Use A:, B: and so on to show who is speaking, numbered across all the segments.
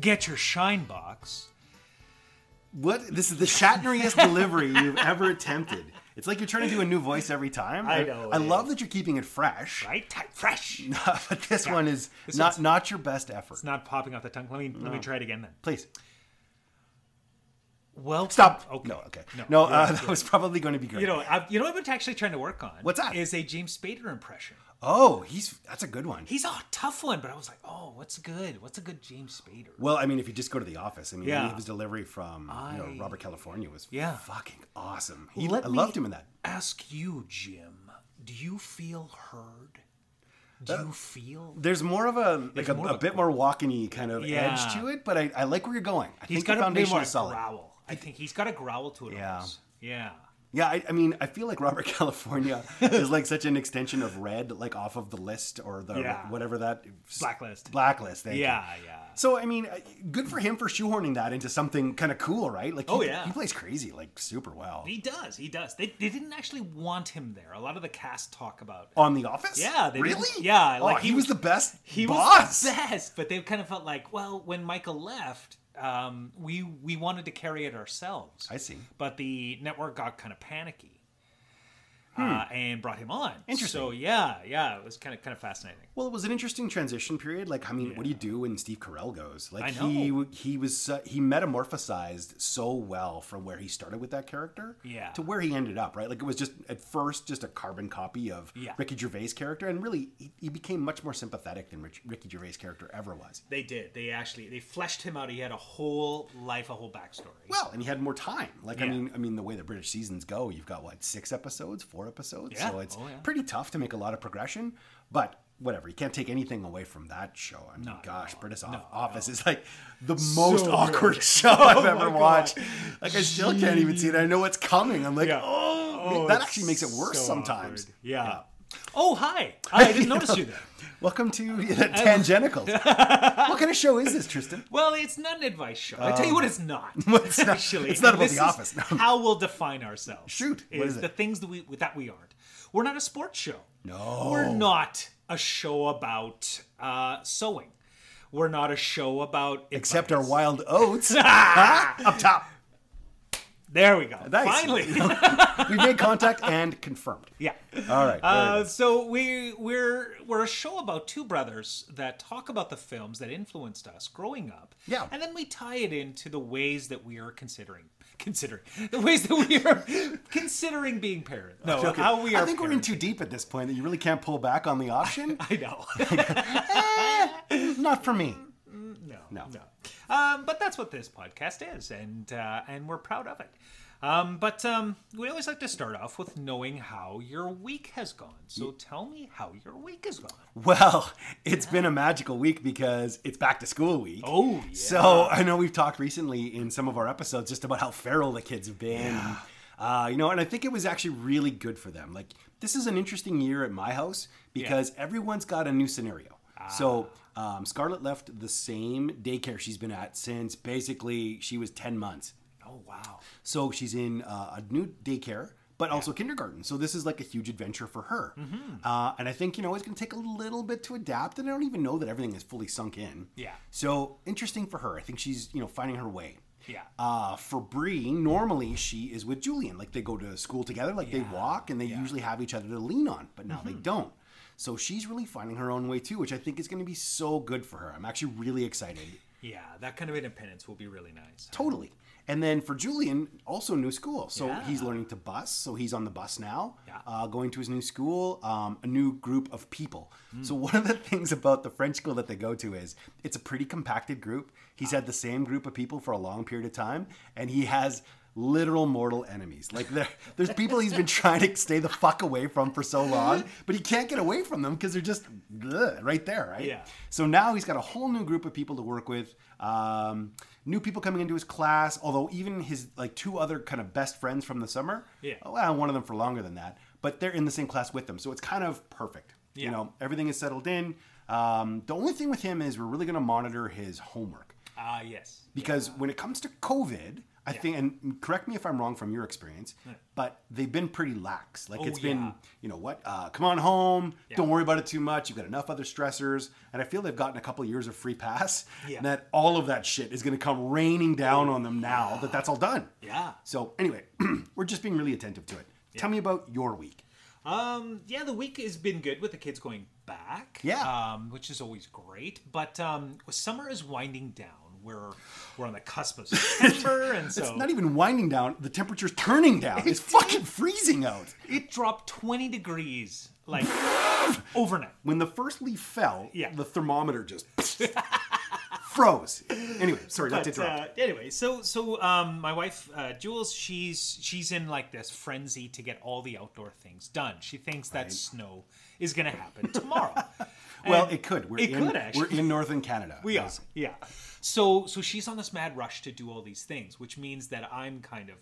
A: Get your shine box.
B: What? This is the shatneringest delivery you've ever attempted. It's like you're trying to do a new voice every time.
A: I know
B: I
A: it
B: love that you're keeping it fresh,
A: Right? Type fresh. It's
B: but this one is not not your best effort.
A: not popping off the tongue. Let me let me try it again then.
B: Please
A: Well,
B: stop.
A: Okay.
B: No, okay. No,
A: No,
B: uh, that was probably going to be great.
A: You know, I've, you know what I've been actually trying to work on.
B: What's that?
A: Is a James Spader impression.
B: oh, he's that's a good one.
A: He's a tough one, but I was like, oh, what's good? What's a good James Spader?
B: Well, I mean, if you just go to the office, I mean,
A: Yeah.
B: any of his delivery from you know
A: I-
B: Robert California was
A: Yeah.
B: fucking awesome. He,
A: Let
B: I
A: me-
B: loved him in that.
A: Ask you, Jim. Do you feel heard?
B: Uh,
A: Do you feel?
B: There's more of a like a,
A: more
B: a
A: of a-
B: bit more walking-y kind of
A: Yeah.
B: edge to it, but I, I like where you're going. I
A: He's
B: think the
A: got a bit
B: foundation
A: more
B: is solid.
A: growl. I think he's got a growl to it.
B: Yeah.
A: almost. Yeah.
B: Yeah, I, I mean, I feel like Robert California is like such an extension of Red, like off of the list or the
A: Yeah.
B: whatever that
A: Blacklist.
B: blacklist. Thank you.
A: Yeah, yeah.
B: So I mean, uh, good for him for shoehorning that into something kind of cool, right? Like, he,
A: Oh, yeah.
B: he plays crazy like super well
A: He does. He does. They, they didn't actually want him there. A lot of the cast talk about
B: on The Office.
A: Yeah, they
B: really.
A: didn't- yeah,
B: oh,
A: like,
B: he,
A: he
B: was
A: was-
B: the best.
A: he
B: boss.
A: was the best, but they kind of felt like, well, when Michael left, um, we we wanted to carry it ourselves.
B: I see.
A: But the network got kind of panicky uh, and brought him on.
B: Interesting.
A: So yeah, yeah, it was kind of kind of fascinating.
B: Well, it was an interesting transition period. Like, I mean, what do you do when Steve Carell goes? Like,
A: I
B: he w- he was uh, he metamorphosized so well from where he started with that character,
A: Yeah.
B: to where he ended up. Right, like it was just at first just a carbon copy of
A: Yeah.
B: Ricky Gervais' character, and really he, he became much more sympathetic than Rich, Ricky Gervais' character ever was.
A: They did. They actually they fleshed him out. He had a whole life, a whole backstory.
B: Well, and he had more time. Like, I
A: Yeah.
B: mean, I mean, the way the British seasons go, you've got what six episodes, four episodes,
A: Yeah.
B: so it's
A: Oh, yeah.
B: pretty tough to make a lot of progression, but. Whatever, you can't take anything away from that show. I mean, gosh, British Office is like the most
A: good. Oh
B: awkward show I've ever
A: God.
B: watched. Like, I still can't even see it. I know what's coming. I'm like,
A: Yeah.
B: oh,
A: Oh,
B: that
A: it's
B: actually makes it worse
A: so
B: sometimes.
A: awkward. Yeah. Oh hi! hi I didn't notice you there.
B: Welcome to Tangentials. what kind of show is this, Tristan?
A: Well, it's not an advice show. I tell you what, it's not.
B: Um, It's not-
A: actually,
B: it's not about
A: This
B: The
A: is
B: Office, no.
A: How we'll define ourselves.
B: Shoot, what
A: is,
B: is it?
A: the things that we that we aren't. We're not a sports show.
B: No.
A: we're not a show about uh, sewing. We're not a show about
B: Except
A: advice.
B: our wild oats. Huh? Up top.
A: There we go.
B: Nice.
A: Finally,
B: We made contact and confirmed.
A: yeah.
B: All right. very
A: Uh,
B: good.
A: so we we're we're a show about two brothers that talk about the films that influenced us growing up.
B: Yeah.
A: and then we tie it into the ways that we are considering considering the ways that we are considering being parents. No,
B: Okay.
A: how we are.
B: I think we're in
A: parenting.
B: too deep at this point that you really can't pull back on the option. Eh,
A: I know.
B: Not for me.
A: no,
B: No.
A: no. Um, but that's what this podcast is, and uh, and we're proud of it. Um, but um, we always like to start off with knowing how your week has gone. So tell me how your week has gone.
B: Well, it's been a magical week because it's back to school week.
A: Oh, yeah.
B: So I know we've talked recently in some of our episodes just about how feral the kids have been. Uh, you know, and I think it was actually really good for them. Like, this is an interesting year at my house because everyone's got a new scenario. So um, Scarlett left the same daycare she's been at since basically she was 10 months.
A: Oh wow.
B: So she's in uh, a new daycare, but also kindergarten. So this is like a huge adventure for her. Uh, and I think, you know, it's going to take a little bit to adapt. And I don't even know that everything is fully sunk in.
A: Yeah.
B: So interesting for her. I think she's, you know, finding her way.
A: Yeah.
B: Uh, for Bree, normally she is with Julian. Like they go to school together, like they walk, and they usually have each other to lean on, but now they don't. So she's really finding her own way too, which I think is going to be so good for her. I'm actually really excited.
A: Yeah, that kind of independence will be really nice.
B: Totally. And then for Julian, also new school. So
A: Yeah.
B: he's learning to bus. So he's on the bus now,
A: Yeah.
B: uh, going to his new school, um, a new group of people.
A: Hmm.
B: So one of the things about the French school that they go to is it's a pretty compacted group. He's
A: Ah.
B: had the same group of people for a long period of time, and he has literal mortal enemies. Like there, there's people he's been trying to stay the fuck away from for so long, but he can't get away from them because they're just ugh, right there, right?
A: Yeah.
B: So now he's got a whole new group of people to work with. Um, new people coming into his class, although even his like two other kind of best friends from the summer. oh,
A: Yeah.
B: Well, one of them for longer than that, but they're in the same class with them, so it's kind of perfect. You
A: Yeah.
B: know, everything is settled in. Um, the only thing with him is we're really going to monitor his homework.
A: Ah, yes.
B: because when it comes to COVID, I think, and correct me if I'm wrong from your experience, but they've been pretty lax. Like
A: Oh,
B: it's been,
A: yeah.
B: you know what, uh, come on home, don't worry about it too much. You've got enough other stressors, and I feel they've gotten a couple years of free pass,
A: Yeah.
B: and that all of that shit is going to come raining down on them now that that's all done.
A: Yeah.
B: So anyway, we're just being really attentive to it. Tell me about your week.
A: Um, yeah, the week has been good with the kids going back.
B: Yeah.
A: Um, which is always great. But um, summer is winding down. We're we're on the cusp of September, and so
B: It's not even winding down. The temperature's turning down. It's fucking freezing out.
A: it dropped 20 degrees like overnight.
B: when the first leaf fell,
A: Yeah.
B: the thermometer just froze. Anyway, sorry, not to
A: But,
B: interrupt.
A: uh, anyway, so so um, my wife uh, Jules, she's she's in like this frenzy to get all the outdoor things done. She thinks that snow is going to happen tomorrow.
B: well,
A: uh, And
B: it could. We're
A: it
B: in,
A: could, actually.
B: We're in northern Canada.
A: We are. Yeah. So so she's on this mad rush to do all these things, which means that I'm kind of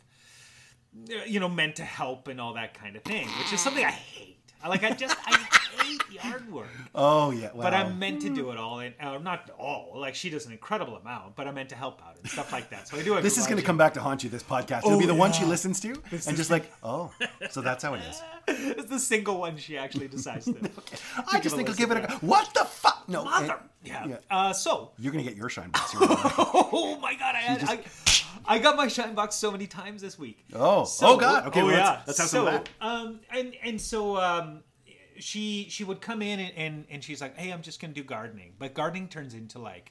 A: uh, you know meant to help and all that kind of thing, which is something I hate. I- Like I just I hate yard work.
B: Oh yeah. Well,
A: But I'm meant to do it all, and uh, not all. Like she does an incredible amount, but I'm meant to help out and stuff like that. So I do.
B: This is going to
A: to
B: come back to haunt you. This podcast. It'll be the one she
A: Oh, yeah.
B: listens to, and just like, oh, so that's how it is.
A: It's the single one she actually decides to.
B: I just think I'll give it a
A: listen.
B: go. What the fuck? No,
A: Mother.
B: it-
A: Yeah.
B: yeah.
A: Uh, so
B: you're gonna get your shine box. You're right.
A: Oh my god, I had I, I got my shine box so many times this week.
B: Oh. Oh, God. Okay, well, let's- let's have
A: so,
B: some of that.
A: Um and and so um she she would come in and, and and she's like, "Hey, I'm just going to do gardening." But gardening turns into like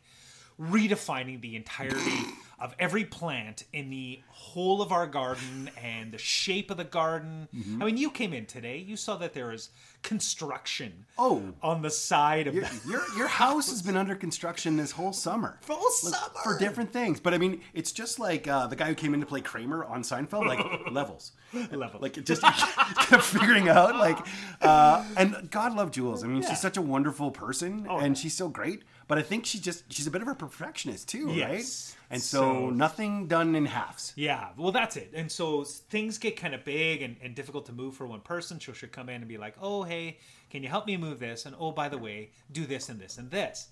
A: redefining the entirety of every plant in the whole of our garden and the shape of the garden.
B: Mm-hmm.
A: I mean, you came in today, you saw that there is construction
B: Oh.
A: on the side of the
B: your your house has been under construction this whole summer.
A: full summer.
B: for different things. But I mean, it's just like uh, the guy who came in to play Kramer on Seinfeld, like levels,
A: Levels.
B: like it just kept figuring out, like, uh, and God love Jules. I mean,
A: Yeah.
B: she's such a wonderful person, and she's so great. But I think she just she's a bit of a perfectionist too,
A: Yes.
B: right? And so,
A: So-
B: nothing done in halves.
A: Yeah, well, that's it. And so s- things get kind of big and, and difficult to move for one person. So she'll come in and be like, oh, hey, can you help me move this? And oh, by the way, do this and this and this.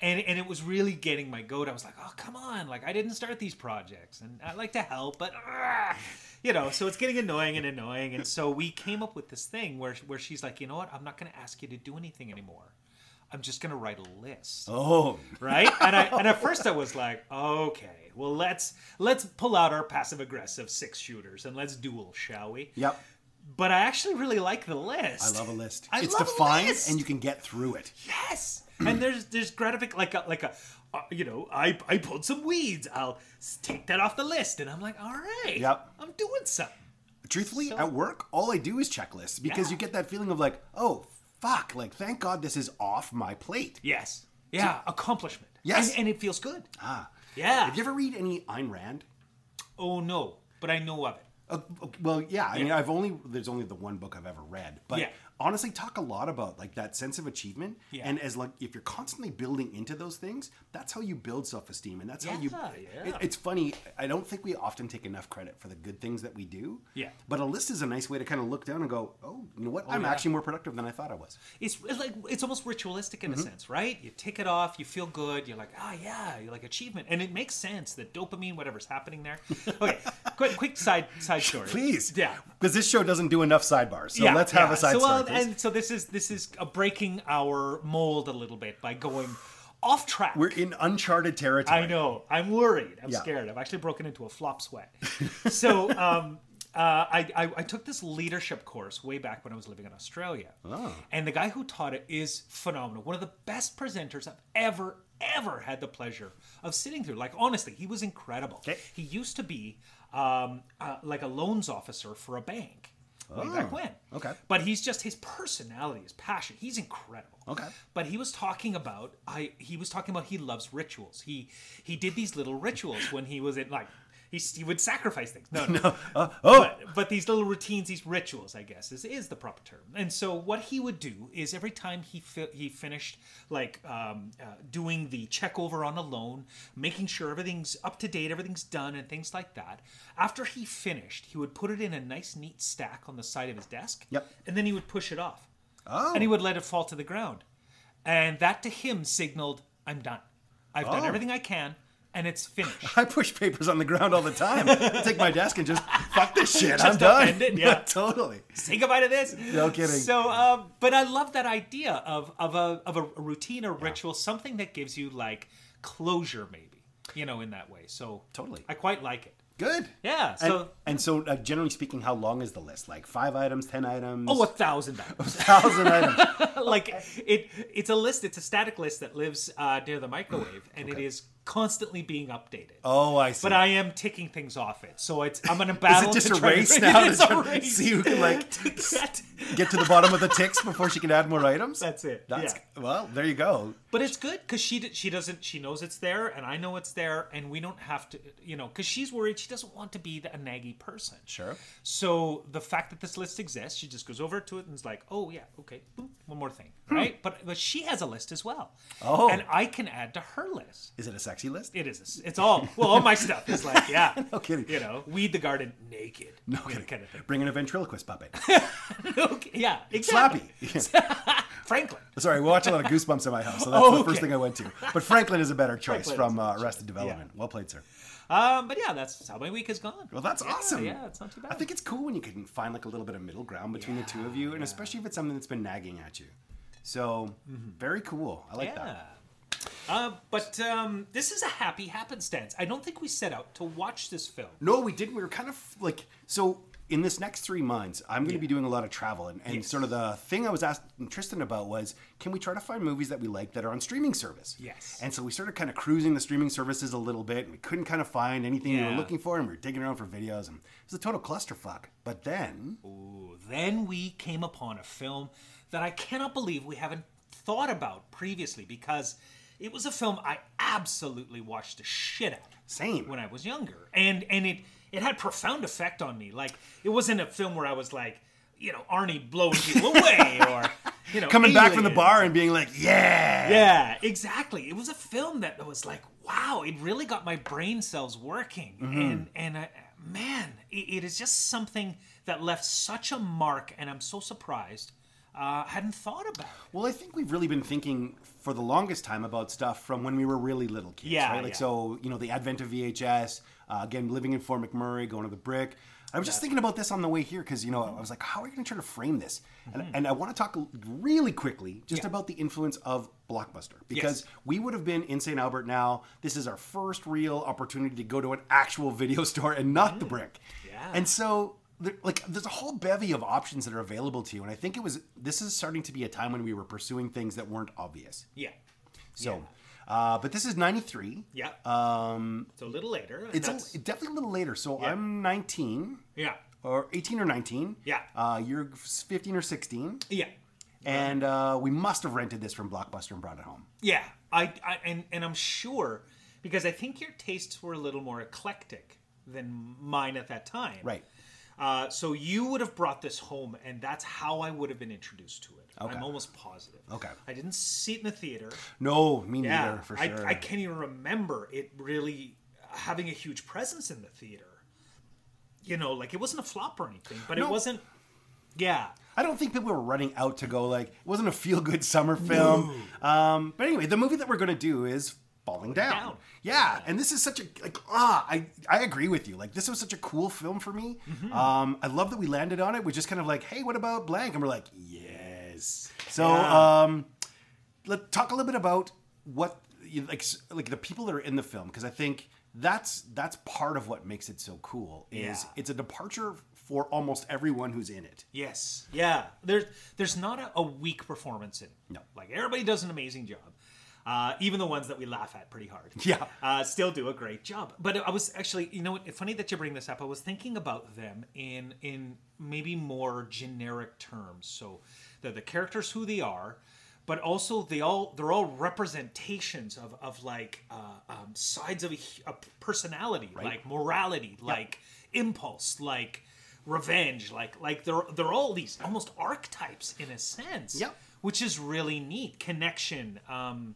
A: And, and it was really getting my goat. I was like, oh, come on. Like, I didn't start these projects and I'd like to help, but, ah," you know, so it's getting annoying and annoying. And so we came up with this thing where, where she's like, you know what? I'm not going to ask you to do anything anymore. I'm just going to write a list
B: Oh,
A: right? And I and at first I was like, okay, well let's let's pull out our passive aggressive six shooters and let's duel, shall we?
B: yep.
A: But I actually really like the list.
B: I love a list.
A: I
B: it's
A: love a
B: defined,
A: list.
B: and you can get through it.
A: Yes, and there's there's gratific like a like a. Uh, you know, I I pulled some weeds. I'll s- take that off the list, and I'm like, all right,
B: Yep.
A: I'm doing something.
B: truthfully
A: So-
B: at work all i do is checklists because
A: Yeah.
B: you get that feeling of like oh fuck like thank god this is off my plate
A: Yes, yeah, accomplishment.
B: Yes.
A: and, and it feels good.
B: ah
A: Yeah.
B: have you ever read any Ayn rand
A: oh no, but I know of it.
B: Uh, uh, well yeah i mean i've only there's only the one book i've ever read but
A: Yeah.
B: honestly talk a lot about like that sense of achievement
A: Yeah.
B: and as like if you're constantly building into those things that's how you build self-esteem and that's how you
A: Yeah, yeah.
B: it- it's funny i don't think we often take enough credit for the good things that we do
A: Yeah.
B: but a list is a nice way to kind of look down and go oh you know what i'm actually more productive than i thought i was
A: it's it's like it's almost ritualistic
B: Mm-hmm.
A: in a sense, right? You tick it off, you feel good, you're like, ah, yeah, you're like achievement, and it makes sense that dopamine, whatever's happening there. Okay, quick, quick side side story,
B: Please,
A: yeah.
B: because this show doesn't do enough sidebars. So
A: yeah,
B: let's have
A: yeah.
B: a side
A: so, well,
B: story. Chris.
A: and so this is this is uh breaking our mold a little bit by going off track.
B: We're in uncharted territory.
A: I know. I'm worried. I'm
B: Yeah.
A: scared. I've actually broken into a flop sweat. so um, uh, I, I, I took this leadership course way back when I was living in Australia.
B: Oh.
A: And the guy who taught it is phenomenal. One of the best presenters I've ever, ever had the pleasure of sitting through. Like, honestly, he was incredible.
B: Okay.
A: He used to be um, uh, like a loans officer for a bank. Way back when.
B: Oh. okay.
A: But he's just his personality, his passion. He's incredible.
B: Okay.
A: But he was talking about I he was talking about he loves rituals. He he did these little rituals when he was in like he, s- he would sacrifice things. No, no.
B: Oh,
A: But, but these little routines, these rituals, I guess, is, is the proper term. And so what he would do is every time he fi- he finished like um, uh, doing the check over on a loan, making sure everything's up to date, everything's done, and things like that. After he finished, he would put it in a nice neat stack on the side of his desk.
B: Yep.
A: And then he would push it off,
B: oh,
A: and he would let it fall to the ground, and that to him signaled, "I'm done. I've done
B: Oh.
A: everything I can. and it's finished.
B: I push papers on the ground all the time. I take my desk and just fuck this shit.
A: Just
B: I'm done.
A: upend it, yeah.
B: totally.
A: Say goodbye to this.
B: No kidding.
A: So, uh, but I love that idea of of a of a routine or ritual, something that gives you like closure, maybe you know, in that way. So
B: Totally.
A: I quite like it.
B: Good.
A: Yeah.
B: And
A: So
B: and so, uh, generally speaking, how long is the list? Like five items, ten items,
A: oh, a thousand dollars.
B: thousand items.
A: like it it's a list. It's a static list that lives uh, near the microwave, and it is constantly being updated.
B: Oh, I see.
A: But I am ticking things off it, so it's I'm gonna battle.
B: is
A: to
B: it just a
A: try to-
B: race now
A: It's
B: to
A: a
B: try to
A: race.
B: see who can like
A: to get-
B: get to the bottom of the ticks before she can add more items?
A: That's it,
B: That's
A: yeah.
B: well, there you go.
A: But it's good because she d- she doesn't she knows it's there and I know it's there and we don't have to you know because she's worried she doesn't want to be the, a naggy person.
B: Sure.
A: So the fact that this list exists, she just goes over to it and is like, oh yeah, okay, boom, one more thing, right? But but she has a list as well.
B: Hmm. Oh.
A: And I can add to her list.
B: Is it a sexy list?
A: It is. It's all well. All my stuff is like yeah.
B: No kidding.
A: You know, weed the garden naked.
B: No
A: you know,
B: kidding.
A: Kind of thing.
B: Bring in a ventriloquist puppet.
A: okay, yeah. Exactly.
B: Slappy.
A: Franklin.
B: Sorry, we watch a lot of Goosebumps in my house, so that's
A: Oh,
B: the first
A: okay.
B: thing I went to. But Franklin is a better choice
A: Franklin
B: from
A: is
B: uh, Arrested Development. Well played, sir.
A: Um, but yeah, that's how my week has gone.
B: Well, that's
A: Yeah,
B: awesome.
A: Yeah, it's not too bad.
B: I think it's cool when you can find like a little bit of middle ground between the two of you, and especially if it's something that's been nagging at you. So very cool. I like
A: Mm-hmm. Yeah.
B: that.
A: Uh, but um, this is a happy happenstance. I don't think we set out to watch this film.
B: No, we didn't. We were kind of like so. In this next three months, I'm going to be doing a lot of travel, and, and sort of the thing I was asking Tristan about was, can we try to find movies that we like that are on streaming service?
A: Yes.
B: And so we started kind of cruising the streaming services a little bit, and we couldn't kind of find anything we
A: Yeah.
B: were looking for, and we were digging around for videos, and it was a total clusterfuck. But then,
A: Ooh, then we came upon a film that I cannot believe we haven't thought about previously because it was a film I absolutely watched the shit out of
B: same.
A: when I was younger, and and it it had profound effect on me. Like it wasn't a film where I was like, you know, Arnie blowing people away or you know
B: coming back from the
A: Aliens.
B: bar and being like, yeah.
A: Yeah, exactly. It was a film that was like, wow, it really got my brain cells working,
B: Mm-hmm.
A: and and I, man, it, it is just something that left such a mark, and I'm so surprised. Uh, I hadn't thought about. it.
B: Well, I think we've really been thinking for the longest time about stuff from when we were really little kids,
A: Yeah,
B: right? Like
A: yeah.
B: so, you know, the advent of VHS. Uh, again, living in Fort McMurray, going to the brick. I was just thinking about this on the way here because you know I was like, how are we going to try to frame this?
A: Mm-hmm.
B: And, and I want to talk l- really quickly just about the influence of Blockbuster because we would have been in St. Albert now. This is our first real opportunity to go to an actual video store and not the brick.
A: Yeah.
B: And so, there, like, there's a whole bevy of options that are available to you. And I think it was this is starting to be a time when we were pursuing things that weren't obvious.
A: Yeah,
B: So, uh, but this is 93.
A: yeah.
B: Um,
A: it's a little later. and
B: it's a,
A: that's-
B: definitely a little later. So I'm 19
A: yeah,
B: or 18 or 19.
A: Yeah.
B: Uh, you're 15 or 16.
A: yeah,
B: And uh, we must have rented this from Blockbuster and brought it home.
A: yeah. I, I and and I'm sure because I think your tastes were a little more eclectic than mine at that time.
B: Right.
A: Uh, so you would have brought this home, and that's how I would have been introduced to it. I'm almost positive.
B: Okay.
A: I didn't see it in the theater.
B: No, me neither,
A: Yeah,
B: for
A: I,
B: sure.
A: I can't even remember it really having a huge presence in the theater. You know, like it wasn't a flop or anything, but
B: No.
A: it wasn't. Yeah,
B: I don't think people were running out to go like it wasn't a feel good summer film. Um, but anyway, the movie that we're gonna do is Falling Down.
A: Down.
B: Yeah, and this is such a like ah I I agree with you. Like this was such a cool film for me.
A: Mm-hmm.
B: Um, I love that we landed on it. We're just kind of like, hey, what about blank? And we're like, yes. So
A: Yeah.
B: um, let's talk a little bit about what you- like s- like the people that are in the film because I think that's that's part of what makes it so cool is
A: Yeah.
B: it's a departure for almost everyone who's in it.
A: Yes. Yeah. There's there's not a, a weak performance in. it.
B: No.
A: Like everybody does an amazing job. Uh, even the ones that we laugh at pretty hard.
B: Yeah.
A: Uh, still do a great job. But I was actually, you know, what, funny that you bring this up. I was thinking about them in in maybe more generic terms. So they're the characters who they are, but also they all they're all representations of of like uh, um, sides of a, hu- a personality, like morality, like impulse, like revenge like like they're they're all these almost archetypes in a sense
B: Yep.
A: which is really neat connection um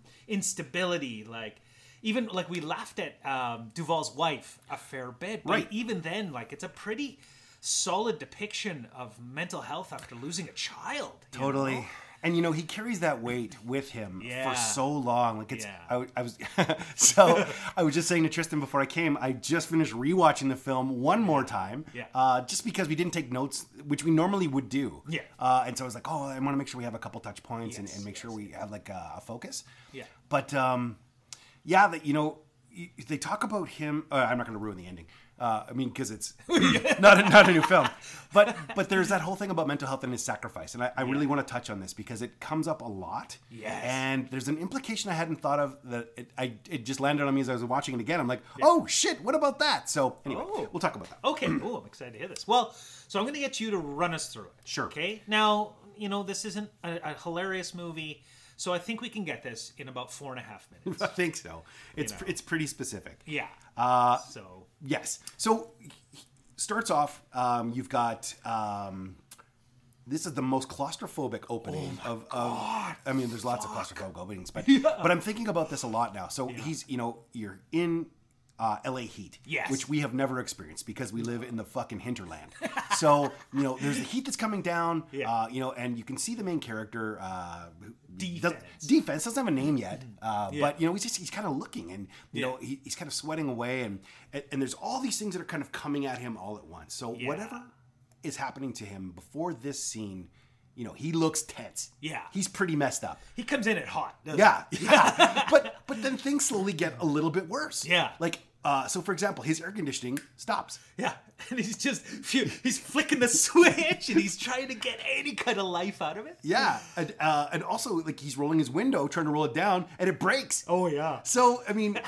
A: instability like even like we laughed at um duval's wife a fair bit but
B: Right.
A: even then like it's a pretty solid depiction of mental health after losing a child you
B: Totally.
A: know?
B: And you know, he carries that weight with him
A: Yeah.
B: for so long. Like it's,
A: Yeah.
B: I, w- I was, so I was just saying to Tristan before I came, I just finished rewatching the film one more time,
A: Yeah.
B: uh, just because we didn't take notes, which we normally would do.
A: Yeah.
B: Uh, and so I was like, oh, I want to make sure we have a couple touch points and,
A: Yes,
B: and make sure
A: yes,
B: we have like a, a focus.
A: Yeah.
B: But um, yeah, that you know, y- they talk about him. Uh, I'm not going to ruin the ending. Uh, I mean, because it's not a, not a new film, but but there's that whole thing about mental health and his sacrifice, and I, I really want to touch on this because it comes up a lot.
A: Yes.
B: And there's an implication I hadn't thought of that it, I it just landed on me as I was watching it again. I'm like, oh shit, what about that? So anyway,
A: Oh.
B: we'll talk about that.
A: Okay. oh, I'm excited to hear this. Well, so I'm going to get you to run us through it.
B: Sure.
A: Okay. Now, you know, this isn't a, a hilarious movie, so I think we can get this in about four and a half minutes.
B: I think so. It's
A: know.
B: it's pretty specific.
A: yeah. Uh, so,
B: Yes. So he- he starts off. Um, you've got um, this is the most claustrophobic opening
A: Oh
B: of, of. I mean, there's lots of claustrophobic openings, but but I'm thinking about this a lot now. So he's you know you're in. Uh, LA heat,
A: Yes.
B: which we have never experienced because we live in the fucking hinterland. so you know, there's the heat that's coming down.
A: Yeah.
B: Uh, you know, and you can see the main character. Uh, who-
A: Defense.
B: does- defense doesn't have a name yet, uh,
A: Mm-hmm. Yeah.
B: but you know he's just he's kind of looking and you know he, he's kind of sweating away and, and and there's all these things that are kind of coming at him all at once. So
A: Yeah.
B: whatever is happening to him before this scene, you know he looks tense.
A: Yeah.
B: he's pretty messed up.
A: he comes in it hot. doesn't he?
B: Yeah, yeah. but but then things slowly get a little bit worse.
A: Yeah.
B: like uh, so for example, his air conditioning stops.
A: Yeah, and he's just phew, he's flicking the switch and he's trying to get any kind of life out of it.
B: Yeah, and uh, and also like he's rolling his window, trying to roll it down, and it breaks.
A: Oh yeah.
B: So, I mean,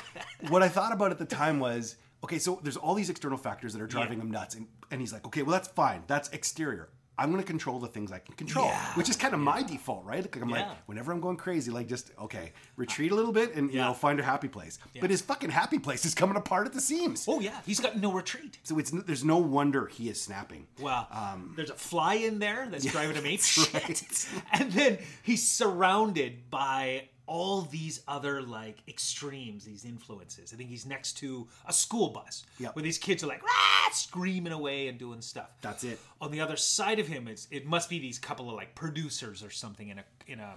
B: what I thought about at the time was okay, so there's all these external factors that are driving
A: Yeah.
B: him nuts. And, and he's like, okay, well, that's fine. That's exterior. I'm going to control the things I can control,
A: Yeah.
B: which is kind of my default, right? Like, I'm
A: Yeah.
B: like, whenever I'm going crazy, like, just, okay, retreat a little bit and, you
A: Yeah.
B: know, find a happy place. But his fucking happy place is coming apart at the seams.
A: Oh yeah, he's got no retreat.
B: So it's n- there's no wonder he is snapping.
A: Wow. There's a fly in there that's driving him ape shit. And then he's surrounded by all these other like extremes, these influences. I think he's next to a school bus
B: Yep.
A: where these kids are like "Rah!" screaming away and doing stuff.
B: That's it.
A: On the other side of him, it's it must be these couple of like producers or something in a in a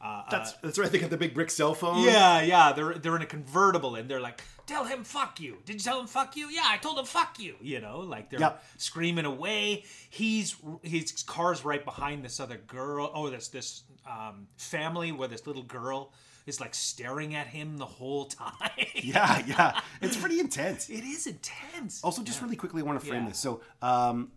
A: uh,
B: That's that's right. They got the big brick cell phone.
A: Yeah, yeah. They're they're in a convertible and they're like, "Tell him fuck you." Did you tell him fuck you? Yeah, I told him fuck you. You know, like they're
B: Yep.
A: screaming away. He's his car's right behind this other girl. Oh, this this um, family where this little girl is like staring at him the whole time.
B: Yeah, yeah. It's pretty intense.
A: It is intense.
B: Also, just really quickly, I want to frame
A: Yeah.
B: this. So, um,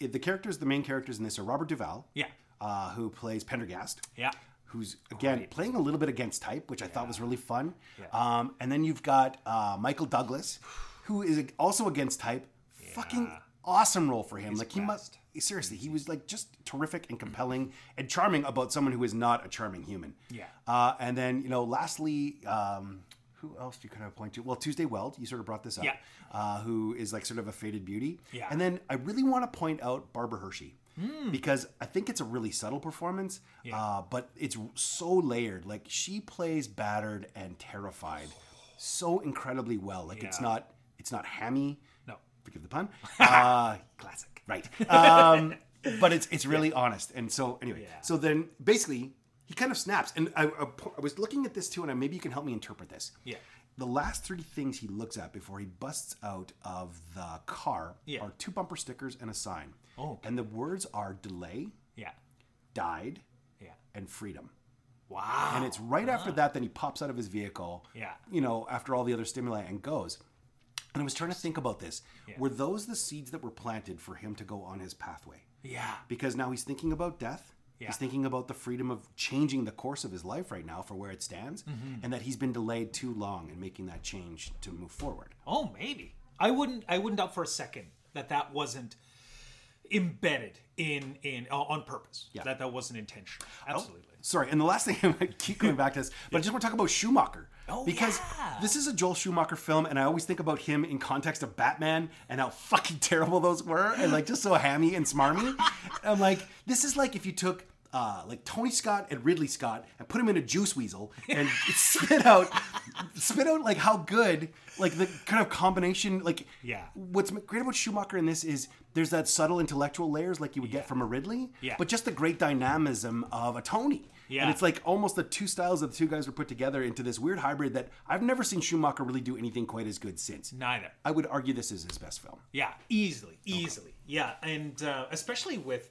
B: it- the characters, the main characters in this are Robert Duvall,
A: Yeah.
B: uh, who plays Pendergast,
A: Yeah.
B: who's again playing a little bit against type, which I thought was really fun.
A: Yeah.
B: Um, and then you've got uh, Michael Douglas, who is also against type. Fucking awesome role for him. like he must seriously, he was like just terrific and compelling and charming about someone who is not a charming human.
A: Yeah.
B: Uh, and then you know, lastly. Um, who else do you kind of point to? Well, Tuesday Weld, you sort of brought this up
A: Yeah.
B: uh, who is like sort of a faded beauty.
A: Yeah. Hmm.
B: And then I really want to point out Barbara Hershey because I think it's a really subtle performance, uh, but it's so layered. Like she plays battered and terrified so incredibly well. Like it's
A: Yeah.
B: not it's not hammy.
A: No.
B: Forgive the pun. uh,
A: Classic.
B: right. Um, but it's it's really honest. And so anyway,
A: Yeah.
B: so then basically he kind of snaps. And I, I po- I was looking at this too, and I, maybe you can help me interpret this.
A: Yeah.
B: The last three things he looks at before he busts out of the car
A: Yeah.
B: are two bumper stickers and a sign.
A: Oh, okay.
B: And the words are delay,
A: Yeah.
B: died,
A: Yeah.
B: and freedom.
A: Wow.
B: And it's right after that that he pops out of his vehicle.
A: Yeah.
B: You know, after all the other stimuli and goes. And I was trying to think about this. Were those the seeds that were planted for him to go on his pathway?
A: yeah.
B: Because now he's thinking about death.
A: Yeah.
B: He's thinking about the freedom of changing the course of his life right now for where it stands,
A: Mm-hmm.
B: and that he's been delayed too long in making that change to move forward.
A: Oh, maybe. I wouldn't. I wouldn't doubt for a second that that wasn't embedded in in uh, on purpose.
B: Yeah.
A: That that wasn't intentional. Absolutely.
B: Sorry, and the last thing I keep going back to this, but I just want to talk about Schumacher.
A: Oh,
B: because
A: yeah.
B: this is a Joel Schumacher film, and I always think about him in context of Batman and how fucking terrible those were, and like just so hammy and smarmy. I'm like, this is like if you took uh, like Tony Scott and Ridley Scott and put him in a juice weasel and spit out spit out like how good like the kind of combination like
A: Yeah.
B: what's great about Schumacher in this is there's that subtle intellectual layers like you would get from a Ridley
A: Yeah.
B: but just the great dynamism of a Tony
A: Yeah.
B: and it's like almost the two styles of the two guys were put together into this weird hybrid that I've never seen Schumacher really do anything quite as good since
A: Neither.
B: I would argue this is his best film
A: Yeah, easily, easily. Yeah, and uh, especially with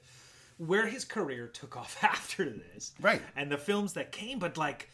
A: where his career took off after this,
B: Right.
A: And the films that came, but like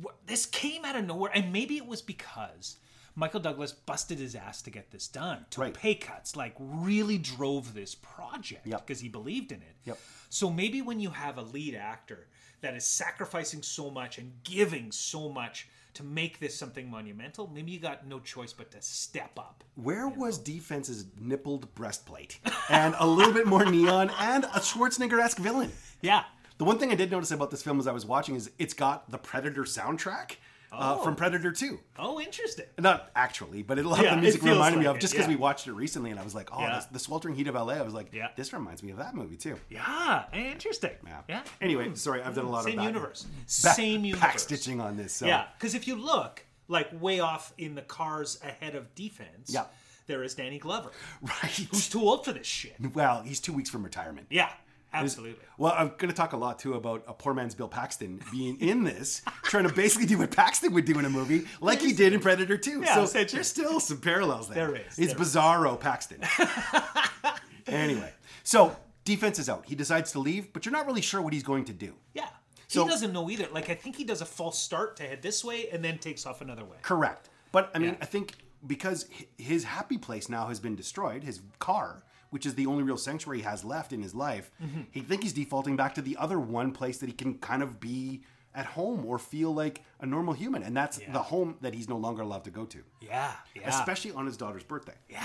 A: wh- this came out of nowhere, and maybe it was because Michael Douglas busted his ass to get this done, took
B: Right.
A: pay cuts, like really drove this project
B: Yep.
A: because he believed in it.
B: Yep.
A: So maybe when you have a lead actor that is sacrificing so much and giving so much to make this something monumental, maybe you got no choice but to step up.
B: Where was defense's nippled breastplate and a little bit more neon and a Schwarzenegger-esque villain?
A: Yeah.
B: The one thing I did notice about this film as I was watching is it's got the Predator soundtrack uh,
A: Oh.
B: from Predator 2,
A: Oh, interesting.
B: not actually, but it, a lot
A: Yeah,
B: of
A: it
B: the music
A: feels
B: reminded me
A: like
B: of
A: it,
B: just because
A: yeah.
B: we watched it recently, and I was like, oh,
A: Yeah.
B: this, the sweltering heat of LA. I was like,
A: Yeah.
B: this reminds me of that movie too.
A: Yeah, Eh, interesting. Yeah. Hmm.
B: Anyway, sorry, I've done a lot
A: Same
B: of that.
A: universe.
B: Back,
A: Same universe.
B: Back stitching on this. So.
A: Yeah, because if you look, like way off in the cars ahead of defense,
B: Yeah.
A: there is Danny Glover, who's
B: Right.
A: too old for this shit.
B: Well, he's two weeks from retirement.
A: Yeah, absolutely.
B: Well, I'm going to talk a lot too about a poor man's Bill Paxton being in this, trying to basically do what Paxton would do in a movie, like he did in Predator 2.
A: Yeah,
B: so
A: essentially.
B: there's still some parallels there.
A: There is,
B: It's
A: there
B: bizarro Paxton. anyway, so defense is out. He decides to leave, but you're not really sure what he's going to do.
A: Yeah.
B: So-
A: he doesn't know either. Like, I think he does a false start to head this way and then takes off another way.
B: Correct. But I mean,
A: Yeah.
B: I think because hi- his happy place now has been destroyed, his car, which is the only real sanctuary he has left in his life,
A: Mm-hmm.
B: he think he's defaulting back to the other one place that he can kind of be at home or feel like a normal human, and that's the home that he's no longer allowed to go to,
A: Yeah. Yeah.
B: especially on his daughter's birthday.
A: Yeah.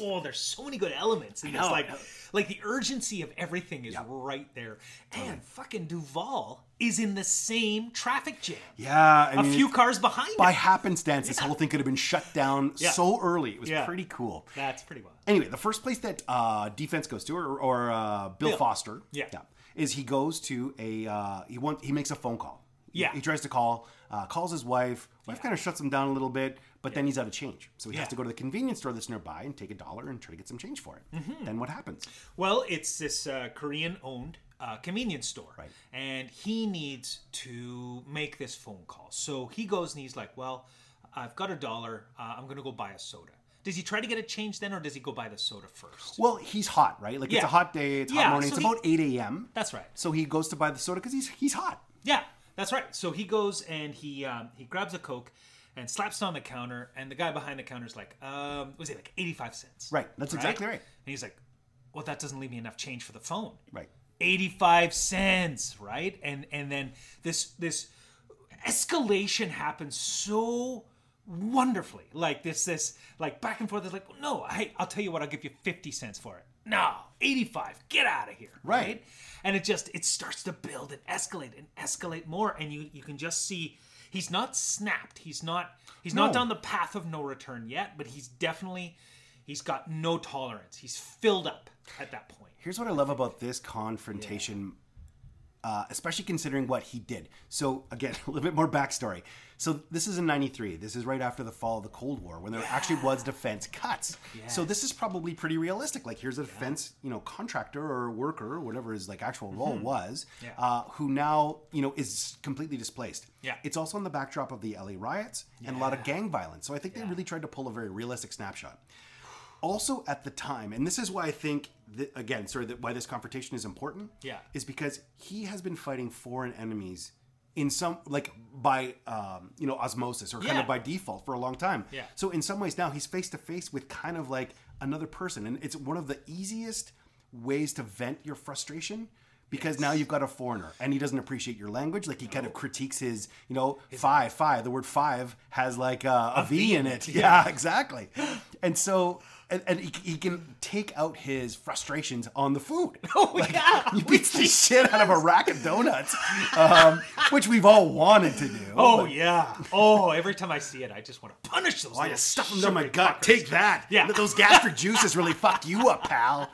A: Oh, there's so many good elements in this.
B: know.
A: Like, like the urgency of everything is right there. And fucking Duval is in the same traffic jam.
B: Yeah, I
A: A
B: mean,
A: few
B: it-
A: cars behind
B: by
A: him.
B: happenstance, this whole thing could have been shut down
A: Yeah.
B: so early. It was
A: Yeah.
B: pretty cool.
A: That's pretty wild.
B: Anyway, the first place that uh, defense goes to, or, or uh, Bill,
A: Bill.
B: Foster,
A: Yeah.
B: is he goes to a uh, he want he makes a phone call. He-
A: Yeah.
B: he, tries to call, uh, calls his wife. Wife kind of shuts him down a little bit, but then he's out of change, so he
A: Yeah.
B: has to go to the convenience store that's nearby and take a dollar and try to get some change for it.
A: Mm-hmm.
B: Then what happens?
A: Well, it's this uh, Korean owned uh, convenience store.
B: Right.
A: And he needs to make this phone call. So he goes and he's like, Well, I've got a dollar. Uh, I'm going to go buy a soda. Does he try to get a change then, or does he go buy the soda first?
B: Well, he's hot, right? Like
A: Yeah.
B: it's a hot day, it's
A: Yeah,
B: hot morning.
A: so
B: it's
A: he-
B: about eight a.m.
A: That's right.
B: So he goes to buy the soda because he's he's hot.
A: Yeah, that's right. So he goes and he um, he grabs a coke and slaps it on the counter, and the guy behind the counter's like, um, was it like eighty five cents?
B: Right, that's exactly right.
A: And he's like, well, that doesn't leave me enough change for the phone.
B: Right.
A: Eighty five cents, right? And and then this this escalation happens so wonderfully like this this like back and forth is like no hey i'll tell you what i'll give you 50 cents for it no 85 get out of here
B: Right.
A: and it just it starts to build and escalate and escalate more and you you can just see he's not snapped he's not he's not
B: No.
A: down the path of no return yet but he's definitely he's got no tolerance he's filled up at that point
B: Here's what I love about this confrontation, uh, especially considering what he did. So, again, a little bit more backstory. So, this is in 93. This is right after the fall of the Cold War when there actually was defense cuts. So, this is probably pretty realistic. Like, here's a defense, you know, contractor or worker, or whatever his like actual role was, uh, who now, you know, is completely displaced.
A: Yeah.
B: It's also on the backdrop of the LA riots and a lot of gang violence. So, I think they really tried to pull a very realistic snapshot also at the time, and this is why I think that, again, sorry, that why this confrontation is important.
A: Yeah.
B: is because he has been fighting foreign enemies in some like by um, you know osmosis or kind
A: Yeah.
B: of by default for a long time.
A: Yeah.
B: So in some ways now he's face to face with kind of like another person, and it's one of the easiest ways to vent your frustration. Because now you've got a foreigner, and he doesn't appreciate your language. Like he kind of critiques his, you know, five, five. The word five has like uh, a V in it. Yeah, exactly. And so, and, and he, he can take out his frustrations on the food.
A: oh yeah
B: He beats the shit out of a rack of donuts, um, which we've all wanted to do.
A: oh
B: but-
A: yeah oh every time i see it i just want to punish those
B: I
A: little
B: just stuff them down my gut.
A: sugar
B: Take that.
A: Yeah.
B: Let those gastric juices really fuck you up, pal.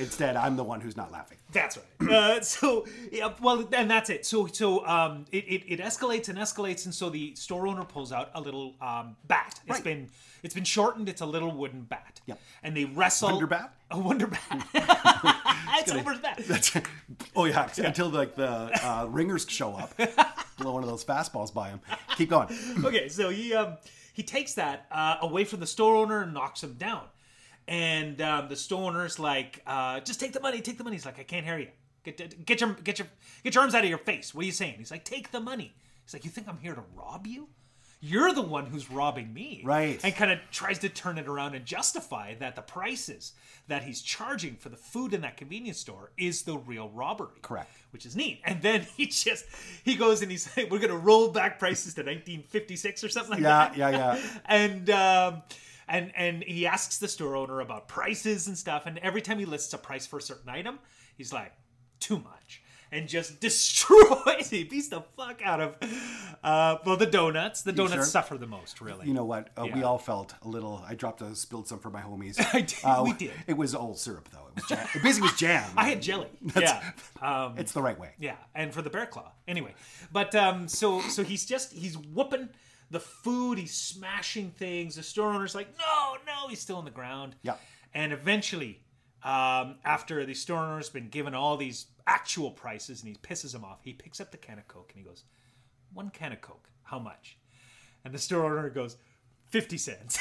B: Instead, I'm the one who's not laughing.
A: That's right. Uh, so yeah, well, and that's it. So so um, it, it it escalates and escalates, and so the store owner pulls out a little um bat. It's
B: Right.
A: been it's been shortened. It's a little wooden bat.
B: Yep.
A: And they wrestle
B: Wonder bat?
A: A wonder bat. it's a wonder bat.
B: That's oh yeah, until like the uh, ringers show up, blow one of those fastballs by him. Keep going.
A: okay, so he um, he takes that uh, away from the store owner and knocks him down. And um, the store owner's like, uh, "Just take the money, take the money." He's like, "I can't hear you. Get get your get your get your arms out of your face. What are you saying?" He's like, "Take the money." He's like, "You think I'm here to rob you? You're the one who's robbing me."
B: Right.
A: And kind of tries to turn it around and justify that the prices that he's charging for the food in that convenience store is the real robbery
B: Correct.
A: which is neat. And then he just he goes and he's like, "We're gonna roll back prices to 1956 or something like
B: Yeah,
A: that."
B: yeah, yeah.
A: And um, and and he asks the store owner about prices and stuff. And every time he lists a price for a certain item, he's like, "Too much." And just destroys. He beats the fuck out of, uh, well, the donuts. The donuts
B: sure?
A: suffer the most, really.
B: You know what? Uh, We
A: Yeah.
B: all felt a little. I dropped a spilled some for my homies. Uh,
A: I did- we did.
B: It was old syrup though. It was jam. It basically was jam.
A: I had jelly. Yeah. Um,
B: it's the right way.
A: Yeah, and for the bear claw. Anyway, but um, so so he's just he's whooping the food, he's smashing things. The store owner's like, no, no, he's still on the ground.
B: Yeah.
A: And eventually, um, after the store owner's been given all these actual prices and he pisses him off, he picks up the can of Coke and he goes, one can of Coke, how much? And the store owner goes, 50 cents.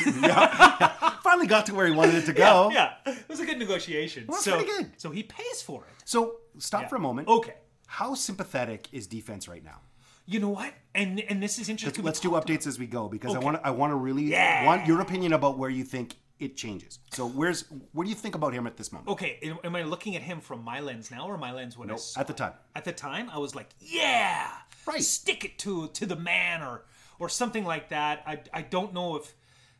B: Finally got to where he wanted it to go.
A: yeah, it was a good negotiation.
B: that's
A: so,
B: pretty good.
A: so he pays for it.
B: So stop for a moment.
A: Okay.
B: How sympathetic is defense right now?
A: You know what? And and this is interesting.
B: Let's do updates as we go because I
A: Okay.
B: want I want to really
A: Yeah.
B: want your opinion about where you think it changes. So where's what do you think about him at this moment?
A: Okay, am- am I looking at him from my lens now or my lens when I saw
B: At the time.
A: At the time, I was like, "Yeah,
B: Right.
A: stick it to to the man," or or something like that. I, I don't know if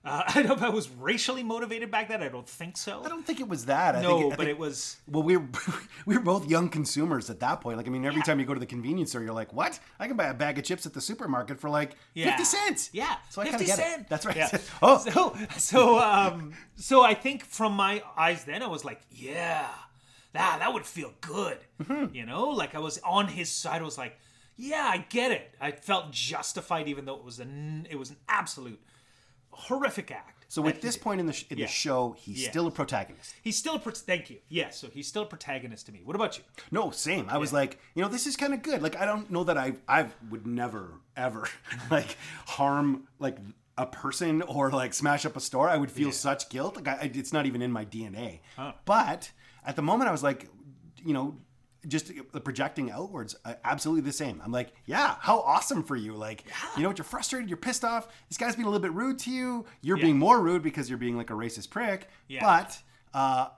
A: uh, I don't know if I was racially motivated back then. I don't think so.
B: I don't think it was that. I
A: no,
B: think, I
A: but
B: think-
A: it was
B: Well, we were, we were both young consumers at that point. Like, I mean, every time you go to the convenience store, you're like, "What? I can buy a bag of chips at the supermarket for like
A: Yeah.
B: fifty cents."
A: Yeah,
B: so I kind of
A: fifty
B: get
A: cent.
B: it. That's right.
A: Yeah.
B: oh,
A: so so um so I think from my eyes then I was like, yeah, that that would feel good.
B: Mm-hmm.
A: You know, like I was on his side. I was like, yeah, I get it. I felt justified, even though it was an it was an absolute horrific act.
B: so at this point in the sh- in
A: Yeah.
B: the show, he's
A: Yeah.
B: still a protagonist.
A: he's still a pro- thank you. Yes, so he's still a protagonist to me. What about you?
B: No, same. I was like, you know, this is kind of good. Like, I don't know that I I would never ever like harm like a person or like smash up a store. I would feel such guilt. Like, I, I- it's not even in my DNA. But at the moment, I was like, you know. Just the projecting outwards, uh, absolutely the same. I'm like, yeah, how awesome for you! Like, you know what? You're frustrated. You're pissed off. This guy's being a little bit rude to you. You're being more rude because you're being like a racist prick. But uh,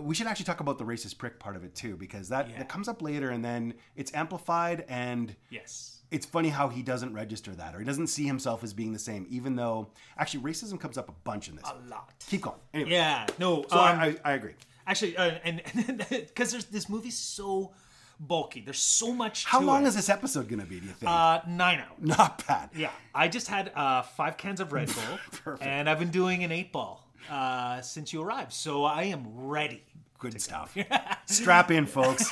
B: we should actually talk about the racist prick part of it too, because that, that comes up later and then it's amplified. And
A: Yes.
B: it's funny how he doesn't register that or he doesn't see himself as being the same, even though actually racism comes up a bunch in this.
A: A lot.
B: Keep going. Anyway,
A: Uh, Yeah. No.
B: so
A: um,
B: I, I, I agree.
A: actually, uh, and because there's this movie's so bulky. There's so much.
B: How
A: to
B: long
A: it.
B: is this episode going to be, do you think?
A: uh, nine hours?
B: Not bad.
A: Yeah, I just had uh, five cans of Red Bull, and I've been doing an eight ball uh, since you arrived, so I am ready.
B: Good stuff. Strap in, folks.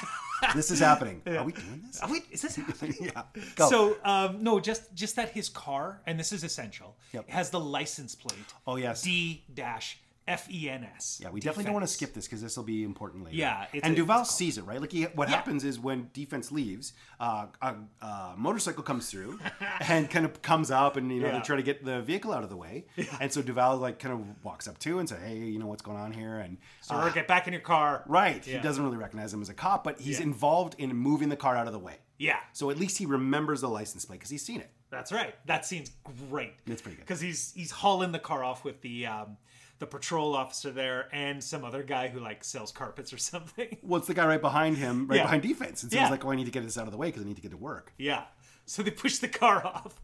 B: this is happening. Are we doing this?
A: Oh, wait, is this happening?
B: Yeah. Go.
A: So um, no, just just that his car, and this is essential, has the license plate.
B: Oh, yes.
A: D dash F E N S.
B: Yeah, we definitely don't want to skip this because this will be important later.
A: Yeah, it's
B: and
A: a-
B: Duval sees it right. Like he, what happens is when defense leaves, uh, a, a motorcycle comes through and kind of comes up, and you know
A: Yeah.
B: they try to get the vehicle out of the way. And so Duval like kind of walks up to and say, "Hey, you know what's going on here?" And uh,
A: So Uh, get back in your car.
B: right,
A: Yeah.
B: he doesn't really recognize him as a cop, but he's
A: Yeah.
B: involved in moving the car out of the way.
A: Yeah.
B: So at least he remembers the license plate because he's seen it.
A: That's right. That scene's great.
B: It's pretty good.
A: because he's he's hauling the car off with the um, the patrol officer there and some other guy who like sells carpets or something.
B: Well, it's the guy right behind him, right
A: Yeah.
B: behind defense, and so
A: Yeah.
B: he's like, "Oh, I need to get this out of the way because I need to get to work."
A: Yeah. So they push the car off,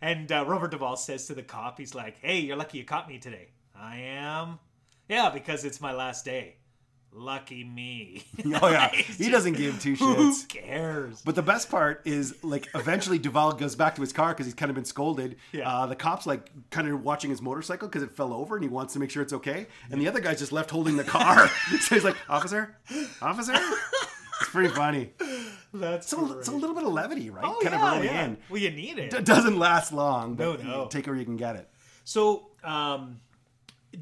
A: and uh, Robert Duvall says to the cop, he's like, "Hey, you're lucky you caught me today." I am. Yeah, because it's my last day. Lucky me.
B: Oh yeah, he doesn't give two
A: Who
B: shits.
A: cares?
B: But the best part is, like, eventually Duval goes back to his car because he's kind of been scolded.
A: Yeah.
B: Uh, the cop's like kind of watching his motorcycle because it fell over and he wants to make sure it's okay. And the other guy's just left holding the car. so he's like, "Officer, officer." It's pretty funny.
A: That's
B: It's a, it's a little bit of levity, right?
A: Oh,
B: kind
A: yeah,
B: of early
A: yeah.
B: in.
A: Well, you need it.
B: It doesn't last long.
A: No,
B: But you
A: no.
B: Take it where you can get it.
A: So, um,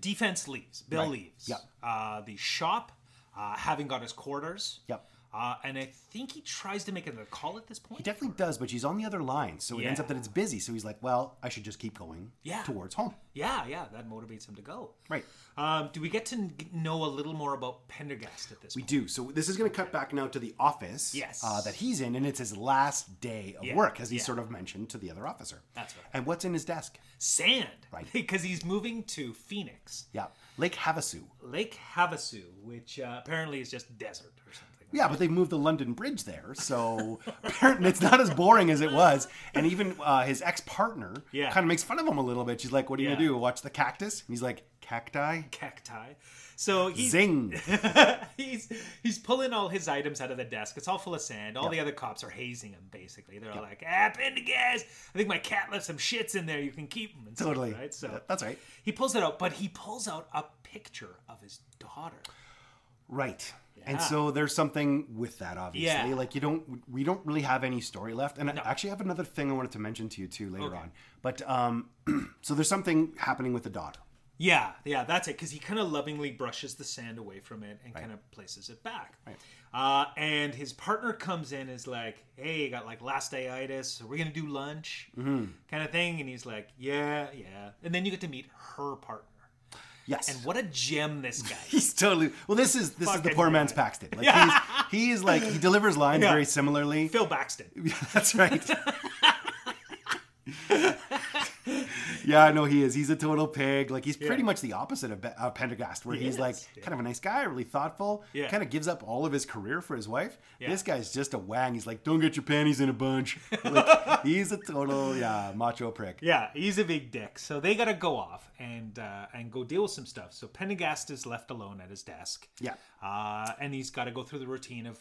A: defense leaves. Bill
B: Right.
A: leaves.
B: Yep.
A: Uh, the shop, uh, having got his quarters.
B: Yep.
A: Uh, and I think he tries to make another call at this point.
B: He definitely does, but she's on the other line, so it ends
A: Yeah.
B: up that it's busy. So he's like, "Well, I should just keep going
A: Yeah.
B: towards home."
A: yeah, yeah. That motivates him to go.
B: Right.
A: Um, do we get to n- know a little more about Pendergast at this
B: We
A: point?
B: do. So this is going to cut back now to the office
A: Yes.
B: uh, that he's in, and it's his last day of
A: Yeah,
B: work, as he
A: yeah.
B: sort of mentioned to the other officer.
A: That's right.
B: And what's in his desk?
A: Sand.
B: Right.
A: Because he's moving to Phoenix,
B: Yeah, Lake Havasu.
A: Lake Havasu, which uh, apparently is just desert or something.
B: Yeah, but they've moved the London Bridge there, so apparently it's not as boring as it was. And even uh, his ex-partner
A: Yeah.
B: kind of makes fun of him a little bit. She's like, "What are you gonna
A: Yeah.
B: do? Watch the cactus?" And he's like, "Cacti."
A: Cacti. So he's
B: Zing.
A: he's he's pulling all his items out of the desk. It's all full of sand. All the other cops are hazing him. Basically, they're all like, "Ah, Pendergast, I think my cat left some shits in there. You can keep them." And stuff,
B: Totally.
A: right. So
B: That's right.
A: he pulls it out, but he pulls out a picture of his daughter.
B: Right. And
A: Yeah.
B: so there's something with that, obviously.
A: Yeah.
B: Like you don't, we don't really have any story left. And I actually have another thing I wanted to mention to you too later on. But um, so there's something happening with the daughter.
A: Yeah, yeah, that's it. Because he kind of lovingly brushes the sand away from it and kind of places it back. Right. Uh, and his partner comes in is like, "Hey, you got like last dayitis. We're gonna do lunch, kind of thing." And he's like, "Yeah, yeah." And then you get to meet her partner.
B: Yes.
A: And what a gem this guy! is.
B: he's totally well. This is this is the
A: Fucking
B: poor man's
A: guy.
B: Paxton. Like he's, he is like he delivers lines very similarly.
A: Phil Baxton.
B: Yeah, that's right. yeah, I know he is. He's a total pig. Like he's pretty much the opposite of Be- uh, Pendergast, where he's
A: is,
B: like
A: yeah.
B: kind of a nice guy, really thoughtful.
A: Yeah.
B: Kind of gives up all of his career for his wife. This guy's just a wang. He's like, don't get your panties in a bunch. Like, he's a total yeah macho prick.
A: Yeah, he's a big dick. So they gotta go off and uh, and go deal with some stuff. So Pendergast is left alone at his desk.
B: Yeah.
A: Uh, and he's got to go through the routine of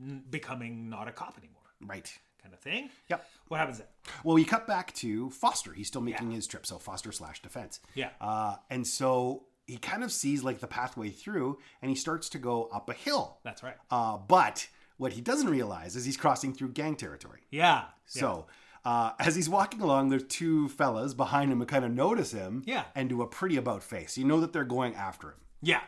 A: n- becoming not a cop anymore,
B: Right.
A: kind of thing.
B: Yep.
A: What happens then?
B: Well, we cut back to Foster. He's still making his trip, so Foster slash defense.
A: Yeah.
B: Uh, and so he kind of sees like the pathway through, and he starts to go up a hill.
A: That's right.
B: Uh, but what he doesn't realize is he's crossing through gang territory.
A: Yeah. yeah.
B: So uh, as he's walking along, there's two fellas behind him who kind of notice him
A: Yeah.
B: and do a pretty about face. You know that they're going after him.
A: Yeah.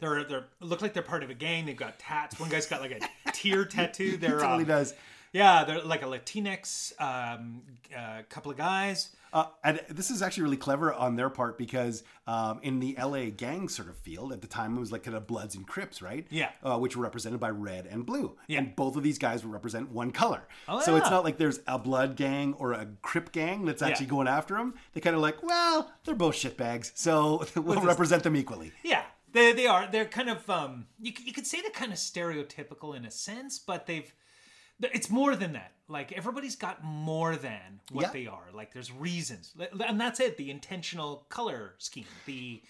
A: They're they're look like they're part of a gang. They've got tats. One guy's got like a tear tattoo. They're um,
B: Totally does.
A: yeah. They're like a Latinx um, uh, couple of guys.
B: Uh, and this is actually really clever on their part because um, in the LA gang sort of field at the time, it was like kind of Bloods and Crips, right?
A: Yeah.
B: Uh, which were represented by red and blue.
A: Yeah.
B: And both of these guys would represent one color.
A: Oh,
B: so it's
A: yeah.
B: not like there's a Blood gang or a Crip gang that's actually going after them. They kind of like, well, they're both shitbags, so we'll represent them equally.
A: Yeah, they they are. They're kind of um. You c- you could say they're kind of stereotypical in a sense, but they've. they're- It's more than that. Like everybody's got more than what
B: Yeah.
A: they are. Like there's reasons, Li- and that's it. The intentional color scheme. The you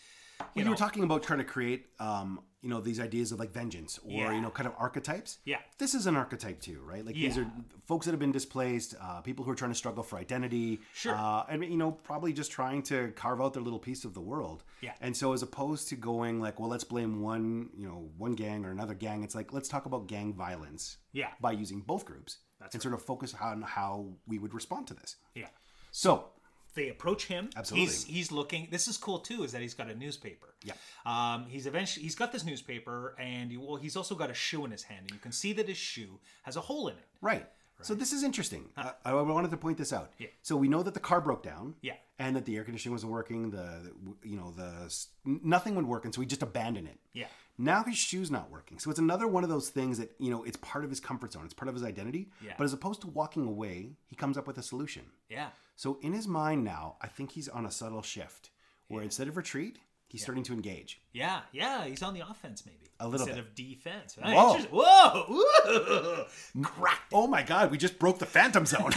B: You
A: know
B: were talking about trying to create, um, you know, these ideas of like vengeance or
A: Yeah.
B: you know, kind of archetypes.
A: Yeah.
B: this is an archetype too, right? Like these
A: Yeah.
B: are folks that have been displaced, uh, people who are trying to struggle for identity.
A: Sure.
B: uh, and you know, probably just trying to carve out their little piece of the world.
A: Yeah.
B: and so as opposed to going like, well, let's blame one, you know, one gang or another gang, it's like let's talk about gang violence.
A: Yeah.
B: by using both groups
A: That's
B: and sort of focus on how we would respond to this.
A: yeah.
B: So
A: They approach him.
B: Absolutely.
A: He's he's looking. This is cool too. Is that he's got a newspaper.
B: Yeah.
A: Um. He's eventually he's got this newspaper, and he, well, he's also got a shoe in his hand, and you can see that his shoe has a hole in it.
B: Right. So this is interesting. I, I wanted to point this out. So we know that the car broke down.
A: Yeah.
B: And that the air conditioning wasn't working. The you know the s- nothing would work, and so we just abandoned it.
A: Yeah.
B: Now his shoe's not working. So it's another one of those things that you know it's part of his comfort zone. It's part of his identity.
A: Yeah.
B: But as opposed to walking away, he comes up with a solution.
A: Yeah.
B: So in his mind now, I think he's on a subtle shift where instead of retreat, he's starting to engage.
A: Yeah, yeah, he's on the offense maybe
B: A little
A: instead
B: bit.
A: of defense.
B: Whoa.
A: Whoa, whoa, whoa. crack!
B: Oh my God! We just broke the phantom zone.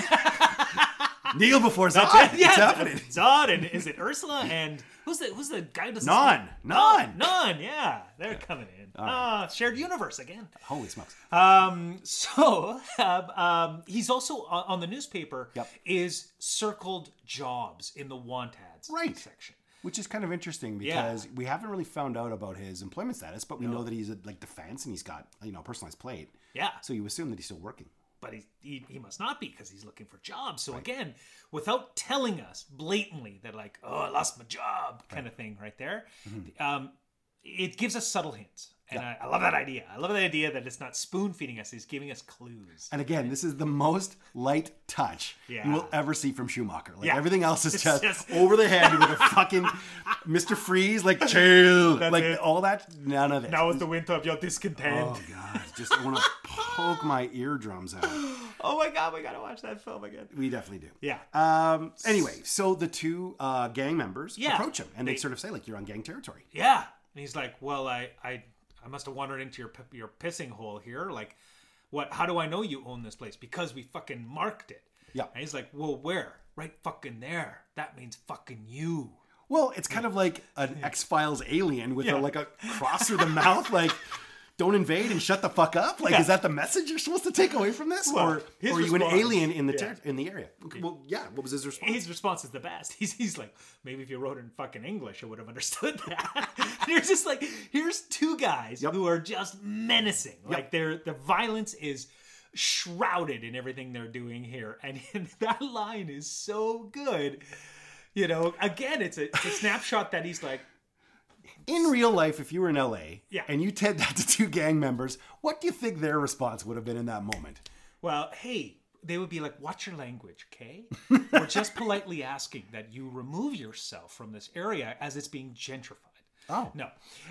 B: Kneel before Zod.
A: Yeah,
B: It's happening.
A: Zod and is it Ursula and who's the who's the guy? Who does this-
B: None. None.
A: None. Yeah, they're coming in. Ah, shared universe again.
B: Holy smokes.
A: Um, so um, um, he's also on on the newspaper
B: Yep.
A: is circled jobs in the want ads
B: Right.
A: section.
B: Which is kind of interesting because we haven't really found out about his employment status, but we know that he's at like defense and he's got you know a personalized plate.
A: Yeah,
B: So you assume that he's still working.
A: but he, he, he must not be because he's looking for jobs. So again, without telling us blatantly that like oh I lost my job kind of thing right there, um, it gives us subtle hints, and I, I love that idea. I love the idea that it's not spoon feeding us; he's giving us clues.
B: And again, this is the most light touch
A: Yeah.
B: you will ever see from Schumacher. Like
A: Yeah.
B: everything else is just,
A: just-
B: over the head with a fucking Mr. Freeze, like chill, like
A: it.
B: all that. None of it.
A: is the winter of your discontent.
B: Oh god, just want to poke my eardrums out.
A: oh my god, we gotta watch that film again.
B: We definitely do.
A: Yeah.
B: Um. Anyway, so the two uh, gang members
A: Yeah.
B: approach him, and they,
A: They-
B: sort of say, "Like you're on gang territory."
A: Yeah. And he's like, "Well, I I I must have wandered into your p- your pissing hole here. Like, what? How do I know you own this place? Because we fucking marked it."
B: Yeah.
A: And he's like, "Well, where? Right fucking there. That means fucking you."
B: Well, it's kind of like an X Files alien with
A: Yeah.
B: a, like a cross through the mouth, like "Don't invade and shut the fuck up." Like, is that the message you're supposed to take away from this,
A: Well,
B: or,
A: his
B: or are you an
A: response-
B: alien in the ter- in the area? Well, yeah. What was his response?
A: His response is the best. He's, he's like, maybe if you wrote it in fucking English, I would have understood that. And You're just like, here's two guys who are just menacing. Like their the violence is shrouded in everything they're doing here, and, that line is so good. You know, again, it's a, it's a snapshot that he's like,
B: In real life, if you were in LA
A: Yeah.
B: and you said that to two gang members, what do you think their response would have been in that moment?
A: well, hey. They would be like, "Watch your language, okay?" We're just politely asking that you remove yourself from this area as it's being gentrified.
B: Oh,
A: No,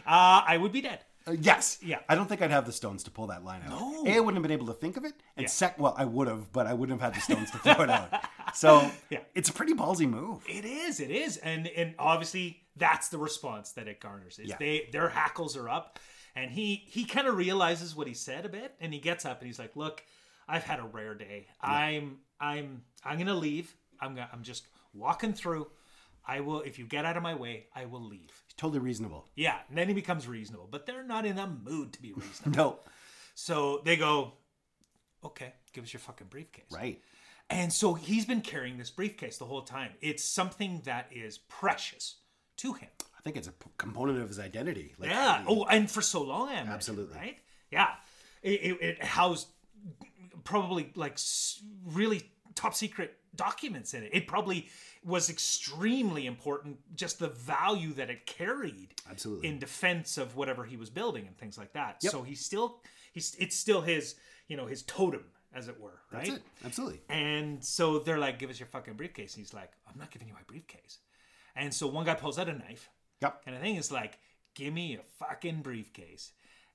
A: uh, I would be dead.
B: Uh, yes.
A: Yeah.
B: I don't think I'd have the stones to pull that line out.
A: No.
B: A, I wouldn't have been able to think of it. And sec, well, I would have, but I wouldn't have had the stones to throw it out. So
A: Yeah.
B: it's a pretty ballsy move.
A: It is. It is. And and obviously that's the response that it garners. Is they their hackles are up, and he he kind of realizes what he said a bit, and he gets up and he's like, "Look, I've had a rare day. I'm I'm I'm gonna leave. I'm gonna, I'm just walking through. I will if you get out of my way, I will leave."
B: Totally reasonable.
A: Yeah, and then he becomes reasonable, but they're not in a mood to be reasonable.
B: No.
A: so they go, "Okay, give us your fucking briefcase."
B: Right.
A: And so he's been carrying this briefcase the whole time. It's something that is precious to him.
B: I think it's a p- component of his identity. Like,
A: Yeah. Oh, and for so long, I imagine.
B: Absolutely.
A: Right? Yeah. It, it, it housed probably like s- really top secret documents in it. It probably was extremely important, just the value that it carried
B: Absolutely.
A: in defense of whatever he was building and things like that. So he's still, he's, it's still his, you know, his totem, as it were. Right.
B: That's it. Absolutely.
A: And so they're like, give us your fucking briefcase. And he's like, I'm not giving you my briefcase. And so one guy pulls out a knife,
B: Yep.
A: kind of thing. It's like, give me your fucking briefcase.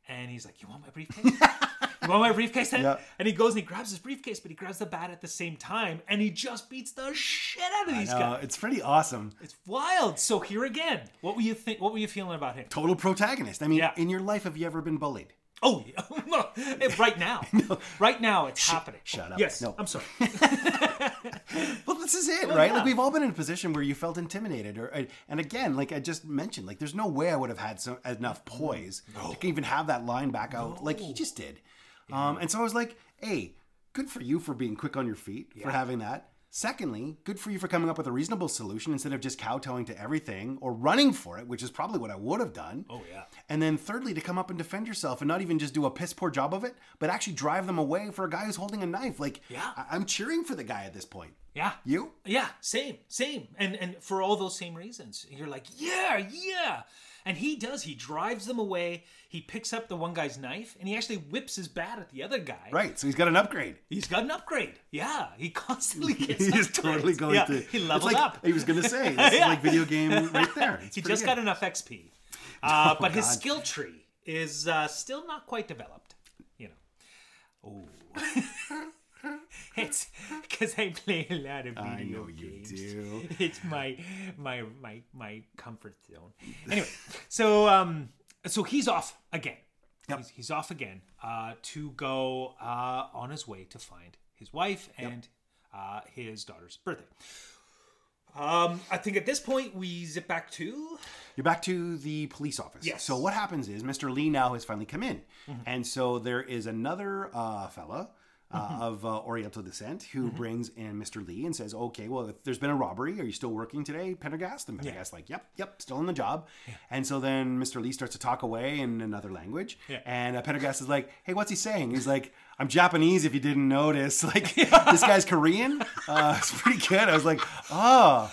A: And he's like, You want my briefcase? you want my briefcase then?
B: Yeah.
A: And he goes and he grabs his briefcase, but he grabs the bat at the same time and he just beats the shit out of these
B: Uh,
A: guys.
B: it's pretty awesome.
A: It's wild. So here again, what were you think what were you feeling about him?
B: Total protagonist. I mean,
A: Yeah.
B: in your life, have you ever been bullied?
A: Oh yeah. right now. Right now it's happening. Oh,
B: shut up.
A: Yes.
B: No.
A: I'm sorry.
B: Well, this is it, right?
A: yeah.
B: Like we've all been in a position where you felt intimidated, or and again, like I just mentioned, like there's no way I would have had so, enough poise to even have that line back out, like he just did. Um, and so I was like, hey, good for you for being quick on your feet for having that. Secondly, good for you for coming up with a reasonable solution instead of just kowtowing to everything or running for it, which is probably what I would have done.
A: Oh yeah.
B: And then thirdly, to come up and defend yourself and not even just do a piss poor job of it, but actually drive them away for a guy who's holding a knife. Like,
A: Yeah.
B: I- I'm cheering for the guy at this point.
A: Yeah.
B: You?
A: Yeah, same, same, and and for all those same reasons, you're like, yeah, yeah, and he does. He drives them away. He picks up the one guy's knife, and he actually whips his bat at the other guy.
B: Right, so he's got an upgrade.
A: He's got an upgrade. Yeah, he constantly gets.
B: He's
A: upgrades.
B: totally going
A: yeah,
B: to.
A: He
B: it's
A: leveled
B: like-
A: up.
B: He was going to say, this is
A: Yeah.
B: like video game right there. It's
A: He
B: pretty
A: just
B: good. Oh
A: got enough XP, uh, but his skill tree is uh, still not quite developed. You know. Oh. it's because I play a lot of video
B: I know you
A: games.
B: do.
A: it's my my my my comfort zone. Anyway, so um, so he's off again. He's, he's off again uh, to go uh, on his way to find his wife and uh, his daughter's birthday. Um, I think at this point we zip back to
B: You're back to the police office.
A: Yes. Mm-hmm.
B: So what happens is Mr. Lee now has finally come in, and so there is another uh, fella. Uh,
A: Mm-hmm.
B: of uh, Oriental descent, who brings in Mr. Lee and says, "Okay, well, if there's been a robbery. Are you still working today, Pendergast?" And Pendergast's like, "Yep, yep, still on the job." And so then Mr. Lee starts to talk away in another language,
A: Yeah.
B: and uh, Pendergast is like, "Hey, what's he saying?" He's like, "I'm Japanese, if you didn't notice. Like, this guy's Korean. Uh, it's pretty good." I was like, "Oh,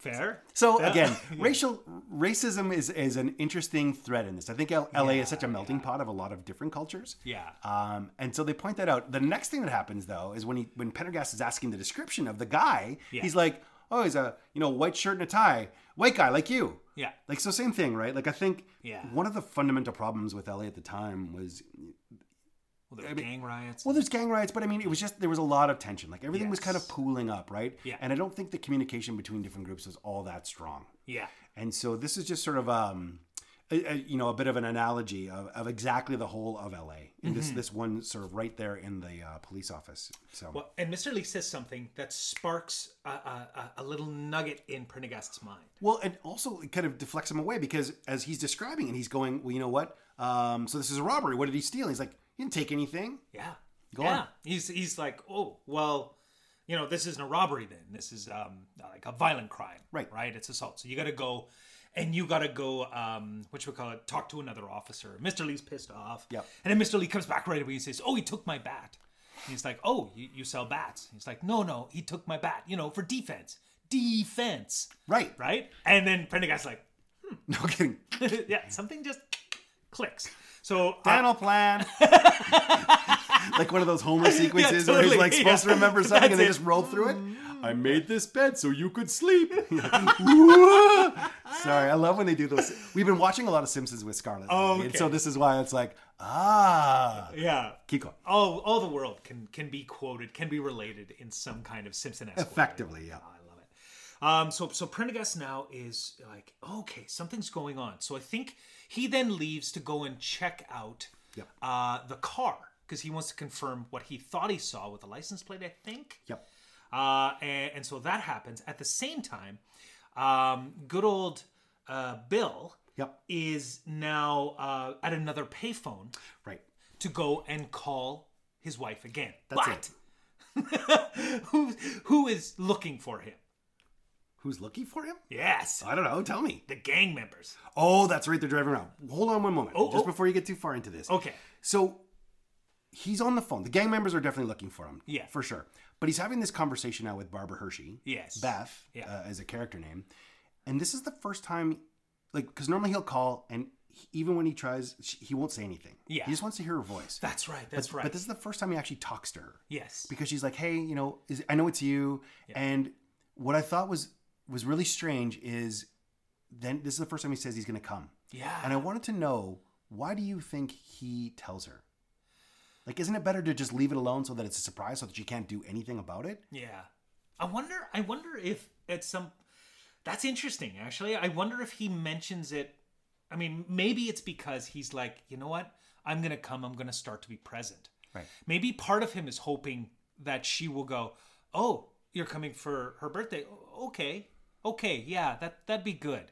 A: fair.
B: so again, racial racism is is an interesting thread in this. I think L- LA is such a melting pot of a lot of different cultures.
A: Yeah.
B: Um, and so they point that out. The next thing that happens though is when he when Pendergast is asking the description of the guy,
A: Yeah.
B: he's like, "Oh, he's a you know white shirt and a tie, white guy like you."
A: Yeah.
B: Like so, same thing, right? Like I think
A: Yeah.
B: one of the fundamental problems with LA at the time was
A: Well, there were gang riots.
B: well, there's gang riots, but I mean, it was just there was a lot of tension. Like everything was kind of
A: Yes.
B: pooling up, right?
A: Yeah.
B: And I don't think the communication between different groups was all that strong.
A: yeah.
B: And so this is just sort of um, a, a- you know a bit of an analogy of, of exactly the whole of LA in this this one sort of right there in the uh, police office. So
A: Well, and Mr. Lee says something that sparks a, a, a- a little nugget in Prendergast's mind.
B: well, and also it kind of deflects him away because as he's describing it, he's going, well, you know what? Um, so this is a robbery. What did he steal? He's like, you didn't take anything.
A: Yeah.
B: Go
A: yeah.
B: on.
A: He's he's like, oh, well, you know, this isn't a robbery then. This is um like a violent crime.
B: Right.
A: Right. It's assault. So you gotta go and you gotta go um what should we call it, talk to another officer. Mr. Lee's pissed off.
B: Yep.
A: And then Mr. Lee comes back right away and says, Oh, he took my bat. And he's like, Oh, you, you sell bats. He's like, No, no, he took my bat, you know, for defense. Defense.
B: Right.
A: Right? And then Prendergast's like,
B: No kidding.
A: Yeah, something just clicks. So uh,
B: Final plan. like one of those Homer sequences where
A: totally.
B: he's like supposed to
A: Yeah.
B: remember something and
A: That's
B: they
A: it.
B: just roll through it. I made this bed so you could sleep. Whoa. Sorry, I love when they do those. We've been watching a lot of Simpsons with Scarlett. lately, And
A: okay.
B: so this is why it's like, ah.
A: yeah.
B: Keep going.
A: all all the world can can be quoted, can be related in some kind of Simpson esque
B: Effectively, yeah.
A: I love it. Um, so so Prendergast now is like, okay, something's going on. So I think he then leaves to go and check out
B: Yep.
A: uh, the car because he wants to confirm what he thought he saw with the license plate. I think.
B: Yep.
A: Uh, and, and so that happens at the same time. Um, good old uh, Bill
B: Yep.
A: is now uh, at another payphone
B: Right.
A: to go and call his wife again.
B: That's
A: but
B: it.
A: who who is looking for him?
B: Who's looking for him?
A: Yes,
B: I don't know. Tell me.
A: the gang members.
B: Oh, that's right. They're driving around. Hold on one moment.
A: Oh,
B: just
A: oh.
B: before you get too far into this.
A: Okay,
B: So he's on the phone. The gang members are definitely looking for him.
A: Yeah.
B: For sure. But he's having this conversation now with Barbara Hershey.
A: Yes.
B: Beth
A: Yeah.
B: uh, as a character name. And this is the first time, like, because normally he'll call and he- even when he tries, she, he won't say anything.
A: Yeah.
B: He just wants to hear her voice.
A: that's right. That's right.
B: But this is the first time he actually talks to her
A: yes.
B: because she's like, "Hey, you know, is, I know it's you." And what I thought was was really strange is then this is the first time he says he's going to come.
A: Yeah.
B: And I wanted to know why do you think he tells her? Like, isn't it better to just leave it alone so that it's a surprise, so that she can't do anything about it?
A: Yeah. I wonder I wonder if at some that's interesting actually. I wonder if he mentions it I mean, maybe it's because he's like, you know what? I'm gonna come, I'm gonna start to be present.
B: Right.
A: Maybe part of him is hoping that she will go, Oh, you're coming for her birthday. O- Okay. Okay, yeah, that that'd be good.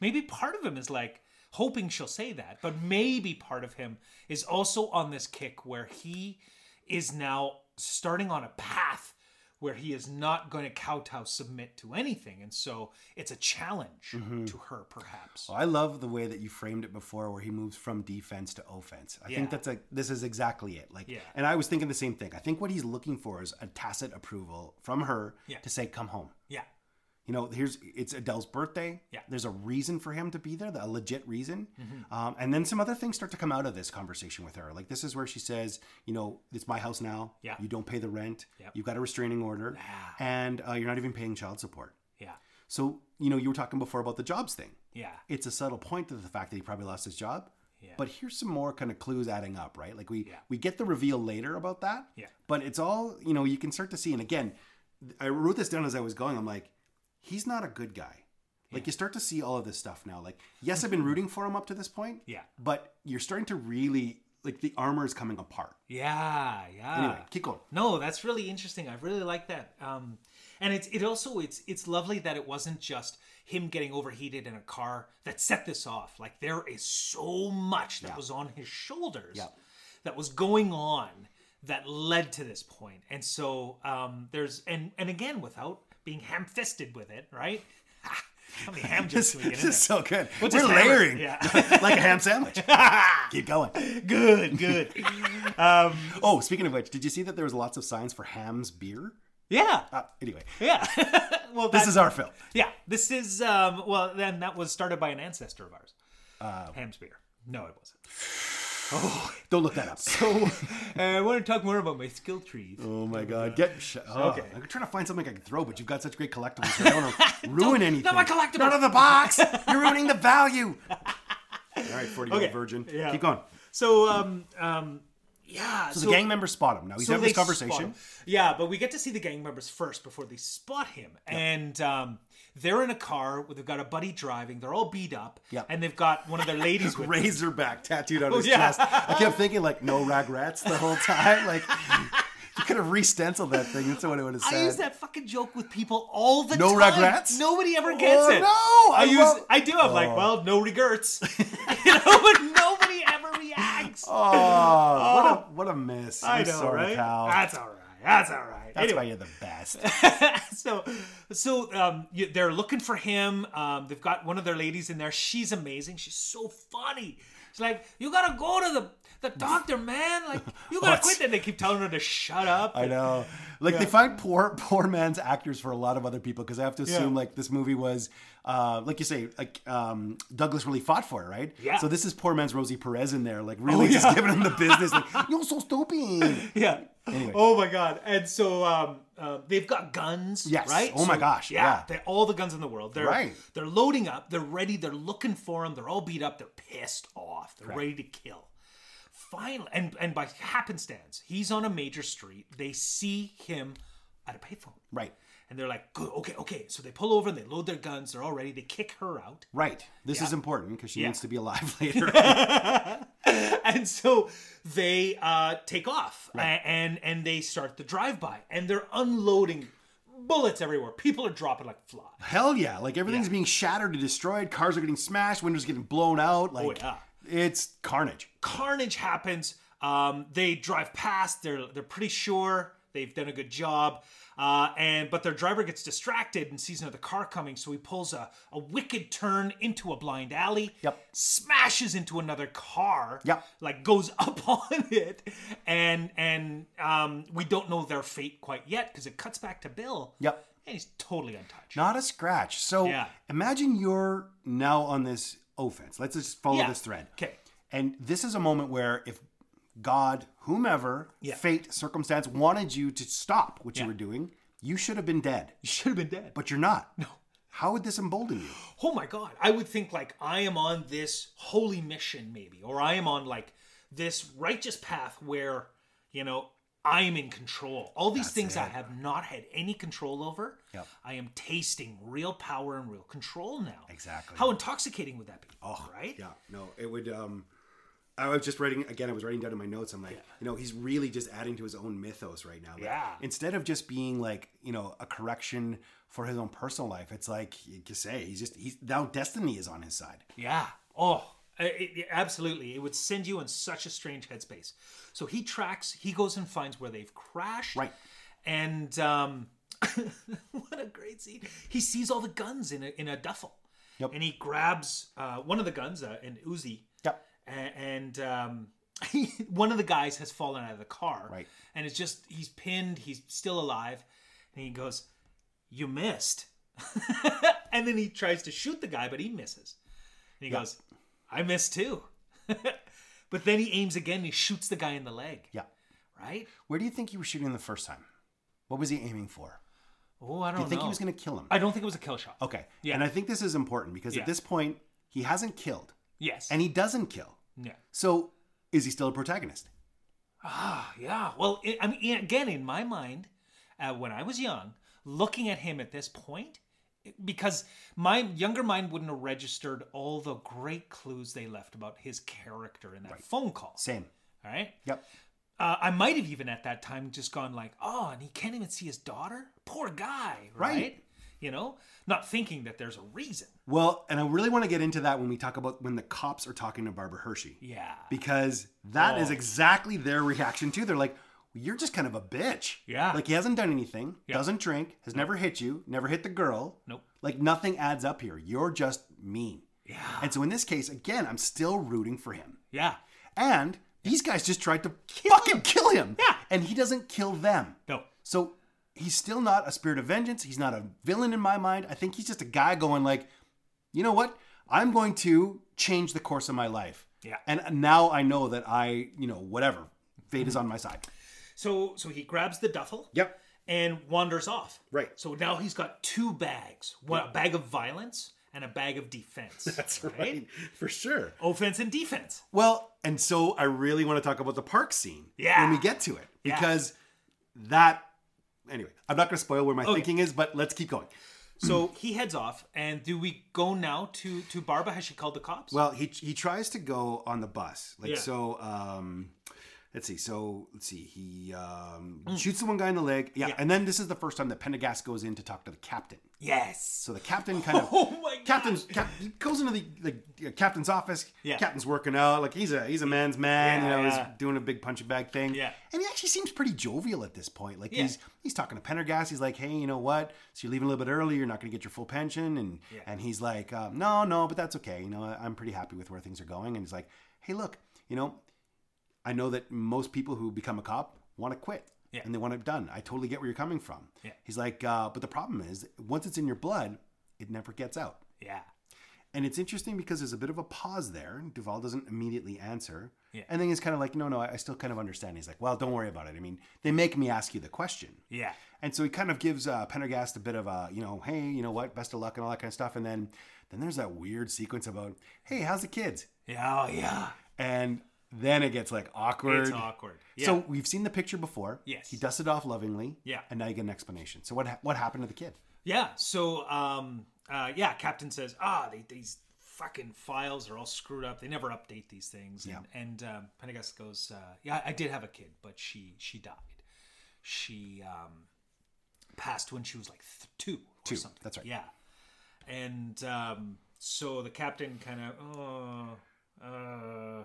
A: Maybe part of him is like hoping she'll say that, but maybe part of him is also on this kick where he is now starting on a path where he is not going to kowtow submit to anything. And so it's a challenge to her, perhaps.
B: Mm-hmm. Well, I love the way that you framed it before, where he moves from defense to offense. I
A: Yeah.
B: think that's like this is exactly it. Like,
A: Yeah.
B: and I was thinking the same thing. I think what he's looking for is a tacit approval from her
A: Yeah.
B: to say, "Come home."
A: Yeah.
B: You know, here's it's Adele's birthday.
A: Yeah. Mm-hmm.
B: There's a reason for him to be there, a legit reason. Um, and then some other things start to come out of this conversation with her. Like this is where she says, you know, it's my house now.
A: Yeah.
B: You don't pay the rent.
A: Yep.
B: You've got a restraining order,
A: Yeah.
B: and uh, you're not even paying child support.
A: Yeah.
B: So you know, you were talking before about the jobs thing.
A: Yeah.
B: It's a subtle point to the fact that he probably lost his job.
A: Yeah.
B: But here's some more kind of clues adding up, right? Like we
A: Yeah.
B: we get the reveal later about that.
A: Yeah.
B: But it's all you know. You can start to see, and again, th- I wrote this down as I was going. I'm like, he's not a good guy. Like you start to see all of this stuff now. Like yes, I've been rooting for him up to this point.
A: Yeah.
B: But you're starting to really like the armor is coming apart.
A: Yeah. Yeah.
B: Anyway, keep going.
A: No, that's really interesting. I really like that. Um, and it's it also it's it's lovely that it wasn't just him getting overheated in a car that set this off. Like there is so much that was on his shoulders
B: Yeah.
A: that was going on that led to this point. And so um there's and and again without being ham fisted with it, right? How many ham jokes
B: This,
A: do we get
B: this
A: in
B: is
A: there?
B: so good.
A: We'll
B: We're
A: just hammer it,
B: layering
A: yeah.
B: like a ham sandwich. Keep going.
A: Good, good. um,
B: Oh, speaking of which, did you see that there was lots of signs for Ham's beer?
A: yeah,
B: Uh, anyway,
A: yeah. well,
B: this
A: that-
B: is our film.
A: Yeah, this is um, well. Then that was started by an ancestor of ours, uh, Hamspear. No, it wasn't.
B: Don't look that up.
A: So uh, I want to talk more about my skill trees.
B: Oh my god! Get sh- oh,
A: Okay.
B: I'm trying to find something I can throw, but you've got such great collectibles. I don't want to ruin anything.
A: not my collectible.
B: Not out of the box. You're ruining the value. All right, forty-year-old
A: Okay,
B: virgin.
A: yeah.
B: Keep going.
A: So um, um, yeah.
B: So, the gang members spot him. Now he's
A: so
B: having this
A: they spot
B: conversation.
A: him. Yeah, but we get to see the gang members first before they spot him, and um, they're in a car. where They've got a buddy driving. They're all beat up,
B: Yep.
A: and they've got one of their ladies with. them.
B: Razorback tattooed on his
A: yeah.
B: chest. I kept thinking like no rag rats the whole time. Like you could have re-stenciled that thing. That's what it would have said.
A: I use that fucking joke with people all the
B: No
A: time.
B: regrets?
A: Nobody ever gets
B: Oh,
A: it.
B: no!
A: I,
B: I
A: use.
B: love- Oh.
A: I do. I'm like, well, no regrets. you know, but nobody ever reacts.
B: Oh,
A: Oh.
B: what a what a miss.
A: I
B: am
A: know,
B: sorry,
A: right?
B: pal.
A: That's all right. That's all right.
B: That's
A: Anyway,
B: why you're the best.
A: so, so um, you, they're looking for him. Um, they've got one of their ladies in there. She's amazing. She's so funny. She's like, you gotta go to the the doctor, man. Like, you gotta
B: What's-
A: quit. And they keep telling her to shut up.
B: I know. Like they find poor poor man's actors for a lot of other people because I have to assume
A: Yeah.
B: like this movie was uh like you say like um Douglas really fought for it, right?
A: Yeah.
B: So this is poor man's Rosie Perez in there, like really just giving him the business. Like you're so stupid.
A: Yeah.
B: Anyway.
A: Oh my god. And so um, uh, they've got guns.
B: Yes.
A: Right.
B: Oh my
A: So,
B: gosh, yeah.
A: They all the guns in the world. They're
B: Right.
A: They're loading up. They're ready. They're looking for them. They're all beat up. They're pissed off. They're ready to kill. Finally, and and by happenstance, he's on a major street. They see him at a payphone.
B: Right.
A: And they're like, good, okay, okay. So they pull over and they load their guns. They're all ready. They kick her out.
B: Right. This is important because she needs to be alive later.
A: and so they uh, take off a- and and they start the drive by and they're unloading bullets everywhere. People are dropping like flies.
B: Hell yeah. Like everything's being shattered and destroyed, cars are getting smashed, windows getting blown out. Like
A: Oh, yeah.
B: it's carnage.
A: Carnage happens. Um, they drive past. They're they're pretty sure they've done a good job. Uh, and but their driver gets distracted and sees another car coming, so he pulls a, a wicked turn into a blind alley.
B: Yep.
A: Smashes into another car.
B: Yep.
A: like goes up on it and and um we don't know their fate quite yet because it cuts back to bill
B: Yep.
A: and he's totally untouched
B: Not a scratch. So
A: Yeah.
B: imagine you're now on this offense. Let's just follow
A: Yeah.
B: this thread.
A: okay
B: And this is a moment where if God, whomever,
A: Yeah.
B: fate, circumstance wanted you to stop what you were doing, you should have been dead.
A: you should have been dead
B: But you're not. No. How would this embolden you?
A: oh my god i would think like i am on this holy mission maybe or i am on like this righteous path where you know i am in control all these things i have not had any control over
B: Yep.
A: i am tasting real power and real control now
B: Exactly.
A: how intoxicating would that be oh right
B: Yeah, no, it would. Um, I was just writing again. I was writing down in my notes. I'm like, you know, he's really just adding to his own mythos right now. Like,
A: Yeah.
B: Instead of just being like, you know, a correction for his own personal life, it's like you could say he's just he's now destiny is on his side.
A: Yeah. Oh, I- it- it- absolutely. It would send you in such a strange headspace. So he tracks. He goes and finds where they've crashed.
B: Right.
A: And um, what a great scene! He sees all the guns in a in a duffel.
B: Yep.
A: And he grabs uh, one of the guns, uh, an Uzi.
B: Yep.
A: a- And, um, one of the guys has fallen out of the car.
B: Right.
A: And it's just he's pinned. He's still alive. And he goes, "You missed." and then he tries to shoot the guy, but he misses. And he goes, I missed too. but then he aims again and he shoots the guy in the leg,
B: Yeah.
A: right?
B: Where do you think he was shooting the first time? What was he aiming for?
A: Oh, I don't
B: Do you think
A: know.
B: he was Oh. going to kill him?
A: I don't think it was a kill shot.
B: okay.
A: Yeah.
B: And I think this is important because
A: Yeah.
B: at this point he hasn't killed
A: Yes.
B: and he doesn't kill.
A: yeah.
B: So is he still a protagonist?
A: Ah, yeah. Well, i I mean, again, in my mind, uh, when I was young, looking at him at this point, because my younger mind wouldn't have registered all the great clues they left about his character in that phone call.
B: Same.
A: All right.
B: Yep.
A: uh, I might have even at that time just gone like, oh, and he can't even see his daughter. Poor guy, right?
B: Right.
A: You know, not thinking that there's a reason.
B: Well, and I really want to get into that when we talk about when the cops are talking to Barbara Hershey.
A: Yeah.
B: Because that is
A: Oh.
B: exactly their reaction too. They're like, you're just kind of a bitch.
A: Yeah.
B: Like he hasn't done anything,
A: Yeah.
B: doesn't drink, has never hit you, never hit the girl.
A: Nope.
B: Like nothing adds up here. You're just mean.
A: Yeah.
B: And so in this case, again, I'm still rooting for him.
A: Yeah.
B: And these guys just tried to fucking kill him.
A: Yeah.
B: And he doesn't kill them.
A: No.
B: So he's still not a spirit of vengeance. He's not a villain in my mind. I think he's just a guy going like, you know what? I'm going to change the course of my life.
A: Yeah.
B: And now I know that I, you know, whatever, fate is on my side.
A: So so he grabs the duffel.
B: Yep.
A: And wanders off.
B: Right.
A: So now he's got two bags: one a bag of violence and a bag of defense. That's
B: For sure.
A: Offense and defense.
B: Well, and so I really want to talk about the park scene
A: Yeah.
B: when we get to it because that anyway, I'm not going to spoil where my thinking is, but let's keep going.
A: So he heads off, and do we go now to to Barbara? Has she called the cops?
B: Well, he he tries to go on the bus. Like
A: Yeah.
B: so um let's see. So let's see. He um
A: Hmm.
B: shoots the one guy in the leg. Yeah, and then this is the first time that Pendergast goes in to talk to the captain.
A: yes.
B: So the captain kind of
A: Oh my God.
B: Captain's cap, he goes into the, the uh, captain's office.
A: Yeah.
B: Captain's working out like he's a he's a man's man.
A: Yeah,
B: you know,
A: yeah.
B: he's doing a big punching bag thing.
A: Yeah.
B: and he actually seems pretty jovial at this point. Like
A: Yeah.
B: he's he's talking to Pendergast. He's like, hey, you know what? So you're leaving a little bit early. You're not going to get your full pension. And
A: Yeah.
B: and he's like, um, no, no, but that's okay. You know, I- I'm pretty happy with where things are going. And he's like, hey, look, you know, I know that most people who become a cop want to quit
A: Yeah.
B: and they want it done. I totally get where you're coming from.
A: Yeah.
B: He's like, uh, but the problem is, once it's in your blood, it never gets out.
A: Yeah.
B: And it's interesting because there's a bit of a pause there. Duval doesn't immediately answer.
A: Yeah.
B: And then he's kind of like, no, no, I I still kind of understand. He's like, well, don't worry about it. I mean, they make me ask you the question.
A: Yeah.
B: And so he kind of gives uh, Pendergast a bit of a, you know, hey, you know what, best of luck and all that kind of stuff. And then, then there's that weird sequence about, hey, how's the kids?
A: Yeah. Oh, yeah.
B: And then it gets like awkward.
A: It's awkward. Yeah.
B: So we've seen the picture before.
A: Yes.
B: He dusted off lovingly.
A: Yeah.
B: And now you get an explanation. So what ha- what happened to the kid?
A: Yeah. So, um, uh, yeah, Captain says, ah, they, these fucking files are all screwed up. They never update these things. And, and um, Pendergast goes, uh, yeah, I did have a kid, but she she died. She um, passed when she was like th- two or two. something.
B: that's right.
A: Yeah. And um, so the captain kind of, oh, uh,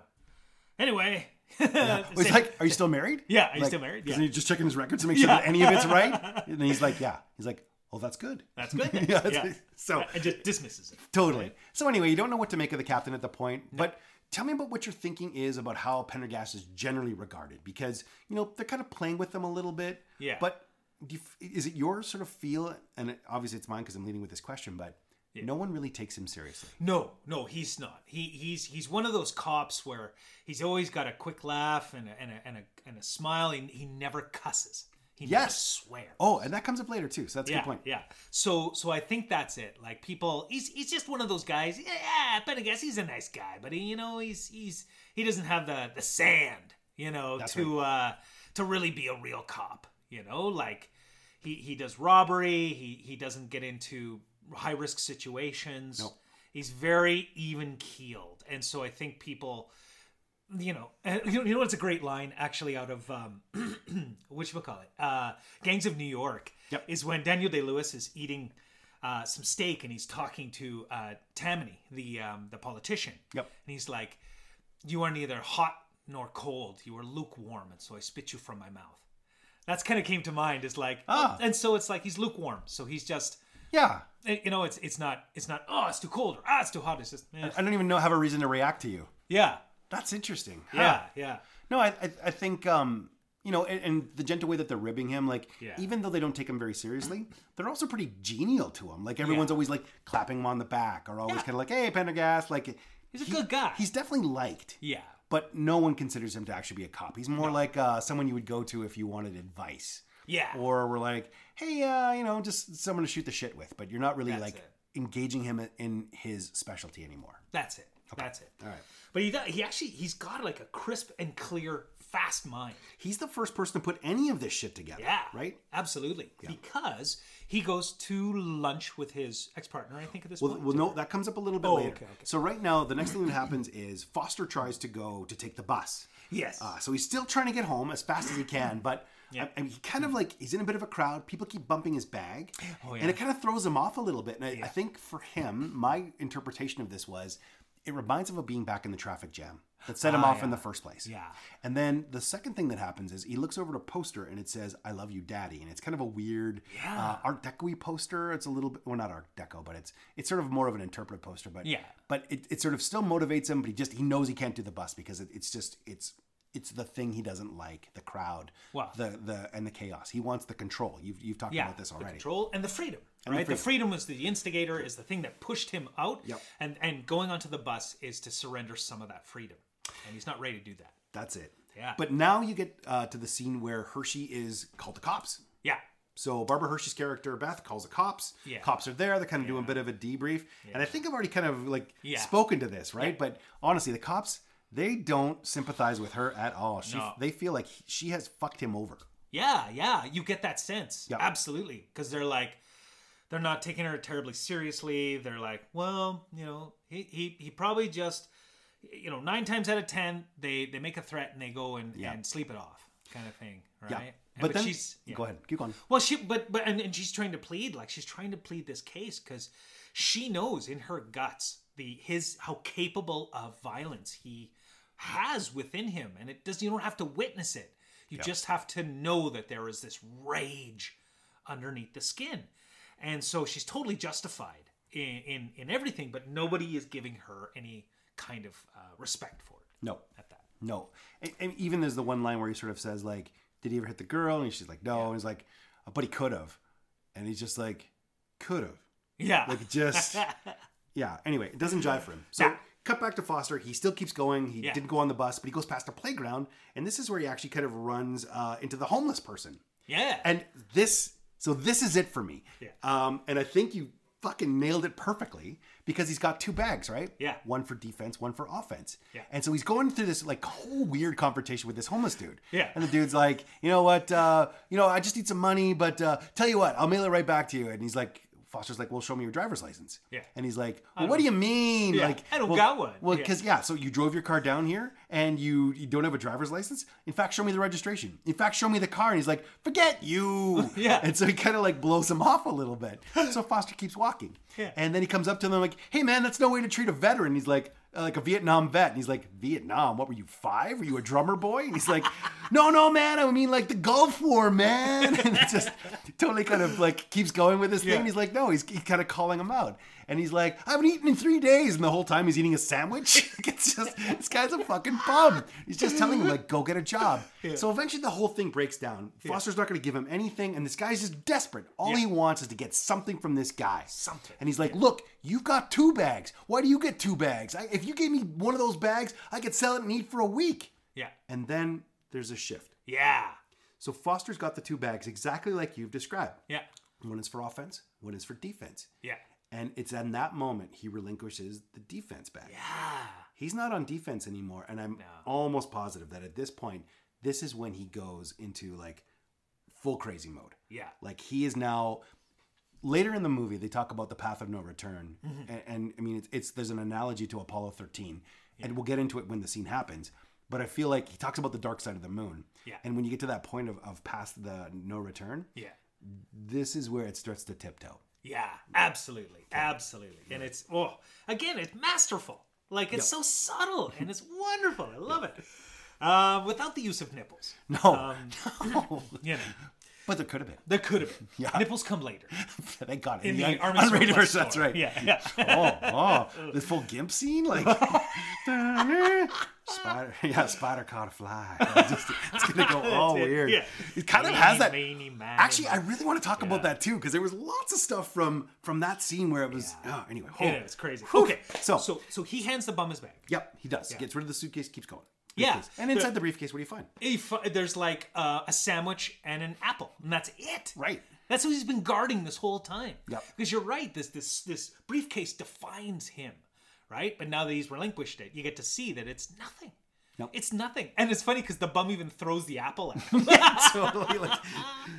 A: anyway.
B: Well, he's like, are you still married?
A: Yeah, are you
B: Like,
A: still married?
B: 'cause
A: Yeah.
B: he's just checking his records to make sure that any of it's right. And then he's like, yeah. He's like, oh, that's good.
A: that's good. then.
B: Yeah, that's-
A: yeah.
B: so-
A: and just dismisses it.
B: Totally. So anyway, you don't know what to make of the captain at the point, but tell me about what your thinking is about how Pendergast is generally regarded because, you know, they're kind of playing with them a little bit.
A: Yeah.
B: But do you, f- is it your sort of feel, and it- obviously it's mine because I'm leading with this question, but no one really takes him seriously.
A: No, no, he's not. He he's he's one of those cops where he's always got a quick laugh and a and a and a, and a smile. He, he never cusses. He never
B: Yes.
A: swears.
B: Oh, and that comes up later too, so that's a
A: yeah,
B: good point.
A: yeah. So so I think that's it. Like people, he's he's just one of those guys. Yeah, yeah but I guess he's a nice guy. But he, you know, he's he's he doesn't have the the sand, you know, to uh to really be a real cop. You know, like he he does robbery. He he doesn't get into high risk situations. He's very even keeled, and so I think people. You know, and you know, you know what's a great line actually out of um, which we call it uh, gangs of new york
B: Yep.
A: is when daniel day lewis is eating uh, some steak and he's talking to uh, tammany the um, the politician
B: Yep.
A: and he's like you are neither hot nor cold you are lukewarm and so i spit you from my mouth that's kind of came to mind is like oh,
B: Ah.
A: and so it's like he's lukewarm so he's just eh,
B: Yeah.
A: you know it's it's not it's not oh it's too cold or ah it's too hot it's just eh.
B: I don't even know have a reason to react to you.
A: yeah
B: That's interesting. Huh.
A: yeah yeah
B: No, I, I, I think um, you know, and, and the gentle way that they're ribbing him, like
A: Yeah.
B: even though they don't take him very seriously, they're also pretty genial to him. Like everyone's always like clapping him on the back, or always
A: Yeah.
B: kind of like, "Hey, Pendergast!" Like
A: he's a good guy
B: he's definitely liked,
A: yeah
B: but no one considers him to actually be a cop. He's more like uh, someone you would go to if you wanted advice,
A: yeah
B: or we're like, "Hey, uh, you know, just someone to shoot the shit with," but you're not really
A: That's
B: like
A: it.
B: engaging him in his specialty anymore.
A: That's it. That's it.
B: All right.
A: But he he actually he's got like a crisp and clear, fast mind.
B: He's the first person to put any of this shit together.
A: Yeah.
B: Right?
A: Absolutely. Because he goes to lunch with his ex partner, I think, at this
B: Well,
A: point.
B: well, no, that comes up a little bit later.
A: Oh, okay, okay.
B: So right now, the next thing that happens is Foster tries to go to take the bus.
A: yes.
B: Uh, so he's still trying to get home as fast as he can, but I, I mean, he kind of like he's in a bit of a crowd. People keep bumping his bag, and
A: Oh, yeah.
B: it kind of throws him off a little bit. And I, I think for him, my interpretation of this was it reminds him of being back in the traffic jam that set him off in the first place.
A: Ah, Yeah.
B: And then the second thing that happens is he looks over at a poster and it says "I love you, Daddy," and it's kind of a weird uh, Art Deco poster. It's a little bit well, not Art Deco, but it's it's sort of more of an interpretive poster. But
A: Yeah.
B: but it, it sort of still motivates him. But he just he knows he can't do the bus because it, it's just it's it's the thing he doesn't like the crowd,
A: Wow.
B: the the and the chaos. He wants the control. You've you've talked
A: yeah.
B: about this
A: The
B: already.
A: control and the freedom.
B: the
A: right? The freedom. was the instigator, is the thing that pushed him out.
B: Yep.
A: And and going onto the bus is to surrender some of that freedom. And he's not ready to do that.
B: That's it.
A: Yeah.
B: But now you get uh, to the scene where Hershey is called the cops.
A: Yeah.
B: So Barbara Hershey's character Beth calls the cops.
A: Yeah.
B: Cops are there. They're kind of doing a bit of a debrief, and I think I've already kind of like
A: Yeah.
B: spoken to this, right? But honestly, the cops they don't sympathize with her at all. She
A: No.
B: they feel like he- she has fucked him over.
A: Yeah, yeah. You get that sense.
B: Yeah.
A: Absolutely. Because they're like they're not taking her terribly seriously. They're like, well, you know, he he, he probably just you know, nine times out of ten, they they make a threat and they go and, and sleep it off, kind of thing. Right.
B: Yeah.
A: And-
B: But, then
A: she's yeah.
B: go ahead, keep going.
A: Well, she but but and, and she's trying to plead like she's trying to plead this case because she knows in her guts the his how capable of violence he has within him, and it does you don't have to witness it. You just have to know that there is this rage underneath the skin, and so she's totally justified in in, in everything, but nobody is giving her any kind of uh, respect for it
B: No,
A: at that.
B: no. And, and even there's the one line where he sort of says like, "Did he ever hit the girl?" And she's like, "No." And he's like, "Uh, "But he could have," and he's just like, "Could have."
A: Yeah,
B: Like just yeah. Anyway, it doesn't jive for him. So
A: Yeah.
B: cut back to Foster. He still keeps going. He
A: Yeah.
B: didn't go on the bus, but he goes past a playground, and this is where he actually kind of runs uh, into the homeless person.
A: yeah,
B: And this, so this is it for me.
A: Yeah.
B: Um, and I think you fucking nailed it perfectly because he's got two bags, right?
A: Yeah.
B: One for defense, one for offense.
A: Yeah.
B: And so he's going through this like whole weird confrontation with this homeless dude.
A: Yeah.
B: And the dude's like, you know what? Uh, you know, I just need some money, but uh, tell you what, I'll mail it right back to you. And he's like. Foster's like, well, show me your driver's license.
A: Yeah.
B: And he's like, well, what do you mean?
A: Yeah,
B: Like,
A: I don't
B: well,
A: got one.
B: Well,
A: Yeah.
B: because yeah, so you drove your car down here and you, you don't have a driver's license. In fact, show me the registration. In fact, show me the car. And he's like, forget you.
A: Yeah.
B: And so he kind of like blows him off a little bit. So Foster keeps walking.
A: Yeah.
B: And then he comes up to them like, hey man, that's no way to treat a veteran. He's like, uh, like a Vietnam vet. And he's like, Vietnam, what were you, five? Were you a drummer boy? And he's like, no, no, man. I mean, like the Gulf War, man. And it just totally kind of like keeps going with this thing.
A: Yeah.
B: And he's like, no, he's, he's kind of calling him out. And he's like, I haven't eaten in three days. And the whole time he's eating a sandwich. Like, it's just, this guy's a fucking bum. He's just telling him, like, go get a job. So eventually the whole thing breaks down. Foster's not going to give him anything. And this guy's just desperate. All he wants is to get something from this guy.
A: Something.
B: And he's like, look, you've got two bags. Why do you get two bags? I, if you gave me one of those bags, I could sell it and eat for a week.
A: yeah,
B: And then there's a shift.
A: yeah,
B: So Foster's got the two bags exactly like you've described.
A: yeah,
B: One is for offense, one is for defense.
A: yeah,
B: And it's in that moment he relinquishes the defense bag.
A: yeah.
B: He's not on defense anymore. And I'm almost positive that at this point, this is when he goes into like full crazy mode.
A: Yeah.
B: Like he is now. Later in the movie, they talk about the path of no return,
A: Mm-hmm.
B: and, and I mean, it's, it's there's an analogy to Apollo 13, and we'll get into it when the scene happens. But I feel like he talks about the dark side of the moon,
A: Yeah.
B: and when you get to that point of, of past the no return,
A: Yeah.
B: this is where it starts to tiptoe.
A: Yeah. Absolutely. Absolutely. And it's oh again, it's masterful. Like it's so subtle and it's wonderful. I love it. Um, without the use of nipples.
B: No, no.
A: You know,
B: but there could have been.
A: there could have been. Nipples come later.
B: Thank God.
A: In the
B: un-
A: Army surplus
B: version,
A: store.
B: That's right.
A: Yeah. Yeah.
B: oh, oh, this full gimp scene, like spider, yeah, spider caught a fly. It's, just- it's gonna go all
A: That's it,
B: weird.
A: yeah.
B: It kind of has that.
A: Meeny, meeny, miny,
B: Actually, I
A: miny.
B: really want to talk about that too because there was lots of stuff from from that scene where it was. Oh, anyway, oh.
A: Yeah, it's crazy.
B: Whew.
A: Okay.
B: so
A: so so he hands the bum his bag.
B: yep, he does. Gets rid of the suitcase, keeps going.
A: Yeah.
B: Briefcase. and inside the briefcase, what do you find?
A: If uh, there's like uh, a sandwich and an apple, and that's it.
B: Right.
A: That's who he's been guarding this whole time.
B: Yep.
A: Because you're right. This this this briefcase defines him, right? But now that he's relinquished it, you get to see that it's nothing.
B: Nope.
A: It's nothing. And it's funny because the bum even throws the apple at him.
B: totally like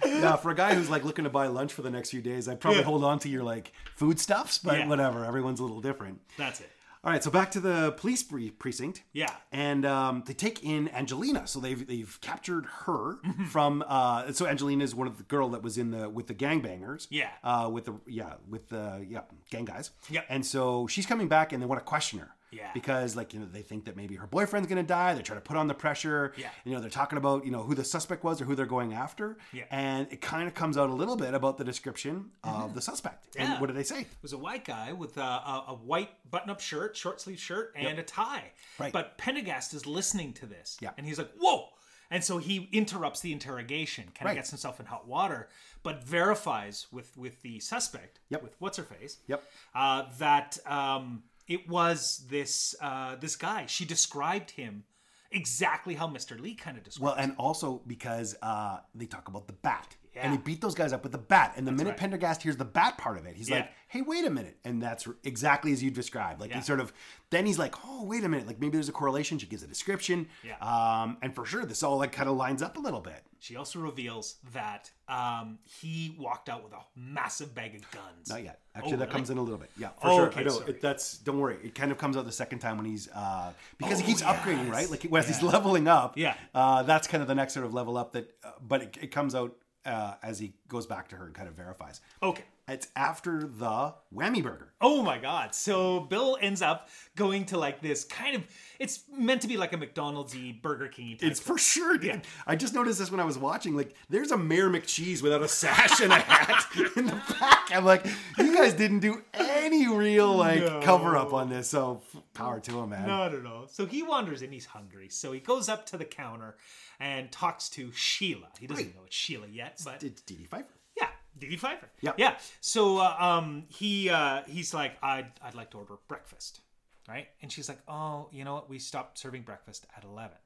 B: now for a guy who's like looking to buy lunch for the next few days, I would probably
A: Yeah.
B: hold on to your like foodstuffs, but
A: Yeah.
B: whatever. Everyone's a little different.
A: That's it.
B: All right, so back to the police pre- precinct.
A: Yeah.
B: and um, they take in Angelina. So they've they've captured her
A: Mm-hmm.
B: from. Uh, so Angelina is one of the girl that was in the with the gangbangers.
A: Yeah.
B: uh, with the yeah with the yeah gang guys.
A: Yep.
B: and so she's coming back, and they want to question her.
A: Yeah.
B: because like you know they think that maybe her boyfriend's gonna die. They're trying to put on the pressure.
A: Yeah.
B: you know they're talking about you know who the suspect was or who they're going after.
A: Yeah.
B: and it kind of comes out a little bit about the description of the suspect.
A: Yeah.
B: And what do they say?
A: was a white guy with a, a, a white button-up shirt, short-sleeve shirt, and a tie.
B: Right.
A: But Pendergast is listening to this,
B: Yeah.
A: and he's like, "Whoa!" And so he interrupts the interrogation, kind of
B: Right.
A: gets himself in hot water, but verifies with with the suspect,
B: Yep.
A: with what's her face,
B: Yep.
A: uh, that um, it was this uh, this guy. She described him exactly how Mister Lee kind of described.
B: Well, and also because uh, they talk about the bat.
A: Yeah.
B: And he beat those guys up with the bat. And the minute
A: right.
B: Pendergast hears the bat part of it, he's
A: Yeah.
B: like, hey, wait a minute. And that's r- exactly as you described. Like,
A: Yeah.
B: he sort of, then he's like, oh, wait a minute. Like, maybe there's a correlation. She gives a description.
A: Yeah.
B: Um, and for sure, this all, like, kind of lines up a little bit.
A: she also reveals that um, he walked out with a massive bag of guns.
B: Not yet. Actually, that
A: Oh, really?
B: comes in a little bit. Yeah, for
A: Oh,
B: sure.
A: okay,
B: I know.
A: sorry.
B: It, that's don't worry. It kind of comes out the second time when he's uh, because he
A: Oh,
B: keeps
A: yes.
B: upgrading, right? Like as he's leveling up.
A: Yeah.
B: Uh, that's kind of the next sort of level up that, uh, but it, it comes out uh, as he goes back to her and kind of verifies.
A: Okay.
B: It's after the whammy burger.
A: Oh my god. So Bill ends up going to like this kind of it's meant to be like a McDonald's y Burger King type.
B: It's for sure, dude. I just noticed this when I was watching. Like, there's a Mayor McCheese without a sash and a hat in the back. I'm like, you guys didn't do any real like cover up on this. So f- power to him, man.
A: not at all. So he wanders in, he's hungry. So he goes up to the counter and talks to Sheila. He doesn't know it's Sheila yet, but
B: It's DD Pfeiffer.
A: yeah, Diddy Pfeiffer.
B: Yeah.
A: Yeah. So uh, um he uh he's like, I'd I'd like to order breakfast. Right? And she's like, Oh, you know what? We stopped serving breakfast at eleven.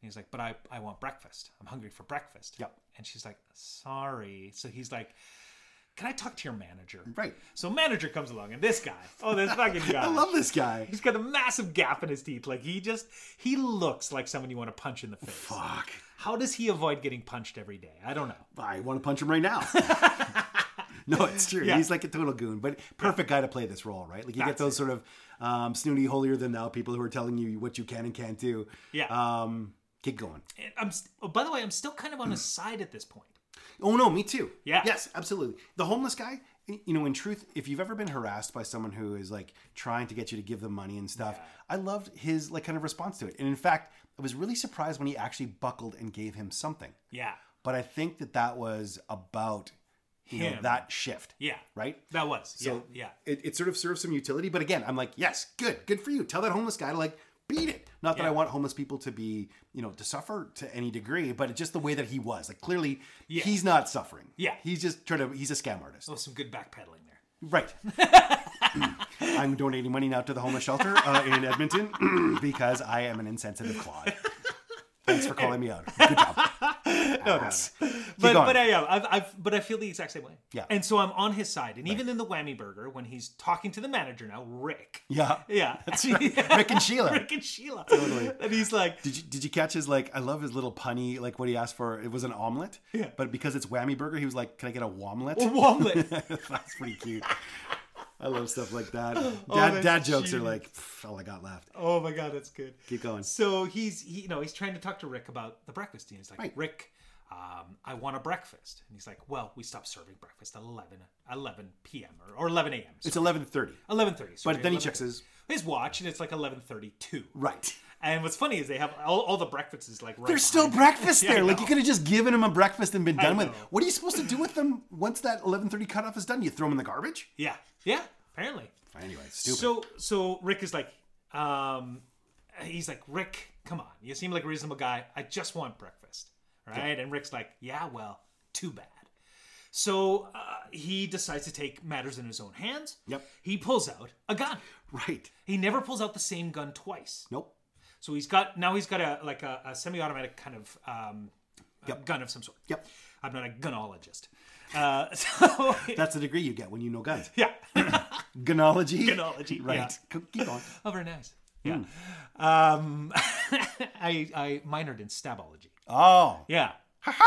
A: And he's like, But I, I want breakfast. I'm hungry for breakfast.
B: Yep.
A: And she's like, Sorry. So he's like, Can I talk to your manager?
B: Right.
A: So manager comes along and this guy, oh this fucking guy.
B: I love this guy.
A: He's got a massive gap in his teeth. Like he just he looks like someone you want to punch in the face.
B: Fuck.
A: How does he avoid getting punched every day? I don't know.
B: I want to punch him right now. no, it's true.
A: Yeah.
B: He's like a total goon, but perfect guy to play this role, right? Like you get
A: That's
B: those sort of um, snooty, holier than thou people who are telling you what you can and can't do.
A: Yeah.
B: Um, get going.
A: And I'm st- oh, by the way, I'm still kind of on his side at this point.
B: Oh no, me too.
A: Yeah.
B: Yes, absolutely. The homeless guy. You know, in truth, if you've ever been harassed by someone who is like trying to get you to give them money and stuff, I loved his like kind of response to it. And in fact, I was really surprised when he actually buckled and gave him something.
A: Yeah.
B: but I think that that was about you know
A: Him.
B: that shift.
A: Yeah.
B: Right.
A: That was.
B: So
A: yeah.
B: it, it sort of serves some utility, but again, I'm like, yes, good, good for you. Tell that homeless guy to like beat it. Not that
A: Yeah.
B: I want homeless people to be you know to suffer to any degree, but just the way that he was. Like clearly, he's not suffering.
A: Yeah.
B: He's just trying to. He's a scam artist.
A: Yeah. Oh, some good backpedaling there.
B: Right. I'm donating money now to the homeless shelter uh, in Edmonton because I am an insensitive clod. Thanks for calling me out. Good job. Ass. Keep
A: But
B: going.
A: but I am. I've, I've but I feel the exact same way.
B: Yeah.
A: And so I'm on his side. And even in the whammy burger, when he's talking to the manager now, Rick.
B: yeah.
A: Yeah. That's right.
B: Rick and Sheila.
A: Rick and Sheila. And he's like,
B: Did you, did you catch his like? I love his little punny like what he asked for. It was an omelet,
A: Yeah.
B: But because it's whammy burger, he was like, "Can I get a womlet?"
A: Womlet.
B: That's pretty cute. I love stuff like that. Dad,
A: Oh, that's
B: dad jokes are
A: genius.
B: like "Pff, all I got left.
A: Oh my god, that's good.
B: Keep going.
A: So he's he, you know he's trying to talk to Rick about the breakfast, and he's like,
B: Right.
A: Rick, um, I want a breakfast, and he's like, Well, we stopped serving breakfast at 11, 11 p.m. or, or eleven a.m.
B: It's eleven thirty,
A: Eleven thirty.
B: but then he checks his
A: his watch, and it's like eleven thirty-two.
B: right.
A: And what's funny is they have all, all the breakfasts is like right
B: There's still
A: behind
B: breakfast
A: Yeah, I
B: there. Like
A: know.
B: you could have just given him a breakfast and been done with. it.
A: know.
B: What are you supposed to do with them once that eleven thirty cutoff is done? You throw them in the garbage?
A: you. Yeah, yeah. Apparently,
B: Anyway, stupid.
A: So so Rick is like, um, he's like, Rick, come on, you seem like a reasonable guy. I just want breakfast, right? And Rick's like, yeah, well, too bad. So uh, he decides to take matters in his own hands.
B: Yep.
A: He pulls out a gun.
B: right?
A: He never pulls out the same gun twice.
B: Nope.
A: So he's got now he's got a like a, a semi-automatic kind of um, a gun of some sort.
B: Yep.
A: I'm not a gunologist. Uh, so
B: That's the degree you get when you know guns.
A: yeah.
B: Gonology.
A: Gonology,
B: Right.
A: yeah.
B: Co- Keep going.
A: Oh, very nice. Yeah.
B: Hmm.
A: Um, I, I minored in stabology.
B: Oh.
A: Yeah.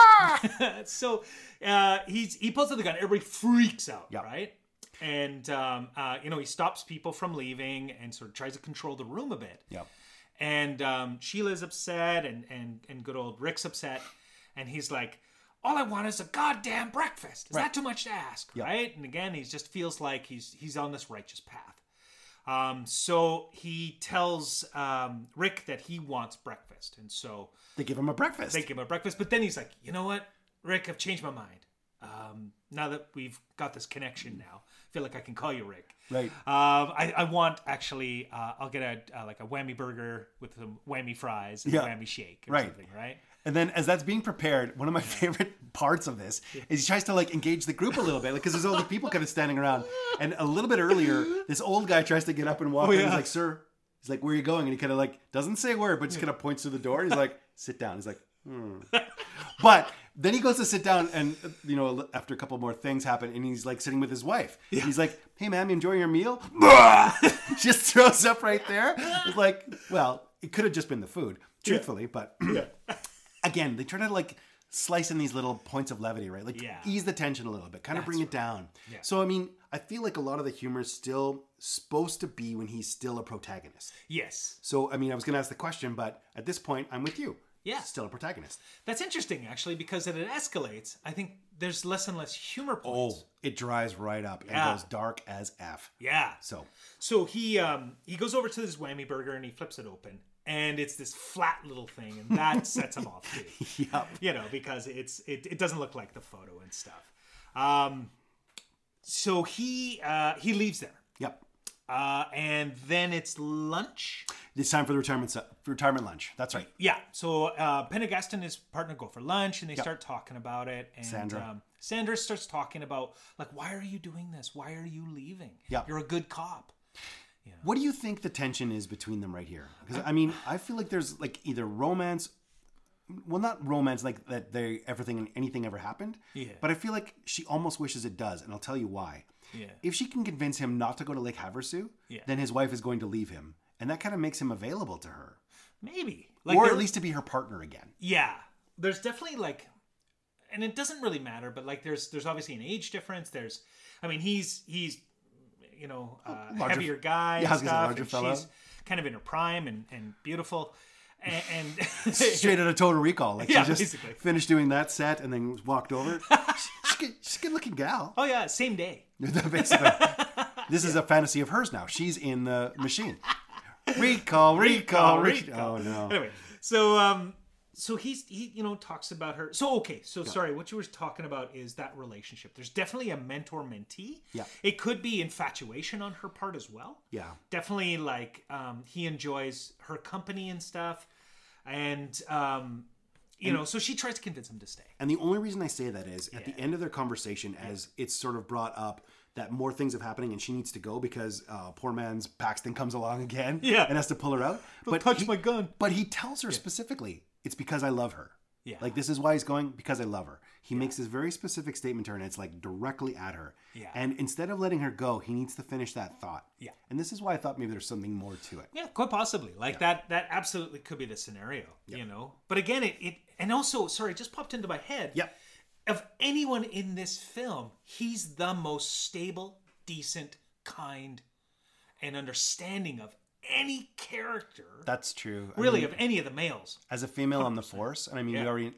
A: so uh, he's he pulls out the gun. Everybody freaks out,
B: Yeah.
A: right? And um, uh, you know he stops people from leaving and sort of tries to control the room a bit.
B: Yep.
A: And um, Sheila's upset, and and and good old Rick's upset, and he's like, "All I want is a goddamn breakfast. Is that too much to ask?" Right? And again, he just feels like he's he's on this righteous path. Um, so he tells um, Rick that he wants breakfast, and so
B: They give him a breakfast.
A: they give him a breakfast. But then he's like, you know what, Rick, I've changed my mind. Um, now that we've got this connection, now I feel like I can call you Rick.
B: Right.
A: Um, I, I want actually, uh, I'll get a uh, like a whammy burger with some whammy fries and
B: Yeah.
A: a whammy shake, or
B: Right.
A: Something, right.
B: And then as that's being prepared, one of my favorite parts of this is he tries to like engage the group a little bit, like because there's all the people kind of standing around. And a little bit earlier, this old guy tries to get up and walk in. He's
A: Oh, yeah.
B: like, "Sir," he's like, "Where are you going?" And he kind of like doesn't say a word, but just kind of points to the door. And he's like, "Sit down." He's like, "Hmm." But then he goes to sit down, and uh, you know, after a couple more things happen, and he's like sitting with his wife. And he's like, "Hey, ma'am, you enjoying your meal?" just throws up right there. It's like, well, it could have just been the food, truthfully, but again, they try to like slice in these little points of levity, right? Like
A: Yeah.
B: ease the tension a little bit, kind of bring it down.
A: Yeah.
B: So I mean, I feel like a lot of the humor is still supposed to be when he's still a protagonist.
A: Yes,
B: So I mean, I was going to ask the question, but at this point, I'm with you.
A: Yeah.
B: still a protagonist.
A: that's interesting actually because as it escalates, I think there's less and less humor points.
B: it dries right up
A: Oh. Yeah.
B: and goes dark as f.
A: Yeah.
B: So
A: So he um he goes over to this whammy burger and he flips it open and it's this flat little thing and that sets him off too.
B: Yup.
A: You know, because it's it, it doesn't look like the photo and stuff. Um so he uh he leaves there.
B: yep.
A: Uh and then it's lunch.
B: It's time for the retirement su- retirement lunch. That's right.
A: Yeah. So uh Pendergast and his partner go for lunch and they start talking about it and
B: Sandra.
A: um Sandra starts talking about like why are you doing this? Why are you leaving?
B: Yeah.
A: You're a good cop.
B: What do you think the tension is between them right here? Because I mean, I feel like there's like either romance, well, not romance, like that they everything and anything ever happened.
A: Yeah.
B: But I feel like she almost wishes it does, and I'll tell you why.
A: Yeah.
B: If she can convince him not to go to Lake Havasu,
A: Yeah.
B: then his wife is going to leave him, and that kind of makes him available to her,
A: Maybe. Like
B: or
A: there-
B: at least to be her partner again.
A: yeah there's definitely like and it doesn't really matter but like there's there's obviously an age difference there's i mean he's he's you know uh,
B: larger-
A: heavier guy and
B: Yeah, I was gonna say
A: stuff,
B: larger
A: and
B: fella.
A: she's kind of in her prime and and beautiful and, and
B: Straight out of Total Recall, like
A: Yeah,
B: she just
A: basically.
B: finished doing that set and then walked over. she's, a good, she's a good-looking gal.
A: oh yeah same day
B: Basically, this is a fantasy of hers now. She's in the machine. Recall, recall, recall. Oh no.
A: anyway so um so he's he you know talks about her so okay so sorry what you were talking about is that relationship there's definitely a mentor mentee
B: Yeah.
A: it could be infatuation on her part as well
B: Yeah.
A: definitely like um he enjoys her company and stuff and um you know so she tries to convince him to stay
B: And the only reason I say that is at the end of their conversation, as it's sort of brought up that more things are happening and she needs to go because uh, poor man's Paxton comes along again
A: Yeah.
B: and has to pull her out. but he,
A: gun
B: But he tells her specifically, it's because I love her.
A: Yeah.
B: Like this is why he's going because I love her. He makes this very specific statement to her, and it's like directly at her.
A: Yeah.
B: And instead of letting her go, he needs to finish that thought.
A: Yeah.
B: And this is why I thought maybe there's something more to it.
A: yeah quite possibly like that that absolutely could be the scenario you know but again it, it and also sorry it just popped into my head
B: Yep.
A: of anyone in this film, he's the most stable, decent, kind, and understanding of any character.
B: That's true. I
A: really,
B: mean,
A: of any of the males.
B: as a female on the force, and I mean, we
A: Yeah.
B: already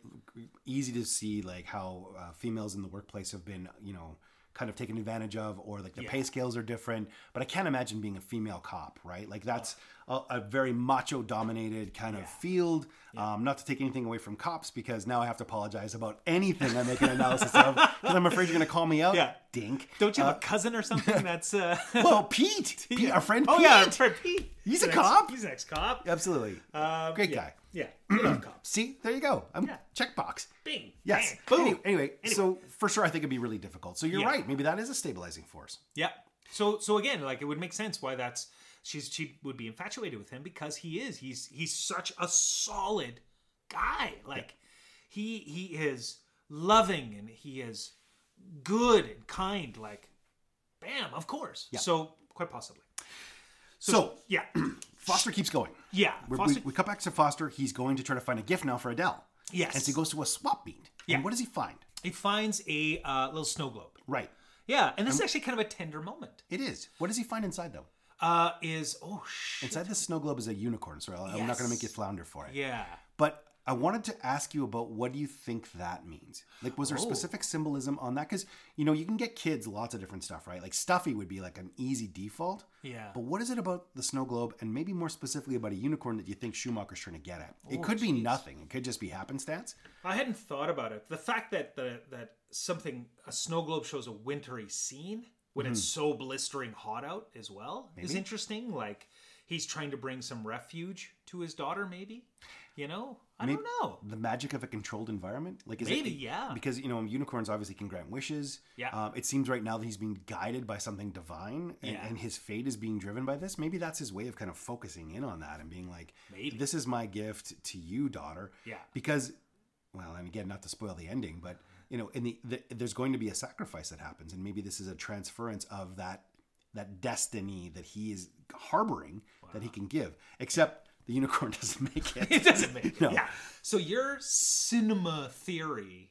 B: easy to see like how uh, females in the workplace have been, you know, kind of taken advantage of, or like the pay scales are different. But I can't imagine being a female cop, right? Like that's a, a very macho dominated kind of field. Um, not to take anything away from cops, because now I have to apologize about anything I make an analysis of, because I'm afraid you're going to call me out,
A: Yeah.
B: dink.
A: Don't you have a cousin or something that's uh
B: Well, Pete, Pete our friend Pete,
A: Oh yeah, our friend Pete.
B: He's a
A: an
B: cop?
A: Ex, he's an ex-cop.
B: absolutely,
A: Um,
B: great
A: yeah.
B: guy.
A: Yeah, we love cops.
B: See, there you go. I'm
A: Yeah.
B: checkbox.
A: Bing.
B: Yes.
A: Bang, boom.
B: Any- Anyway, so for sure, I think it'd be really difficult. So you're
A: Yeah.
B: right. Maybe that is a stabilizing force.
A: Yeah. So so again, like it would make sense why that's she's she would be infatuated with him because he is he's he's such a solid guy. Like he he is loving and he is good and kind. Like, bam, of course. So quite possibly.
B: So
A: Yeah,
B: Foster keeps going.
A: yeah.
B: We're-
A: Foster-
B: We, we cut back to Foster. He's going to try to find a gift now for Adele.
A: Yes.
B: And so he goes to a swap meet.
A: Yeah.
B: And what does he find?
A: he finds a uh, little snow globe.
B: Right.
A: Yeah,
B: Um,
A: and this is actually kind of a tender moment.
B: It is. What does he find inside though?
A: Uh, is oh shit.
B: Inside the snow globe is a unicorn, so I'll- I'm not going to make you
A: Yes.
B: flounder for it.
A: Yeah.
B: But I wanted to ask you about what do you think that means? Like,
A: Oh.
B: was there specific symbolism on that? Because you know you can get kids lots of different stuff, right? Like stuffy would be like an easy default.
A: Yeah.
B: But what is it about the snow globe, and maybe more specifically about a unicorn that you think Schumacher's trying to get at? It
A: Oh,
B: could be nothing. It could just be happenstance.
A: I hadn't thought about it. The fact that the, that something a snow globe shows a wintry scene when it's
B: Mm-hmm.
A: so blistering hot out as well is interesting. Like he's trying to bring some refuge to his daughter, maybe. You know, I don't know.
B: The magic of a controlled environment, like is
A: Maybe,
B: it,
A: yeah.
B: because you know unicorns obviously can grant wishes.
A: Yeah.
B: Um, it seems right now that he's being guided by something divine, and,
A: Yeah.
B: and his fate is being driven by this. Maybe that's his way of kind of focusing in on that and being like,
A: Maybe.
B: "This is my gift to you, daughter."
A: Yeah.
B: Because, well, and again, not to spoil the ending, but you know, in the, the there's going to be a sacrifice that happens, and maybe this is a transference of that that destiny that he is harboring that he can give. Except the unicorn doesn't make it.
A: It doesn't make
B: No.
A: Yeah. So your cinema theory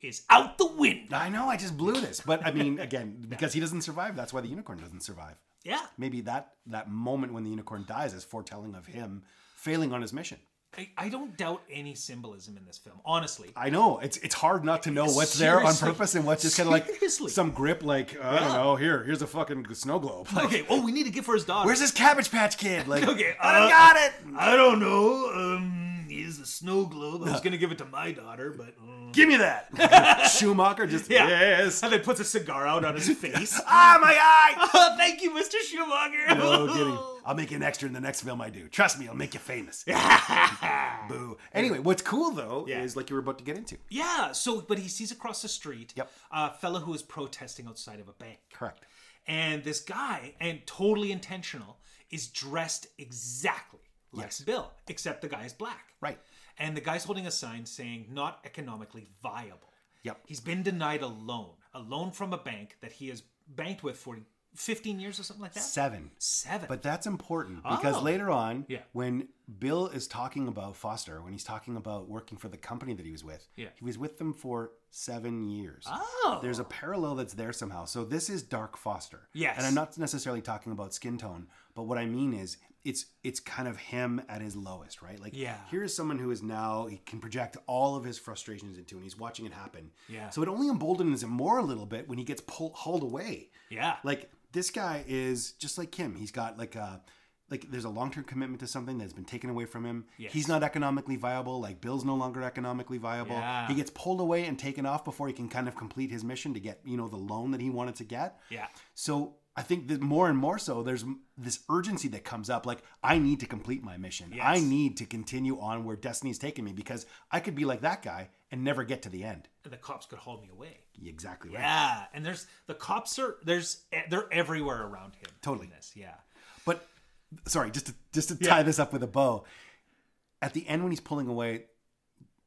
A: is out the window.
B: I know, I just blew this. But I mean, again, because he doesn't survive, that's why the unicorn doesn't survive.
A: Yeah.
B: Maybe that that moment when the unicorn dies is foretelling of him failing on his mission.
A: I, I don't doubt any symbolism in this film, honestly.
B: I know it's it's hard not to know what's there on
A: Seriously.
B: purpose and what's just kind of like
A: Seriously.
B: some grip, like I don't know. Here, here's a fucking snow globe. Like,
A: Okay. Oh, we need to give for his daughter.
B: where's this Cabbage Patch Kid? Like,
A: Okay,
B: I done
A: uh,
B: got it.
A: I don't know. Um, is a snow globe.
B: Uh.
A: I was gonna give it to my daughter, but uh,
B: Give me that. Schumacher just
A: Yeah.
B: yes.
A: and then puts a cigar out on his face.
B: Ah, my eye.
A: Thank you, Mr. Schumacher.
B: No kidding. I'll make you an extra in the next film I do. Trust me, I'll make you famous. Boo. Anyway, what's cool though
A: Yeah.
B: is like you were about to get into.
A: Yeah. So, but he sees across the street
B: Yep.
A: a fella who is protesting outside of a bank,
B: Correct.
A: and this guy, and totally intentional, is dressed exactly like
B: Yes.
A: Bill, except the guy is black.
B: Right.
A: And the guy's holding a sign saying not economically viable.
B: Yep.
A: He's been denied a loan, a loan from a bank that he has banked with for 15 years or something like that.
B: Seven.
A: Seven.
B: But that's important because
A: Oh.
B: later on,
A: Yeah.
B: when Bill is talking about Foster, when he's talking about working for the company that he was with,
A: Yeah.
B: he was with them for seven years.
A: oh.
B: There's a parallel that's there somehow. So this is Dark Foster.
A: Yes.
B: And I'm not necessarily talking about skin tone, but what I mean is it's it's kind of him at his lowest, right? Like
A: Yeah.
B: here is someone who is now he can project all of his frustrations into and he's watching it happen.
A: Yeah.
B: So it only emboldens him more a little bit when he gets pulled hauled away.
A: yeah.
B: Like this guy is just like him. He's got like a like there's a long-term commitment to something that's been taken away from him.
A: Yes.
B: He's not economically viable. Like Bill's no longer economically viable.
A: Yeah.
B: He gets pulled away and taken off before he can kind of complete his mission to get, you know, the loan that he wanted to get.
A: yeah.
B: So I think that more and more so, there's m- this urgency that comes up. Like, I need to complete my mission.
A: Yes.
B: I need to continue on where destiny's taken me because I could be like that guy and never get to the end.
A: And the cops could haul me away.
B: Exactly right.
A: Yeah. And there's the cops are there's e, they're everywhere around him.
B: Totally.
A: in This. Yeah.
B: But sorry, just to, just to tie this up with a bow. At the end, when he's pulling away,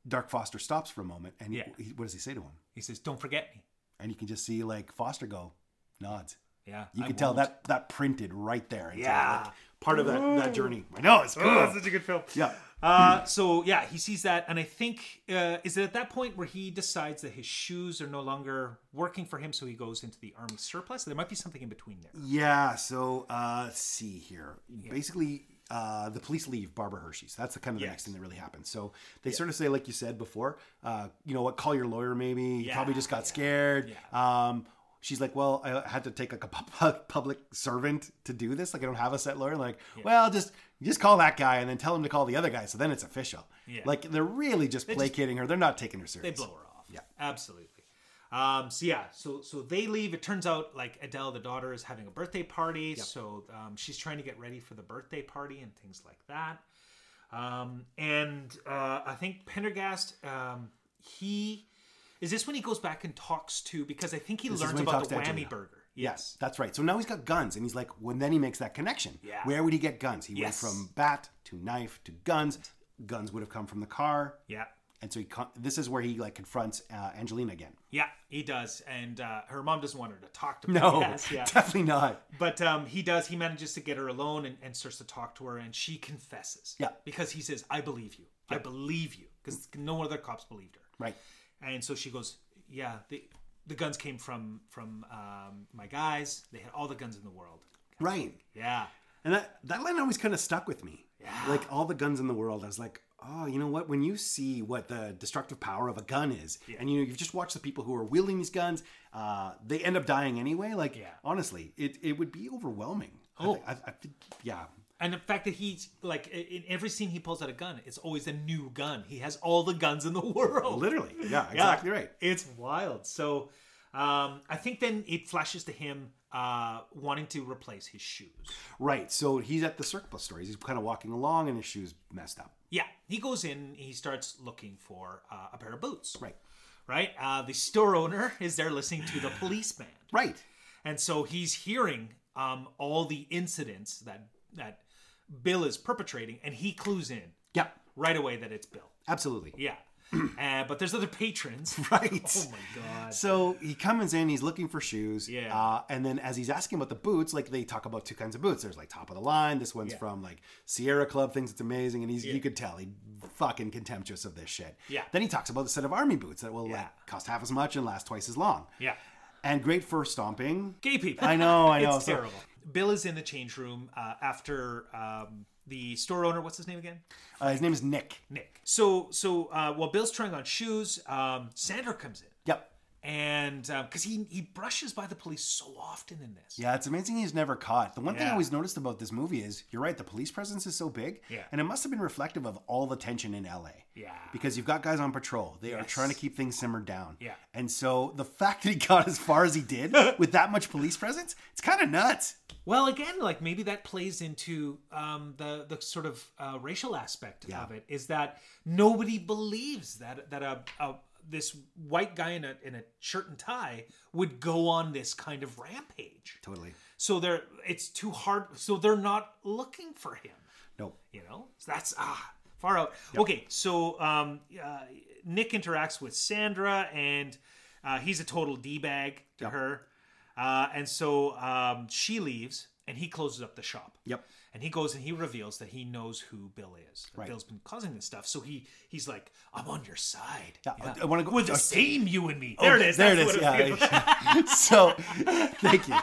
B: Dark Foster stops for a moment, and he-
A: Yeah.
B: he, what does he say to him?
A: He says, "Don't forget me."
B: And you can just see like Foster go nods.
A: Yeah.
B: You
A: I
B: can tell
A: won't.
B: that that printed right there. It's, uh,
A: Yeah.
B: like, part of that, that journey. I know it's cool.
A: Oh, such a good film.
B: Yeah.
A: Uh, so yeah, he sees that, and I think uh, is it at that point where he decides that his shoes are no longer working for him, so he goes into the army surplus. There might be something in between there.
B: Yeah. So uh, let's see here. Basically, uh, the police leave Barbara Hershey's. That's the kind of the next thing that really happens. So they sort of say, like you said before, uh, you know what? Call your lawyer. Maybe you probably
A: Yeah,
B: just got scared. Um, she's like, well, I had to take like a pub- public servant to do this. Like I don't have a set lawyer. Like, well, just just call that guy and then tell him to call the other guy. So then it's official.
A: Yeah.
B: Like they're really just placating her. They're not taking her
A: They
B: serious.
A: blow her off. Yeah, absolutely. Um, so yeah, so so they leave. It turns out like Adele, the daughter, is having a birthday party, so um, she's trying to get ready for the birthday party and things like that. Um, and uh, I think Pendergast, um, he is this when he goes back and talks to because I think he
B: is
A: learns
B: when he
A: about the
B: talks to
A: whammy
B: Angelina.
A: burger.
B: Yes, that's right. So now he's got guns, and he's like, well, then he makes that connection.
A: Yeah.
B: Where would he get guns? He
A: Yes.
B: went from bat to knife to guns. Guns would have come from the car.
A: Yeah.
B: and so he con- this is where he like confronts uh, Angelina again.
A: Yeah, he does, and uh, her mom doesn't want her to talk to.
B: No,
A: yes, yeah.
B: definitely not.
A: But um, he does. He manages to get her alone and, and starts to talk to her, and she confesses.
B: Yeah.
A: Because he says, "I believe you. I believe you," because no other cops believed her.
B: Right.
A: And so she goes, "Yeah, the the guns came from from um, my guys. They had all the guns in the world.
B: Right.
A: Yeah,
B: And that, that line always kind of stuck with me. Like all the guns in the world, I was like, oh, you know what? When you see what the destructive power of a gun is, and you know, you've just watched the people who are wielding these guns, uh, they end up dying anyway. Like,
A: Yeah.
B: honestly, it, it would be overwhelming. Oh, I, thi- I, I think, yeah.
A: and the fact that he's like i- in every scene he pulls out a gun, it's always a new gun. He has all the guns in the world.
B: Literally. Yeah,
A: Yeah.
B: exactly right.
A: It's wild. So um, I think then it flashes to him uh, wanting to replace his shoes.
B: Right. So he's at the surplus stores. He's kind of walking along and his shoes messed up.
A: Yeah, he goes in. He starts looking for uh, a pair of boots.
B: Right.
A: Right. Uh, the store owner is there listening to the policeman,
B: Right.
A: and so he's hearing um, all the incidents that that Bill is perpetrating, and he clues in
B: Yeah.
A: right away that it's Bill.
B: Absolutely.
A: Yeah. uh, but there's other patrons.
B: Right.
A: Oh my god.
B: So he comes in, he's looking for shoes.
A: Yeah.
B: Uh, and then as he's asking about the boots, like they talk about two kinds of boots. There's like top of the line. This one's from like Sierra Club, thinks it's amazing. And he's, you could tell, he fucking contemptuous of this shit.
A: Yeah.
B: Then he talks about the set of army boots that will
A: Yeah.
B: like cost half as much and last twice as long.
A: Yeah.
B: And great for stomping.
A: Gay people.
B: I know, I know.
A: it's
B: So-
A: terrible. Bill is in the change room uh, after um, the store owner. What's his name again?
B: Uh, his name is Nick.
A: Nick. So so uh, while Bill's trying on shoes, um, Sandra comes in,
B: Yep.
A: and because he he brushes by the police so often in this.
B: Yeah, it's amazing he's never caught. The one thing I
A: Yeah.
B: always noticed about this movie is you're right, the police presence is so big.
A: Yeah.
B: And it must have been reflective of all the tension in LA.
A: Yeah.
B: Because you've got guys on patrol. They are trying to keep things simmered down.
A: Yeah.
B: And so the fact that he got as far as he did with that much police presence, it's kind of nuts.
A: Well, again, like maybe that plays into um, the the sort of uh, racial aspect of it is that nobody believes that that a, a this white guy in a in a shirt and tie would go on this kind of rampage.
B: Totally.
A: So they're it's too hard. So they're not looking for him.
B: No.
A: You know, So that's ah far out. Okay, so um, uh, Nick interacts with Sandra, and uh, he's a total d bag to her, uh, and so um, she leaves, and he closes up the shop.
B: Yep.
A: And he goes and he reveals that he knows who Bill is. That
B: Right.
A: Bill's been causing this stuff, so he he's like, "I'm on your side.
B: Yeah, I- I wanna go-
A: We're the
B: oh,
A: same, you and me. There it is.
B: There
A: That's
B: it is.
A: what feels like.
B: Yeah. so, thank you.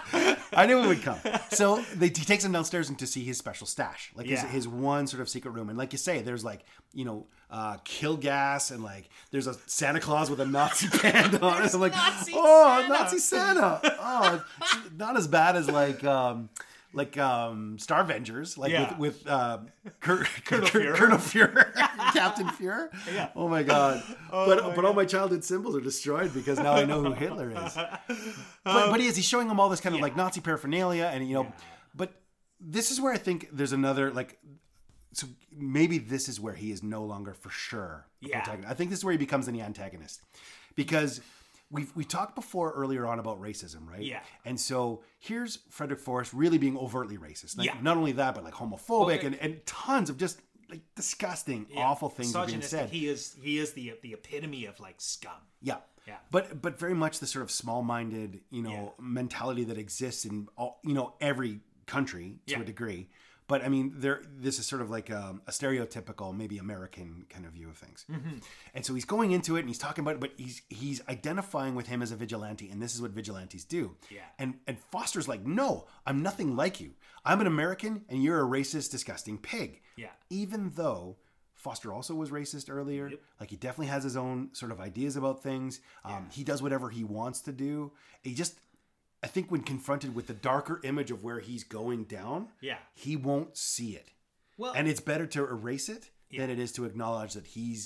B: I knew it would come. So they, he takes him downstairs and to see his special stash, like
A: Yeah.
B: his, his one sort of secret room. And like you say, there's like you know uh, kill gas and like there's a Santa Claus with a Nazi band on it. I'm like,
A: Nazi
B: oh,
A: Santa."
B: Nazi Santa. Oh, it's not as bad as like. Um, like um Star Avengers, like
A: Yeah.
B: with, with um, Cur- Colonel
A: Fuhrer.
B: Colonel Fuhrer, Captain Fuhrer. Yeah. Oh my god. but but all my childhood symbols are destroyed because now I know who Hitler is. But, but he is. He's showing them all this kind of like Nazi paraphernalia, and you know, but this is where I think there's another like. So maybe this is where he is no longer for sure. a
A: Yeah.
B: protagonist. I think this is where he becomes an antagonist, because we've we talked before earlier on about racism, right?
A: Yeah.
B: And so here's Frederick Forrest really being overtly racist. Like,
A: Yeah.
B: Not only that, but like homophobic
A: Okay.
B: and, and tons of just like disgusting, awful things are being
A: Misogynistic.
B: said.
A: He is he is the the epitome of like scum.
B: Yeah.
A: Yeah.
B: But but very much the sort of small-minded, you know, mentality that exists in all, you know, every country to
A: Yeah.
B: a degree. But I mean, there this is sort of like um, a stereotypical, maybe American kind of view of things.
A: Mm-hmm.
B: And so he's going into it and he's talking about it, but he's he's identifying with him as a vigilante, and this is what vigilantes do.
A: Yeah.
B: And and Foster's like, no, I'm nothing like you. I'm an American, and you're a racist, disgusting pig
A: Yeah.
B: even though Foster also was racist earlier, like he definitely has his own sort of ideas about things. Um, He does whatever he wants to do. He just, I think, when confronted with the darker image of where he's going down,
A: Yeah.
B: he won't see it,
A: Well,
B: and it's better to erase it than it is to acknowledge that he's.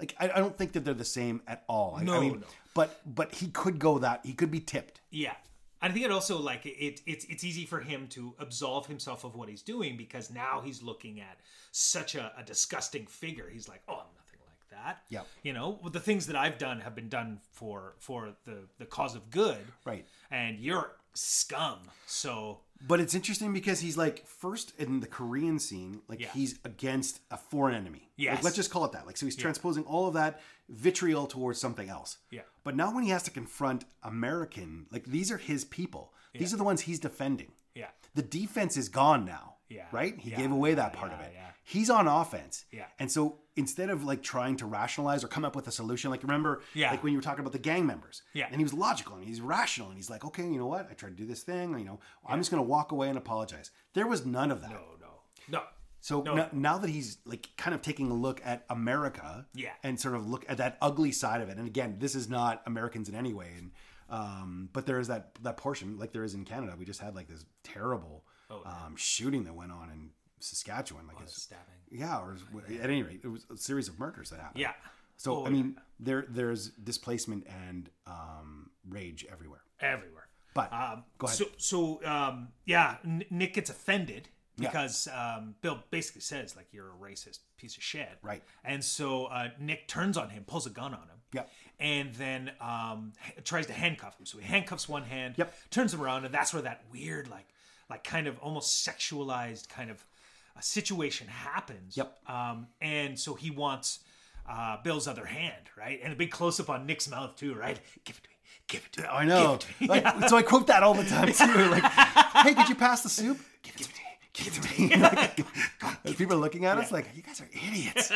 B: Like I, I don't think that they're the same at all. I, I
A: No,
B: mean,
A: no.
B: but but he could go that he could be tipped.
A: Yeah. I think it also like it it's it's easy for him to absolve himself of what he's doing because now he's looking at such a, a disgusting figure. He's like, Oh, I'm nothing like that.
B: Yep.
A: You know, the things that I've done have been done for for the the cause of good.
B: Right.
A: And you're scum. So
B: But it's interesting because he's like first in the Korean scene, like
A: Yeah.
B: he's against a foreign enemy. Yeah,
A: Yes.
B: Like, let's just call it that. Like so he's transposing all of that vitriol towards something else.
A: Yeah.
B: But now when he has to confront American, like these are his people. These are the ones he's defending.
A: yeah.
B: The defense is gone now.
A: Yeah.
B: Right? He
A: Yeah,
B: gave away that
A: yeah,
B: part of
A: yeah,
B: it.
A: yeah.
B: He's on offense.
A: Yeah.
B: And so instead of like trying to rationalize or come up with a solution, like remember
A: Yeah.
B: like when you were talking about the gang members.
A: Yeah.
B: And he was logical and he's rational and he's like, okay, you know what? I tried to do this thing, you know, I'm just gonna walk away and apologize. There was none of that.
A: No, no. Oh, No.
B: So
A: No.
B: no- now that he's like kind of taking a look at America,
A: Yeah.
B: and sort of look at that ugly side of it. And again, this is not Americans in any way, and um, but there is that that portion, like there is in Canada. We just had like this terrible
A: Oh,
B: um, shooting that went on in Saskatchewan, like it's,
A: Stabbing.
B: yeah, or at any rate, it was a series of murders that happened.
A: Oh, Yeah.
B: So
A: Oh,
B: I mean, there there's displacement and um, rage everywhere.
A: Everywhere.
B: But
A: Um,
B: go ahead.
A: So, so um, yeah, N- Nick gets offended because um, Bill basically says like you're a racist piece of shit,
B: Right.
A: And so uh, Nick turns on him, pulls a gun on him,
B: Yep.
A: and then um, h- tries to handcuff him. So he handcuffs one hand,
B: Yep.
A: turns him around, and that's where that weird like like kind of almost sexualized kind of uh, situation happens.
B: Yep.
A: Um, and so he wants. Uh, Bill's other hand, right, and a big close up on Nick's mouth too, right? Give it to me, give it to me.
B: I
A: give
B: know.
A: it to me.
B: Like, So I quote that all the time too. Like, hey, could you pass the soup? Give it to me. Give it to me. Like, as people are looking at us like, you guys are idiots.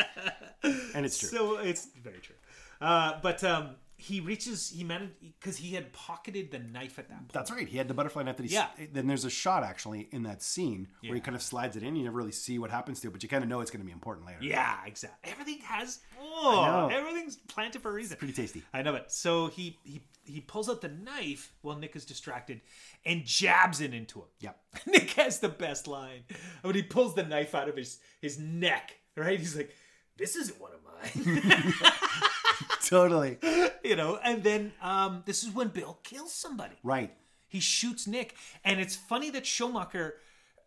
B: And it's true.
A: So it's very true. Uh, but um, he reaches, he managed, because he had pocketed the knife at that point.
B: That's right. He had the butterfly knife that he.
A: Yeah.
B: Then there's a shot actually in that scene where he kind of slides it in. You never really see what happens to it, but you kind of know it's going to be important later.
A: Yeah, exactly. Everything has, oh,
B: know.
A: everything's planted for a reason.
B: Pretty tasty.
A: I know it. So he, he, he pulls out the knife while Nick is distracted and jabs it into him.
B: Yep.
A: Nick has the best line. When he pulls the knife out of his, his neck, right? He's like, this isn't one of mine.
B: Totally.
A: you know, and then um, this is when Bill kills somebody.
B: Right.
A: He shoots Nick, and it's funny that Schumacher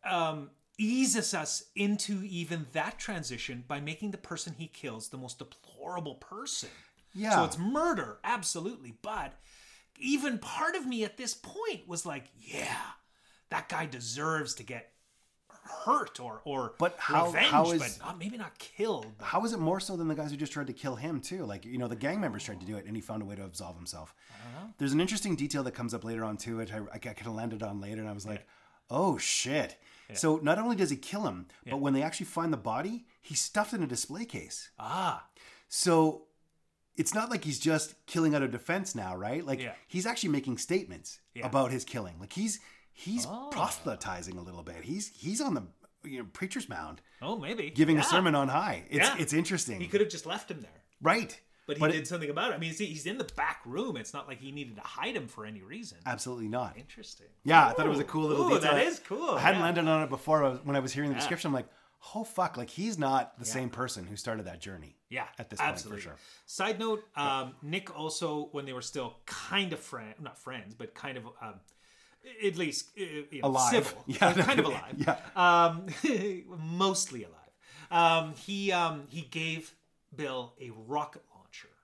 A: um, eases us into even that transition by making the person he kills the most deplorable person.
B: Yeah.
A: So it's murder, absolutely. But even part of me at this point was like, yeah, that guy deserves to get hurt or or
B: But how-
A: revenge,
B: how is-
A: but not, maybe not killed.
B: How is it more so than the guys who just tried to kill him too? Like you know, the gang members tried to do it, and he found a way to absolve himself. There's an interesting detail that comes up later on too, which I, I kind of landed on later, and I was like, oh shit. So not only does he kill him, but when they actually find the body, he's stuffed in a display case.
A: Ah,
B: So it's not like he's just killing out of defense now, right? Like
A: Yeah.
B: he's actually making statements
A: Yeah. Oh.
B: about his killing. Like he's he's proselytizing a little bit. He's he's on the you know preacher's mound
A: oh, maybe
B: giving a
A: Yeah.
B: sermon on high. It's
A: Yeah.
B: it's interesting.
A: He could have just left him there.
B: Right.
A: But he
B: But it-
A: did something about it. I mean, see, he's in the back room. It's not like he needed to hide him for any reason.
B: Absolutely not.
A: Interesting.
B: Uh, Yeah, I thought it was a
A: Ooh,
B: cool little
A: ooh,
B: detail.
A: that is cool,
B: I hadn't
A: yeah.
B: landed on it before I was- when I was hearing the description. I'm like, oh fuck, like he's not the same person who started that journey.
A: Yeah,
B: at this point, for sure.
A: Side note: um, Nick also, when they were still kind of friend, not friends, but kind of um, at least uh, you know,
B: Alive.
A: civil,
B: Yeah.
A: kind of alive,
B: Yeah.
A: um, mostly alive. Um, he um, he gave Bill a rocket launcher.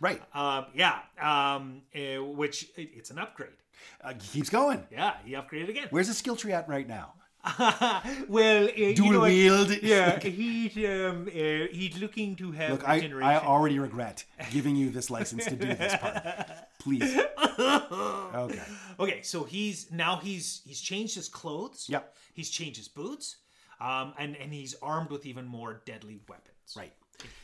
B: Right.
A: Um, yeah, um, uh, which it, it's an upgrade.
B: Uh, he keeps going.
A: Yeah, he upgraded again.
B: Where's the skill tree at right now?
A: well, uh, you
B: Dual
A: know what?
B: wield.
A: Yeah, he's um, uh, he's looking to have
B: Look, I,
A: regeneration.
B: I already regret giving you this license to do this part. Please. Okay.
A: okay, so he's now he's he's changed his clothes.
B: Yep.
A: He's changed his boots, um, and and he's armed with even more deadly weapons.
B: Right.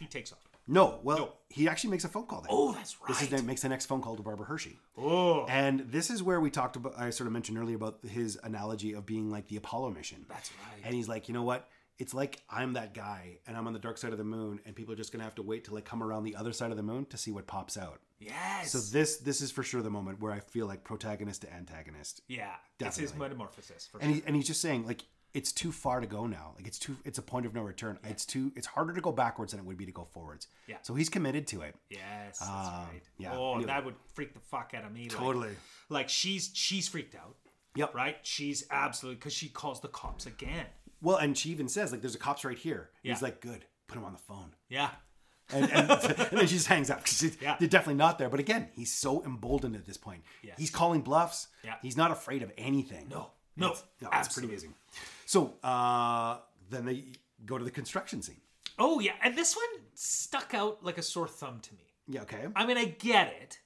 A: He takes off.
B: No. Well, he actually makes a phone call. Then.
A: Oh, that's right.
B: This is then makes the next phone call to Barbara Hershey.
A: oh,
B: And this is where we talked about, I sort of mentioned earlier about his analogy of being like the Apollo mission.
A: that's right.
B: And he's like, you know what? It's like I'm that guy and I'm on the dark side of the moon and people are just gonna have to wait till I come around the other side of the moon to see what pops out.
A: Yes.
B: So this this is for sure the moment where I feel like protagonist to antagonist.
A: yeah, that's his metamorphosis. For
B: And he, and he's just saying, like, it's too far to go now. Like it's too it's a point of no return. It's too it's harder to go backwards than it would be to go forwards.
A: Yeah.
B: So he's committed to it.
A: sure. Yes, that's
B: Um,
A: right.
B: yeah,
A: Oh,
B: anyway.
A: that would freak the fuck out of me. like-
B: Totally.
A: Like she's she's freaked out.
B: Yep.
A: Right. She's absolutely because she calls the cops again.
B: Well, and she even says, like, there's a cops right here.
A: Yeah.
B: He's like, good, put him on the phone.
A: Yeah.
B: and, and, and then she just hangs up because
A: Yeah.
B: they're definitely not there. But again, he's so emboldened at this point.
A: Yes.
B: He's calling bluffs.
A: Yeah.
B: He's not afraid of anything.
A: No, no,
B: It's- it's pretty
A: absolutely.
B: amazing. So uh, then they go to the construction scene.
A: Oh yeah, and this one stuck out like a sore thumb to me.
B: Yeah. Okay.
A: I mean, I get it,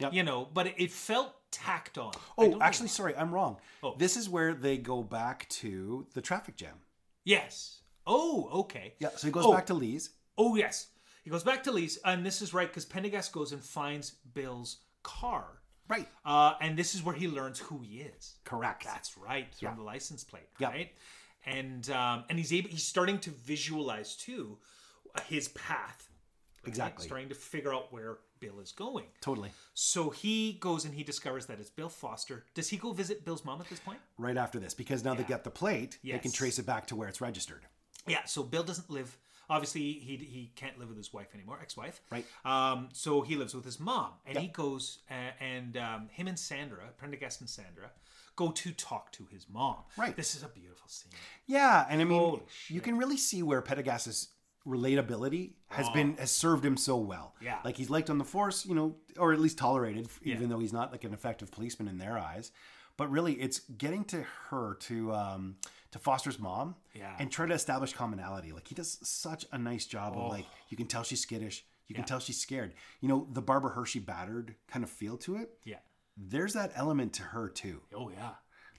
B: Yep.
A: you know, but it felt tacked on. I don't
B: Oh,
A: know Oh.
B: actually,
A: why.
B: sorry, I'm wrong. This is where they go back to the traffic jam.
A: yes. Oh, okay.
B: Yeah, so he goes
A: Oh.
B: back to Lee's.
A: Oh yes, he goes back to Lee's, and this is right because Pendergast goes and finds Bill's car,
B: Right.
A: uh, and this is where he learns who he is.
B: Correct.
A: That's right, from the license plate,
B: Yeah.
A: right? And um, and he's able, he's starting to visualize too his path. right?
B: Exactly.
A: Starting to figure out where Bill is going.
B: Totally.
A: So he goes and he discovers that it's Bill Foster. Does he go visit Bill's mom at this point?
B: Right after this, because now they get the plate, they can
A: Yes.
B: trace it back to where it's registered.
A: Yeah. So Bill doesn't live. Obviously, he he can't live with his wife anymore, ex-wife.
B: Right.
A: Um. So he lives with his mom, and he goes uh, and um, him and Sandra, Prendergast and Sandra, go to talk to his mom.
B: Right.
A: This is a beautiful scene.
B: Yeah, and I mean,
A: Holy
B: you can really see where Pedagas's relatability has been has served him so well.
A: Oh. Yeah.
B: like he's liked on the force, you know, or at least tolerated, even though he's not like an effective policeman in their eyes. But really, it's getting to her to um, to Foster's mom,
A: Yeah.
B: and try to establish commonality. Like he does such a nice job of
A: Oh.
B: like you can tell she's skittish, you can tell she's scared. You know, the Barbara Hershey battered kind of feel to it.
A: Yeah.
B: There's that element to her too.
A: Oh yeah.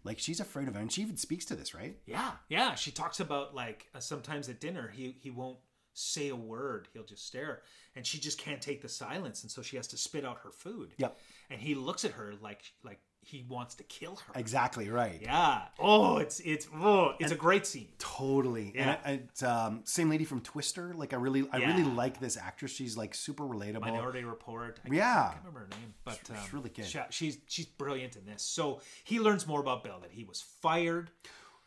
B: Like she's afraid of, and she even speaks to this, right?
A: Yeah. Yeah. She talks about like uh, sometimes at dinner he he won't say a word. He'll just stare, and she just can't take the silence, and so she has to spit out her food.
B: Yep.
A: And he looks at her like like he wants to kill her.
B: Exactly right.
A: Yeah. Oh, it's it's oh, it's a great scene.
B: Totally.
A: Yeah.
B: And I, it's, um, same lady from Twister. Like I really, I really
A: Yeah.
B: like this actress. She's like super relatable.
A: Minority Report. I
B: Yeah.
A: can't remember her name, but um,
B: she's really good.
A: she- she's she's brilliant in this. So he learns more about Bill that he was fired.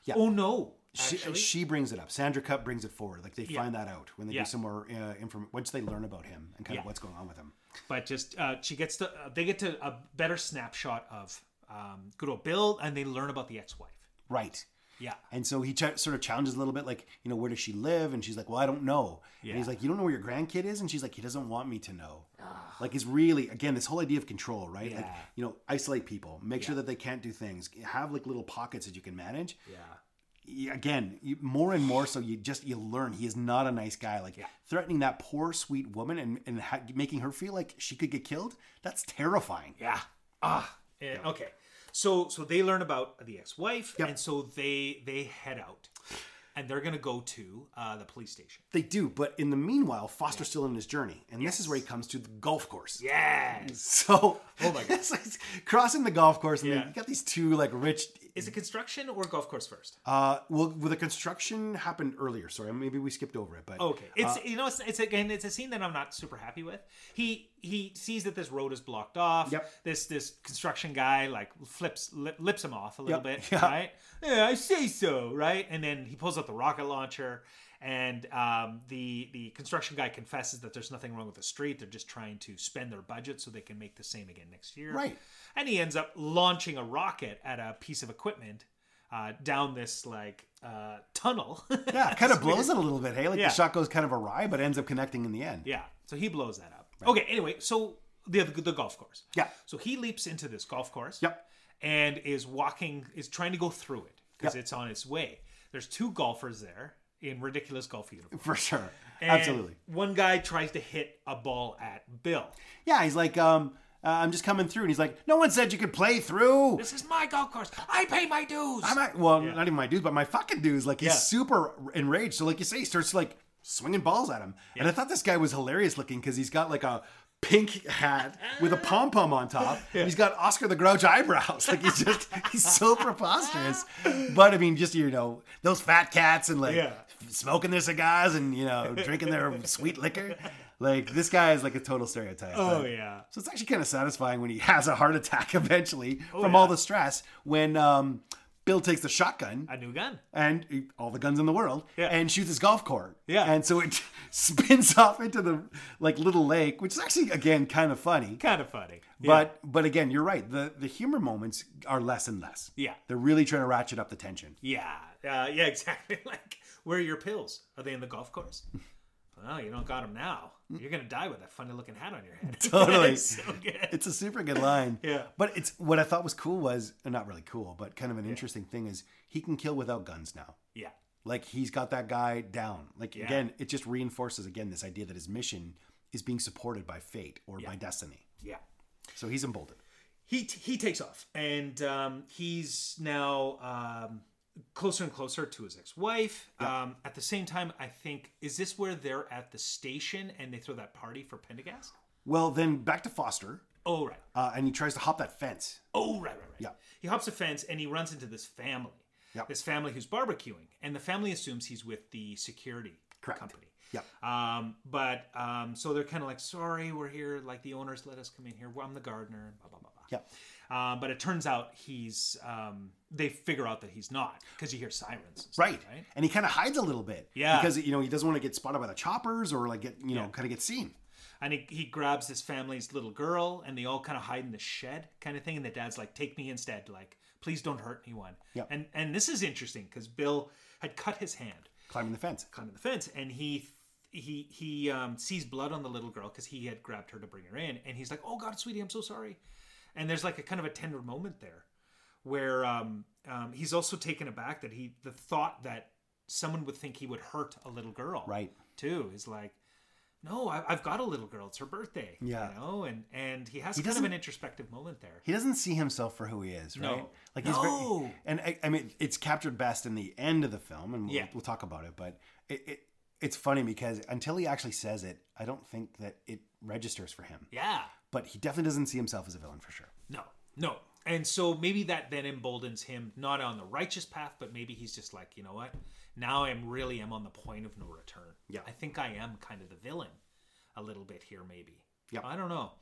B: Yeah.
A: Oh no.
B: She,
A: Actually,
B: she brings it up. Sandra Cup brings it forward. Like they find that out when they
A: Yeah.
B: do some more uh, inform- once they learn about him and kind
A: Yeah.
B: of what's going on with him.
A: but just uh, she gets to uh, they get to a better snapshot of um, good old Bill, and they learn about the ex-wife.
B: Right.
A: Yeah.
B: And so he ch- sort of challenges a little bit, like you know, where does she live? And she's like, well, I don't know. And he's like, you don't know where your grandkid is? And she's like, he doesn't want me to know. like it's really again this whole idea of control, right? Like
A: Yeah.
B: you know, isolate people, make sure that they can't do things, have like little pockets that you can manage.
A: Yeah.
B: y- again you, more and more so you just you learn he is not a nice guy like threatening that poor sweet woman and, and ha- making her feel like she could get killed that's terrifying
A: Yeah. Ah. eh, Okay. So so they learn about the ex-wife,
B: Yep.
A: and so they they head out, and they're gonna go to uh, the police station.
B: they do but in the meanwhile foster's still on his journey and this is where he comes to the golf course
A: Yes.
B: so
A: Oh my God.
B: it's like crossing the golf course and
A: Yeah.
B: then you got these two like rich
A: Is it construction or golf course first?
B: uh well well, the construction happened earlier sorry maybe we skipped over it but
A: Okay,
B: uh,
A: it's you know it's, it's again it's a scene that I'm not super happy with. He he sees that this road is blocked off.
B: Yep.
A: This this construction guy like flips li- lips him off a little
B: Yep,
A: bit,
B: yeah.
A: right? Yeah, I say so, right? And then he pulls out the rocket launcher, and um, the the construction guy confesses that there's nothing wrong with the street. They're just trying to spend their budget so they can make the same again next year.
B: Right.
A: And he ends up launching a rocket at a piece of equipment. Uh, down this like uh, tunnel.
B: yeah kind of blows it a little bit hey like
A: Yeah.
B: the shot goes kind of awry but ends up connecting in the end
A: Yeah. So he blows that up. Okay. Anyway, so the, the golf course.
B: Yeah.
A: So he leaps into this golf course.
B: Yep.
A: And is walking, is trying to go through it because
B: Yep.
A: it's on its way. There's two golfers there in ridiculous golf uniforms.
B: for sure
A: And
B: absolutely
A: One guy tries to hit a ball at Bill.
B: Yeah, he's like, um, uh, I'm just coming through, and he's like, no one said you could play through.
A: This is my golf course. I pay my dues.
B: I'm not, well, not even my dudes, but my fucking dudes. Like he's
A: Yeah.
B: super enraged. So like you say, he starts like swinging balls at him, and I thought this guy was hilarious looking because he's got like a pink hat with a pom pom on top. and He's got Oscar the Grouch eyebrows. Like he's just he's so preposterous. But I mean, just you know, those fat cats and like
A: Yeah.
B: smoking their cigars and you know drinking their sweet liquor. Like this guy is like a total stereotype.
A: oh,
B: but-
A: yeah.
B: so it's actually kind of satisfying when he has a heart attack eventually
A: Oh,
B: from all the stress when um, Bill takes the shotgun
A: A new gun.
B: and he- all the guns in the world
A: Yeah.
B: and shoots his golf court.
A: Yeah.
B: And so it spins off into the like little lake, which is actually again kind of funny.
A: Kind of funny.
B: But but again, you're right. The the humor moments are less and less.
A: Yeah.
B: They're really trying to ratchet up the tension.
A: Yeah. Uh, yeah, exactly. Like, where are your pills? Are they in the golf course? Well, you don't got him now. You're gonna die with that funny looking hat on your head.
B: Totally.
A: It's so good.
B: It's a super good line.
A: Yeah.
B: But it's what I thought was cool was uh, not really cool, but kind of an interesting thing is he can kill without guns now.
A: Yeah.
B: Like he's got that guy down. Like again, it just reinforces again this idea that his mission is being supported by fate or by destiny.
A: Yeah.
B: So he's emboldened.
A: He t- he takes off, and um, he's now um, closer and closer to his ex-wife. Um, at the same time, I think is this where they're at the station and they throw that party for Pendergast?
B: Well, then back to Foster,
A: Oh right.
B: uh, and he tries to hop that fence.
A: Oh, right, right, right.
B: Yeah.
A: He hops a fence and he runs into this family.
B: Yeah.
A: This family who's barbecuing, and the family assumes he's with the security
B: Correct.
A: company.
B: Yeah.
A: Um, but um, so they're kind of like, sorry, we're here. Like the owners let us come in here. Well, I'm the gardener. Blah blah blah blah.
B: Yeah.
A: Um, but it turns out he's. Um, they figure out that he's not because you hear sirens. and stuff,
B: Right.
A: Right.
B: And he kind of hides a little bit.
A: Yeah.
B: Because, you know, he doesn't want to get spotted by the choppers or like get, you know, kind of get seen.
A: And he, he grabs his family's little girl, and they all kind of hide in the shed, kind of thing. And the dad's like, "Take me instead, like, please don't hurt anyone."
B: Yep.
A: And and this is interesting because Bill had cut his hand
B: Climbing the fence.
A: climbing the fence, and he he he um, sees blood on the little girl because he had grabbed her to bring her in, and he's like, "Oh God, sweetie, I'm so sorry." And there's like a kind of a tender moment there, where um, um, he's also taken aback that he the thought that someone would think he would hurt a little girl,
B: Right.
A: Too is like. No, I- I've got a little girl. It's her birthday.
B: Yeah.
A: you know, and and he has kind of
B: doesn't-
A: an introspective moment there.
B: He doesn't see himself for who he is,
A: No.
B: right? Like he's very,
A: No.
B: and I, I mean, it's captured best in the end of the film, and we'll,
A: Yeah.
B: we'll talk about it. But it, it, it's funny because until he actually says it, I don't think that it registers for him.
A: Yeah,
B: But he definitely doesn't see himself as a villain for sure.
A: No, no. And so maybe that then emboldens him not on the righteous path, but maybe he's just like, you know what? Now I'm really am on the point of no return.
B: Yeah.
A: I think I am kind of the villain a little bit here, maybe.
B: Yeah.
A: I don't know.
B: All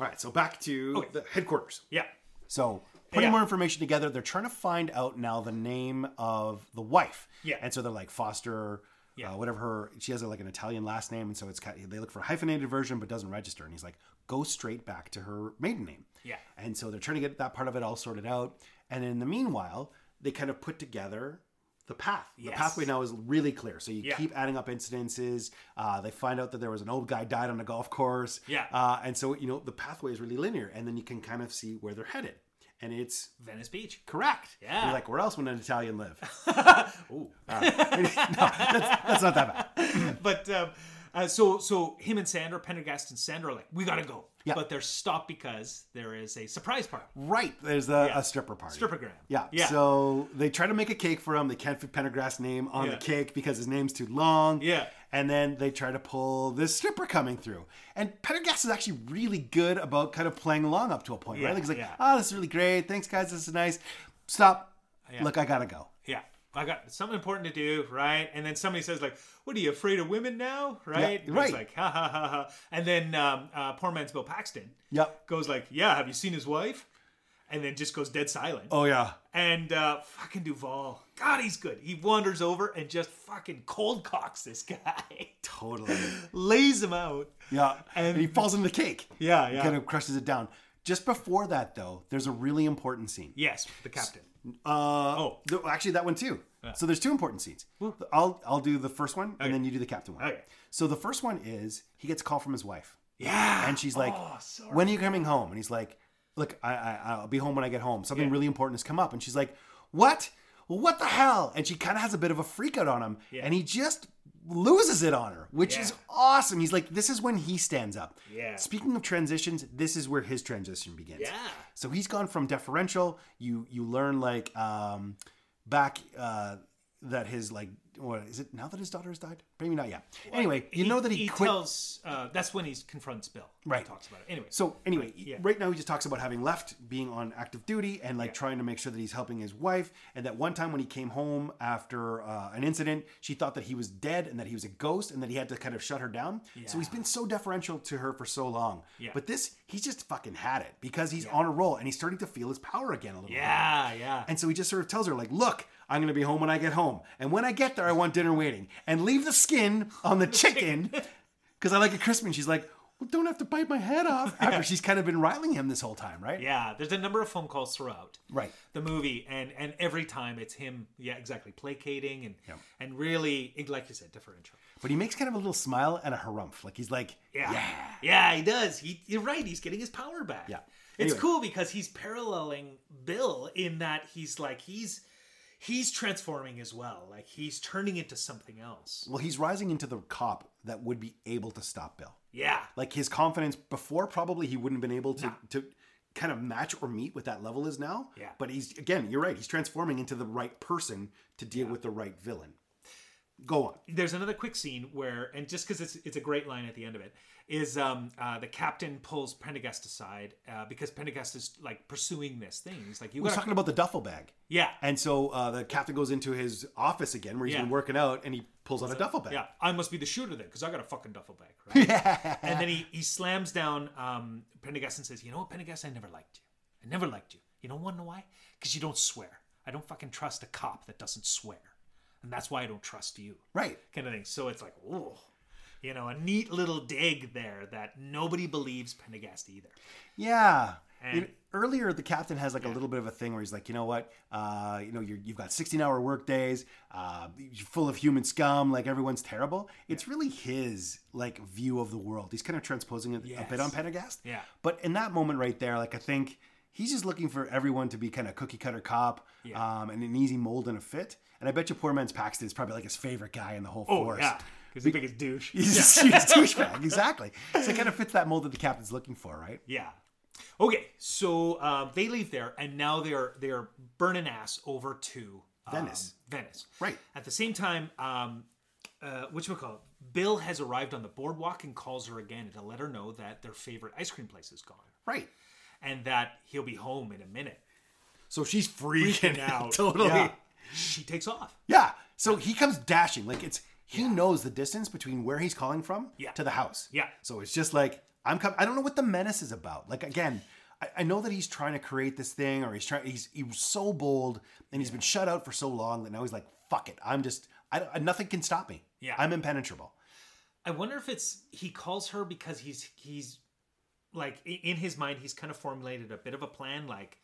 B: right, so back to the headquarters.
A: Yeah.
B: So putting
A: Yeah.
B: more information together, they're trying to find out now the name of the wife.
A: Yeah.
B: And so they're like Foster,
A: Yeah.
B: uh, whatever her. She has like an Italian last name, and so it's kind they look for a hyphenated version, but doesn't register. And he's like, go straight back to her maiden name.
A: Yeah.
B: And so they're trying to get that part of it all sorted out. And in the meanwhile, they kind of put together the path. The
A: Yes.
B: pathway now is really clear. So you
A: Yeah.
B: keep adding up incidences. Uh, they find out that there was an old guy died on a golf course.
A: Yeah.
B: Uh, and so, you know, the pathway is really linear. And then you can kind of see where they're headed. And it's
A: Venice Beach.
B: correct.
A: Yeah.
B: You're like, where else would an Italian live? Uh,
A: Ooh.
B: no, that's, that's not that bad.
A: but um, uh, so so him and Sandra, Pendergast and Sandra are like, we gotta go.
B: Yeah.
A: But they're stopped because there is a surprise party.
B: Right. There's the, a stripper party.
A: Strippogram.
B: Yeah.
A: Yeah.
B: So they try to make a cake for him. They can't fit Pendergrass's name on the
A: Yeah.
B: cake because his name's too long.
A: Yeah.
B: And then they try to pull this stripper coming through. And Pendergrass is actually really good about kind of playing along up to a point, right?
A: Yeah,
B: Like he's like,
A: yeah.
B: oh, this is really great. Thanks, guys. This is nice. Stop. Look, I got to go.
A: Yeah. I got something important to do, right? And then somebody says, like, what are you afraid of women now? Right? And
B: right.
A: It's like, ha ha ha ha. And then um, uh, poor man's Bill Paxton
B: Yep.
A: goes like, yeah, have you seen his wife? And then just goes dead silent.
B: Oh, yeah.
A: And uh, fucking Duvall. God, he's good. He wanders over and just fucking cold cocks this guy.
B: Totally.
A: Lays him out.
B: Yeah. And, he falls into the cake.
A: Yeah, yeah.
B: Kind of crushes it down. Just before that, though, there's a really important scene.
A: Yes, the captain.
B: Uh,
A: Oh.
B: th- actually, that one too. So there's two important scenes. I'll I'll do the first one, and then you do the captain one.
A: Hmm. Okay.
B: So the first one is he gets a call from his wife,
A: Yeah.
B: and she's like,
A: Oh, sorry.
B: "When are you coming home?" And he's like, "Look, I, I I'll be home when I get home. Something really important has come up." And she's like, "What? What the hell?" And she kind of has a bit of a freak out on him, and he just loses it on her, which is
A: Yeah.
B: awesome. He's like, "This is when he stands up."
A: Yeah.
B: Speaking of transitions, this is where his transition begins.
A: Yeah.
B: So he's gone from deferential. You you learn like um, back uh, that his like what is it now that his daughter has died? Maybe not yet. Anyway, you know that he,
A: he
B: quit.
A: tells, uh, that's when he confronts Bill.
B: Right.
A: Talks about it. Anyway.
B: so anyway, right now he just talks about having left, being on active duty, and like trying to make sure that he's helping his wife. And that one time when he came home after uh, an incident, she thought that he was dead and that he was a ghost, and that he had to kind of shut her down. So he's been so deferential to her for so long.
A: Yeah.
B: But this, he's just fucking had it because he's on a roll and he's starting to feel his power again a little. bit.
A: yeah, yeah.
B: And so he just sort of tells her, like, look, I'm going to be home when I get home. And when I get there, I want dinner waiting. And leave the skin on the chicken because I like it crispy. And she's like, well, don't have to bite my head off after she's kind of been riling him this whole time, right?
A: Yeah, there's a number of phone calls throughout
B: Right.
A: the movie, and and every time it's him, yeah, exactly, placating and and really, like you said, differential.
B: But he makes kind of a little smile and a harumph. Like he's like,
A: Yeah.
B: yeah.
A: Yeah, he does. He, you're right. He's getting his power back.
B: Yeah.
A: It's
B: Anyway.
A: cool because he's paralleling Bill in that he's like he's he's transforming as well. Like he's turning into something else.
B: Well, he's rising into the cop that would be able to stop Bill.
A: Yeah.
B: Like his confidence before, probably he wouldn't have been able to to kind of match or meet what that level is now.
A: Yeah.
B: But he's again, you're right. He's transforming into the right person to deal with the right villain. Go on.
A: there's another quick scene where, and just because it's it's a great line at the end of it, is um, uh, the captain pulls Pendergast aside uh, because Pendergast is like pursuing this thing. He's like, you
B: He's
A: got
B: talking about the duffel bag.
A: yeah,
B: And so uh, the captain goes into his office again, where he's
A: Yeah.
B: been working out, and he pulls out a duffel bag.
A: yeah, I must be the shooter then because I got a fucking duffel bag. Right? and then he he slams down um, Pendergast and says, you know what, Pendergast, I never liked you. I never liked you. You don't want to know why? Because you don't swear. I don't fucking trust a cop that doesn't swear, and that's why I don't trust you.
B: Right.
A: kind of thing. So it's like, ooh, you know, a neat little dig there that nobody believes Pendergast either.
B: Yeah.
A: And-
B: You- earlier, the captain has like a little bit of a thing where he's like, you know what, uh, you know, you're, you've got 16 hour work days, uh, you're full of human scum, like everyone's terrible. It's really his like view of the world. He's kind of transposing it a bit
A: Yes.
B: on Pendergast.
A: Yeah.
B: But in that moment right there, like I think he's just looking for everyone to be kind of cookie cutter cop,
A: Yeah.
B: um, and an easy mold and a fit. And I bet you poor man's Paxton is probably like his favorite guy in the whole
A: Oh
B: force.
A: yeah, because the biggest douche.
B: He's a huge douchebag, exactly. So it kind of fits that mold that the captain's looking for, right?
A: Yeah. Okay, so uh, they leave there, and now they're they're burning ass over to um,
B: Venice.
A: Venice.
B: Right.
A: At the same time, um, uh, which Bill has arrived on the boardwalk and calls her again to let her know that their favorite ice cream place is gone,
B: Right.
A: and that he'll be home in a minute.
B: So she's freaking,
A: Now,
B: out. Totally.
A: yeah,
B: Yeah.
A: she takes off.
B: So he comes dashing. Like it's he knows the distance between where he's calling from
A: Yeah.
B: to the house.
A: Yeah.
B: So it's just like I'm coming. I don't know what the menace is about. Like again, I, I know that he's trying to create this thing, or he's trying. He's he was so bold, and he's been shut out for so long that now he's like, fuck it. I'm just. I don't, nothing can stop me.
A: Yeah.
B: I'm impenetrable.
A: I wonder if it's he calls her because he's he's like i- in his mind he's kind of formulated a bit of a plan like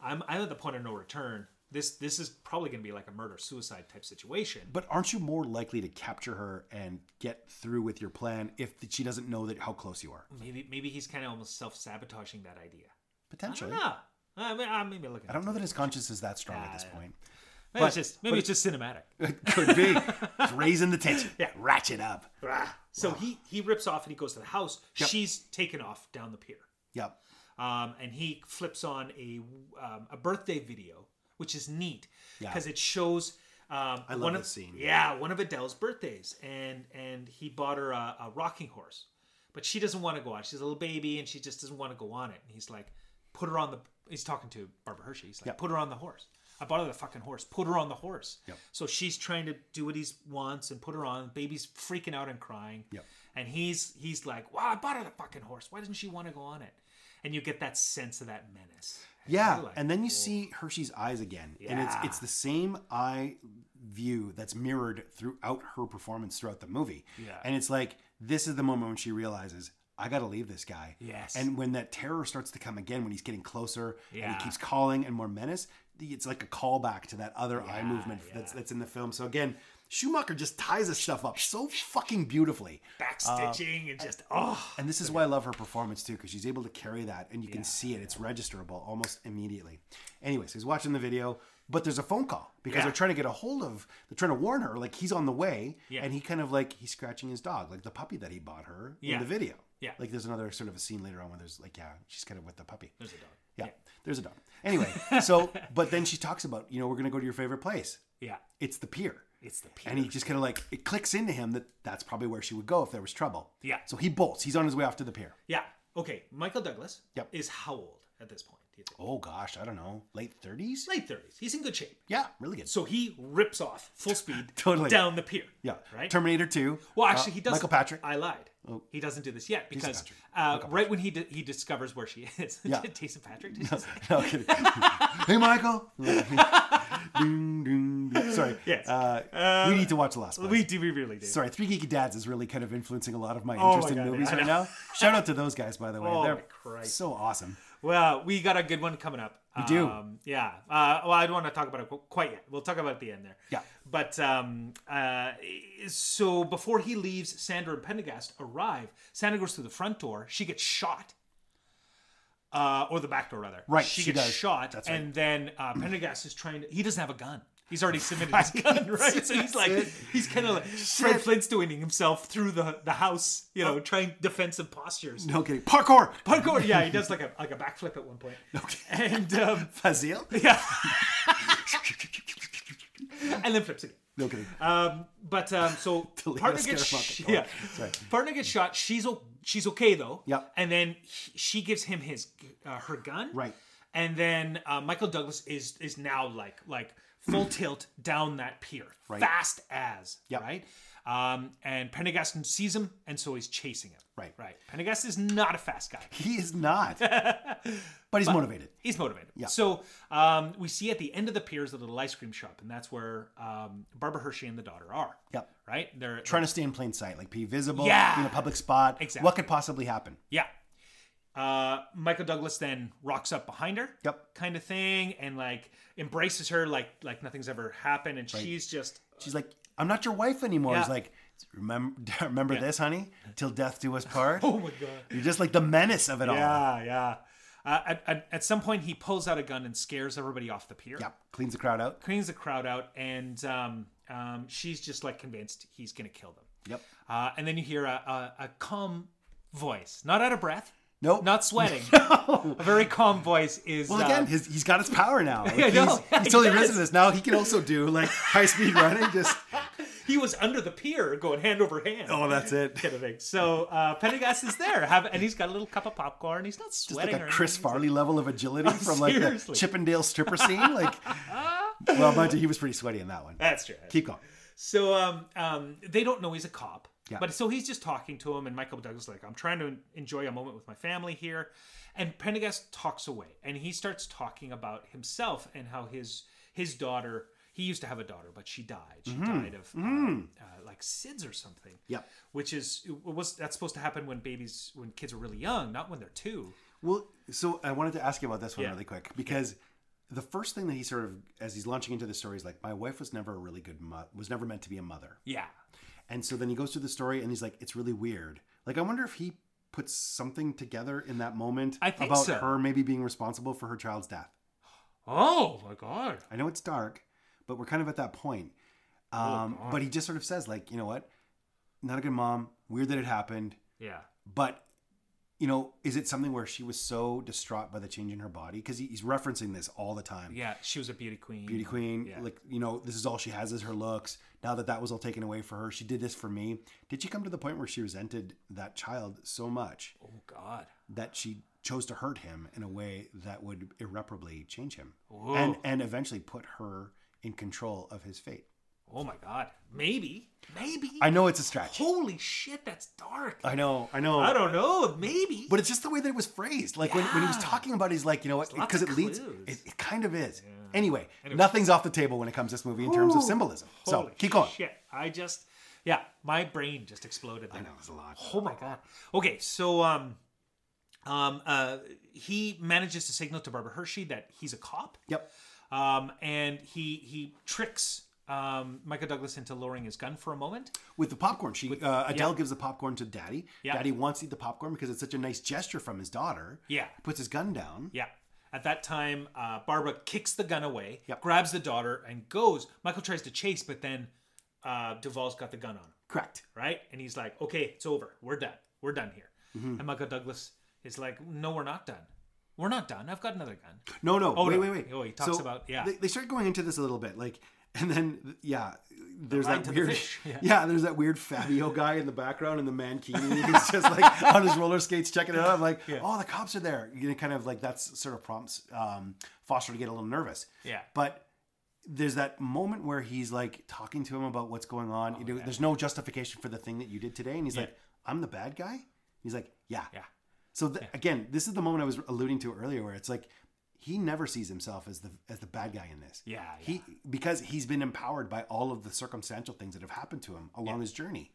A: I'm I'm at the point of no return. This this is probably going to be like a murder suicide type situation.
B: But aren't you more likely to capture her and get through with your plan if she doesn't know that how close you are?
A: Maybe maybe he's kind of almost self sabotaging that idea. I don't
B: Potentially.
A: know. I mean, I'm maybe looking.
B: I don't know that his conscience is that strong at this
A: Yeah.
B: point.
A: maybe it's
B: but-
A: just maybe it's just cinematic.
B: It could be. It's raising the tension. Yeah. Ratchet up.
A: So he he rips off and he goes to the house. She's taken off down the pier.
B: Yep.
A: um, and he flips on a um, a birthday video, which is neat
B: Yeah.
A: because it shows. Um, I
B: love
A: one of,
B: this scene.
A: Yeah, one of Adele's birthdays, and and he bought her a, a rocking horse, but she doesn't want to go on. She's a little baby, and she just doesn't want to go on it. And he's like, "Put her on the." He's talking to Barbara Hershey. He's like, "Put her on the horse." I bought her the fucking horse. Put her on the horse.
B: Yep.
A: So she's trying to do what he wants and put her on. Baby's freaking out and crying.
B: Yep.
A: And he's he's like, "Wow, I bought her the fucking horse. Why doesn't she want to go on it?" And you get that sense of that menace.
B: Yeah.
A: You're like,
B: And then you see Hershey's eyes again. And it's
A: Yeah.
B: it's the same eye view that's mirrored throughout her performance throughout the movie.
A: Yeah.
B: And it's like this is the moment when she realizes I gotta leave this guy.
A: Yes.
B: And when that terror starts to come again, when he's getting closer and
A: Yeah.
B: he keeps calling and more menace, the- it's like a callback to that other eye movement that's that's in the film. So again, Schumacher just ties this stuff up so fucking beautifully.
A: backstitching
B: uh,
A: and just oh
B: And this is why I love her performance too, because she's able to carry that and you can see it. It's registerable almost immediately. Anyways, he's watching the video, but there's a phone call because
A: Yeah.
B: they're trying to get a hold of, they're trying to warn her, like he's on the way.
A: Yeah.
B: And he kind of like, he's scratching his dog, like the puppy that he bought her
A: Yeah.
B: in the video.
A: Yeah.
B: Like there's another sort of a scene later on where there's like, yeah, she's kind of with the puppy.
A: there's a dog.
B: yeah. There's a dog. Anyway, so, but then she talks about, you know, we're going to go to your favorite place.
A: Yeah.
B: It's the pier.
A: It's the pier.
B: And he just kind of like, it clicks into him that that's probably where she would go if there was trouble.
A: Yeah.
B: So he bolts. He's on his way off to the pier.
A: yeah. Okay. Michael Douglas
B: Yep.
A: is how old at this point, do you think?
B: oh gosh, I don't know, late 30s?
A: Late thirties. He's in good shape.
B: Yeah, really good.
A: So he rips off full speed
B: Totally.
A: down the pier.
B: yeah,
A: Right?
B: Terminator 2.
A: Well, actually, he does.
B: Michael Patrick. Oh.
A: I lied. He doesn't do this yet because
B: Patrick.
A: uh, right when he di- he discovers where she is,
B: Yeah.
A: Jason Patrick. did you say?
B: No, kidding. hey, Michael. Ding, ding, ding. Sorry.
A: Yes.
B: Uh, we need to watch The Last Bus.
A: We do. We really do.
B: Sorry, Three Geeky Dads is really kind of influencing a lot of my
A: my
B: interest in
A: God,
B: movies
A: I
B: right
A: know.
B: now. Shout out to those guys, by the way.
A: Oh, my
B: They're
A: Christ.
B: so awesome.
A: Well, we got a good one coming up. Um, We
B: do.
A: yeah. Uh, well, I don't want to talk about it qu- quite yet. We'll talk about it at the end there.
B: Yeah.
A: But um, uh, so before he leaves, Sandra and Pendergast arrive. Sandra goes through the front door. She gets shot. Uh, or the back door, rather.
B: Right,
A: She,
B: she
A: gets
B: does.
A: shot.
B: That's right.
A: and then uh, Pendergast is trying to. He doesn't have a gun. He's already submitted his gun, right? So he's
B: That's
A: like,
B: it.
A: he's kind of like Fred Flintstoning himself through the, the house, you
B: Oh.
A: know, trying defensive postures.
B: No kidding. Parkour.
A: Parkour, yeah, he does like a like a backflip at one point.
B: Okay.
A: And um,
B: Fazil.
A: yeah, and then flips again.
B: No kidding.
A: Um, but um, so
B: Toledo
A: partner gets
B: Scaramouche.
A: sh-
B: Go on.
A: yeah,
B: Sorry.
A: partner gets shot. She's o- she's okay though.
B: Yep.
A: And then he- she gives him his uh, her gun.
B: Right.
A: And then uh, Michael Douglas is is now like like full tilt down that pier,
B: Right.
A: fast as
B: Yep.
A: right. Um, and Pendergast sees him, and so he's chasing him.
B: Right.
A: Right. Pendergast is not a fast guy.
B: He is not. But he's motivated.
A: He's motivated. Yeah. So um, we see at the end of the pier is the little ice cream shop, and that's where um, Barbara Hershey and the daughter are.
B: Yep.
A: Right? They're
B: Trying to stay in plain sight, like be visible,
A: Yeah.
B: be in a public spot.
A: Exactly.
B: What could possibly happen?
A: Yeah. Uh, Michael Douglas then rocks up behind her.
B: Yep.
A: Kind of thing, and like embraces her like like nothing's ever happened, and she's just
B: She's like, I'm not your wife anymore. He's
A: Yeah.
B: like, remember, remember this, honey? Till death do us part.
A: oh my god.
B: You're just like the menace of it all.
A: Yeah, yeah. Uh, at, at, at some point, he pulls out a gun and scares everybody off the pier.
B: Yep. Cleans the crowd out.
A: Cleans the crowd out, and um, um, she's just like convinced he's gonna kill them.
B: Yep.
A: Uh, and then you hear a, a, a calm voice, not out of breath,
B: Nope.
A: not sweating. A very calm voice is.
B: Well, again,
A: uh,
B: his, he's got his power now. Like,
A: I know.
B: he's,
A: Yeah,
B: he's
A: he
B: totally
A: does.
B: risen to this. Now he can also do like high speed running. Just
A: he was under the pier, going hand over hand.
B: oh, that's it.
A: Kind of thing. So uh, Pendergast is there, have, and he's got a little cup of popcorn. He's not
B: Like
A: sweating.
B: a
A: or
B: Chris
A: anything.
B: Farley level of agility from like the
A: seriously.
B: Chippendale stripper scene. Like, well, mind you, he was pretty sweaty in that one.
A: That's true.
B: Keep going.
A: So um, um, they don't know he's a cop.
B: Yeah.
A: But so he's just talking to him, and Michael Douglas is like, I'm trying to enjoy a moment with my family here. And Pendergast talks away, and he starts talking about himself and how his his daughter. He used to have a daughter, but she died. She died of um, uh, like SIDS or something.
B: Mm-hmm. Yep.
A: Which is it was that's supposed to happen when babies when kids are really young, not when they're two.
B: Well, so I wanted to ask you about this one
A: Yeah.
B: really quick because the first thing that he sort of, as he's launching into the story, is like, my wife was never a really good, mo- was never meant to be a mother.
A: Yeah.
B: And so then he goes through the story and he's like, it's really weird. Like, I wonder if he puts something together in that moment
A: I think
B: about
A: so.
B: her maybe being responsible for her child's death.
A: Oh my god.
B: I know it's dark, but we're kind of at that point.
A: Oh,
B: Um, but he just sort of says, like, you know what? Not a good mom. Weird that it happened.
A: Yeah.
B: But, you know, is it something where she was so distraught by the change in her body? Because he's referencing this all the time.
A: Yeah. She was a beauty queen.
B: Um, Beauty queen,
A: Yeah.
B: like, you know, this is all she has is her looks. Now that that was all taken away for her, she did this for me. Did she come to the point where she resented that child so much
A: Oh god.
B: that she chose to hurt him in a way that would irreparably change him
A: Whoa.
B: and, and eventually put her in control of his fate?
A: Oh my god. Maybe. Maybe.
B: I know it's a stretch.
A: Holy shit, that's dark.
B: I know, I know.
A: I don't know. Maybe.
B: but it's just the way that it was phrased. Like when, when he was
A: Yeah.
B: talking about it, he's like, you know what?
A: lots
B: Because it
A: of
B: leads,
A: clues.
B: it, it kind of is. Anyway,
A: Anyway.
B: nothing's off the table when it comes to this movie in terms of symbolism. so
A: Holy
B: keep going.
A: Shit. I just. Yeah, my brain just exploded. There.
B: I know, it's a lot.
A: Oh my god. Okay, so um, um, uh, he manages to signal to Barbara Hershey that he's a cop.
B: Yep.
A: Um, and he he tricks um Michael Douglas into lowering his gun for a moment.
B: With the popcorn, she uh, Adele gives the popcorn to Daddy. Daddy wants to eat the popcorn because it's such a nice gesture from his daughter.
A: Yeah.
B: Puts his gun down.
A: Yeah. At that time, uh, Barbara kicks the gun away,
B: Yep.
A: grabs the daughter, and goes. Michael tries to chase, but then uh, Duvall's got the gun on him,
B: Correct.
A: right? And he's like, okay, it's over. We're done. We're done here.
B: Mm-hmm.
A: And Michael Douglas is like, no, we're not done. We're not done. I've got another gun.
B: No, no. wait,
A: no.
B: wait, wait.
A: Oh, he talks about- yeah.
B: They, they start going into this a little bit, like, and then yeah, there's
A: line
B: that
A: to the
B: weird,
A: fish,
B: Yeah.
A: yeah.
B: there's that weird Fabio guy in the background in the mankini who's just like on his roller skates checking it out. I'm like, oh, the cops are there. You know, kind of like that's sort of prompts um, Foster to get a little nervous.
A: Yeah.
B: but. There's that moment where he's like talking to him about what's going
A: Oh,
B: on. you know, there's no justification for the thing that you did today, and he's like, "I'm the bad guy." He's like, "Yeah,
A: Yeah.
B: so th- again, this is the moment I was alluding to earlier, where it's like he never sees himself as the as the bad guy in this.
A: Yeah,
B: he because he's been empowered by all of the circumstantial things that have happened to him along his journey.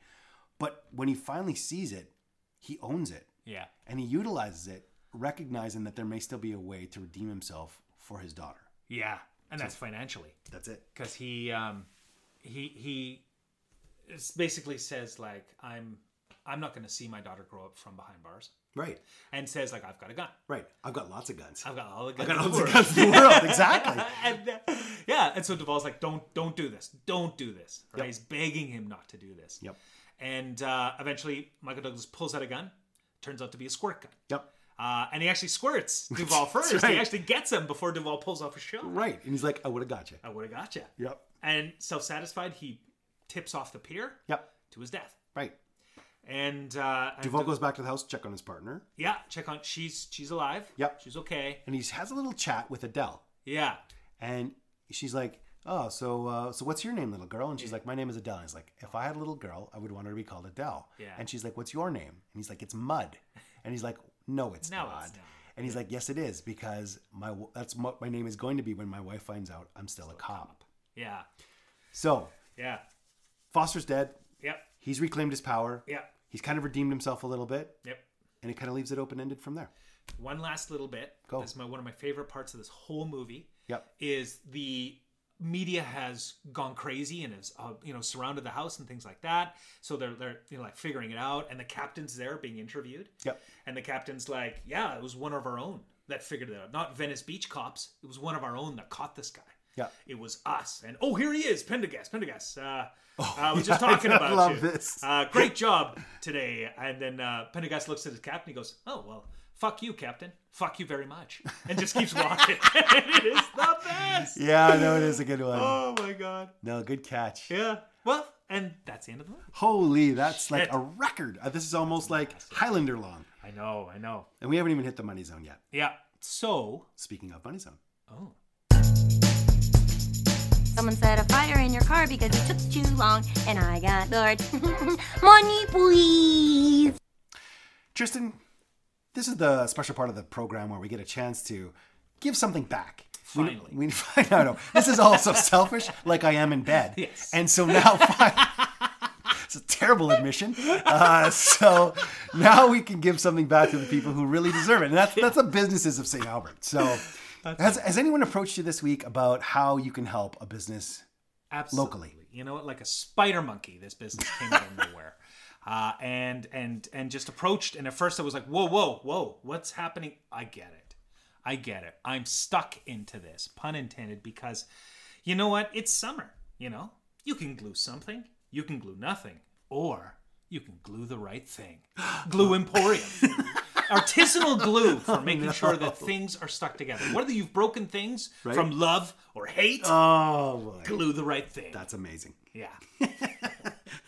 B: But when he finally sees it, he owns it
A: Yeah.
B: and he utilizes it, recognizing that there may still be a way to redeem himself for his daughter.
A: Yeah. And that's financially
B: That's it.
A: because he um, he he s- basically says like I'm I'm not going to see my daughter grow up from behind bars,
B: Right.
A: and says like I've got a gun.
B: Right. I've got lots of guns.
A: I've got all the guns.
B: I've got
A: in
B: lots
A: the
B: of
A: world."
B: guns in the world. Exactly.
A: and uh, yeah, and so Duvall's like, "Don't, don't do this. Don't do this." Right? He's begging him not to do this.
B: Yep.
A: And uh, eventually, Michael Douglas pulls out a gun. Turns out to be a squirt gun.
B: Yep.
A: Uh, and he actually squirts Duvall first.
B: right.
A: He actually gets him before Duvall pulls off a shot.
B: Right. And he's like, I would have got you.
A: I would have gotcha.
B: Yep.
A: And self-satisfied, he tips off the pier
B: Yep.
A: to his death.
B: Right.
A: And, uh, and
B: Duvall goes back to the house, check on his partner,
A: yeah, check on she's she's alive.
B: Yep.
A: she's okay.
B: and he has a little chat with Adele.
A: Yeah,
B: And she's like, "Oh, so uh, so what's your name, little girl?" And she's like, "My name is Adele." And he's like, "If I had a little girl, I would want her to be called Adele."
A: Yeah.
B: And she's like, "What's your name?" And he's like, "It's Mud." And he's like, "No, it's
A: No,
B: not."
A: it's not.
B: And he's like, "Yes, it is because my w- that's what my name is going to be when my wife finds out I'm still a cop."
A: yeah,
B: So
A: yeah,
B: Foster's dead.
A: yep,
B: He's reclaimed his power.
A: yep,
B: He's kind of redeemed himself a little bit,
A: yep.
B: and it kind of leaves it open ended from there.
A: One last little bit.
B: Go.
A: This is my one of my favorite parts of this whole movie.
B: Yep.
A: Is the media has gone crazy and has uh, you know surrounded the house and things like that. So they're they're you know like figuring it out, and the captain's there being interviewed.
B: Yep.
A: And the captain's like, "Yeah, it was one of our own that figured it out. Not Venice Beach cops. It was one of our own that caught this guy."
B: Yep.
A: It was us, and oh, here he is, Pendergast. Pendergast, uh, uh, we're just talking
B: Oh, I
A: about
B: love
A: you.
B: this.
A: Uh, great job today. And then uh, Pendergast looks at his captain. He goes, "Oh well, fuck you, captain. Fuck you very much," and just keeps walking. it is the best.
B: Yeah, I know it is a good one.
A: Oh my god.
B: No, good catch.
A: Yeah. Well, and that's the end of the movie.
B: Holy, that's like
A: Shit.
B: a record. Uh, this is almost like Highlander long.
A: I know. I know.
B: And we haven't even hit the money zone yet.
A: Yeah. So.
B: Speaking of money zone.
A: Oh.
C: Someone set a fire in your car because it took too long, and I got bored. Money, please.
B: Tristan, this is the special part of the program where we get a chance to give something back. We-
A: Finally.
B: We, I don't know. This is all so selfish, like I am in bed.
A: Yes.
B: And so now, finally, it's a terrible admission. Uh, so now we can give something back to the people who really deserve it. And that's, that's the businesses of St. Albert. So has, has anyone approached you this week about how you can help a business
A: Absolutely.
B: Locally.
A: You know what? Like a spider monkey, this business came out of nowhere. Uh, and and and just approached and at first I was like, whoa, whoa, whoa, what's happening? I get it. I get it. I'm stuck into this, pun intended, because you know what? It's summer, you know? You can glue something, you can glue nothing, or you can glue the right thing. Glue Emporium. Artisanal glue for making sure that things are stuck together. Whether you've broken things from love or hate,
B: Oh, boy.
A: glue the right thing.
B: That's amazing.
A: Yeah,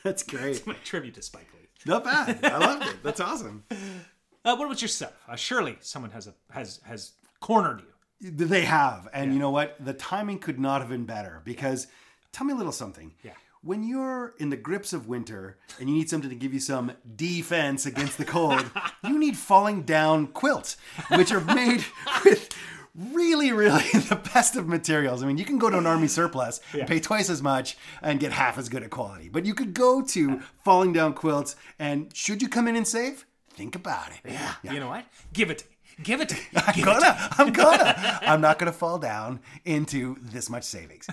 B: That's great.
A: my tribute to Spike Lee.
B: Not bad. I loved it. That's awesome.
A: Uh, what about yourself? Uh, surely someone has a has has cornered you.
B: They have. And you know what? The timing could not have been better because tell me a little something.
A: Yeah.
B: When you're in the grips of winter and you need something to give you some defense against the cold, you need falling down quilts, which are made with really, really the best of materials. I mean, you can go to an army surplus and pay twice as much and get half as good a quality. But you could go to falling down quilts and should you come in and save? Think about it. Yeah.
A: You know what? Give it to me. Give it to me.
B: I'm gonna. I'm gonna. I'm not gonna fall down into this much savings.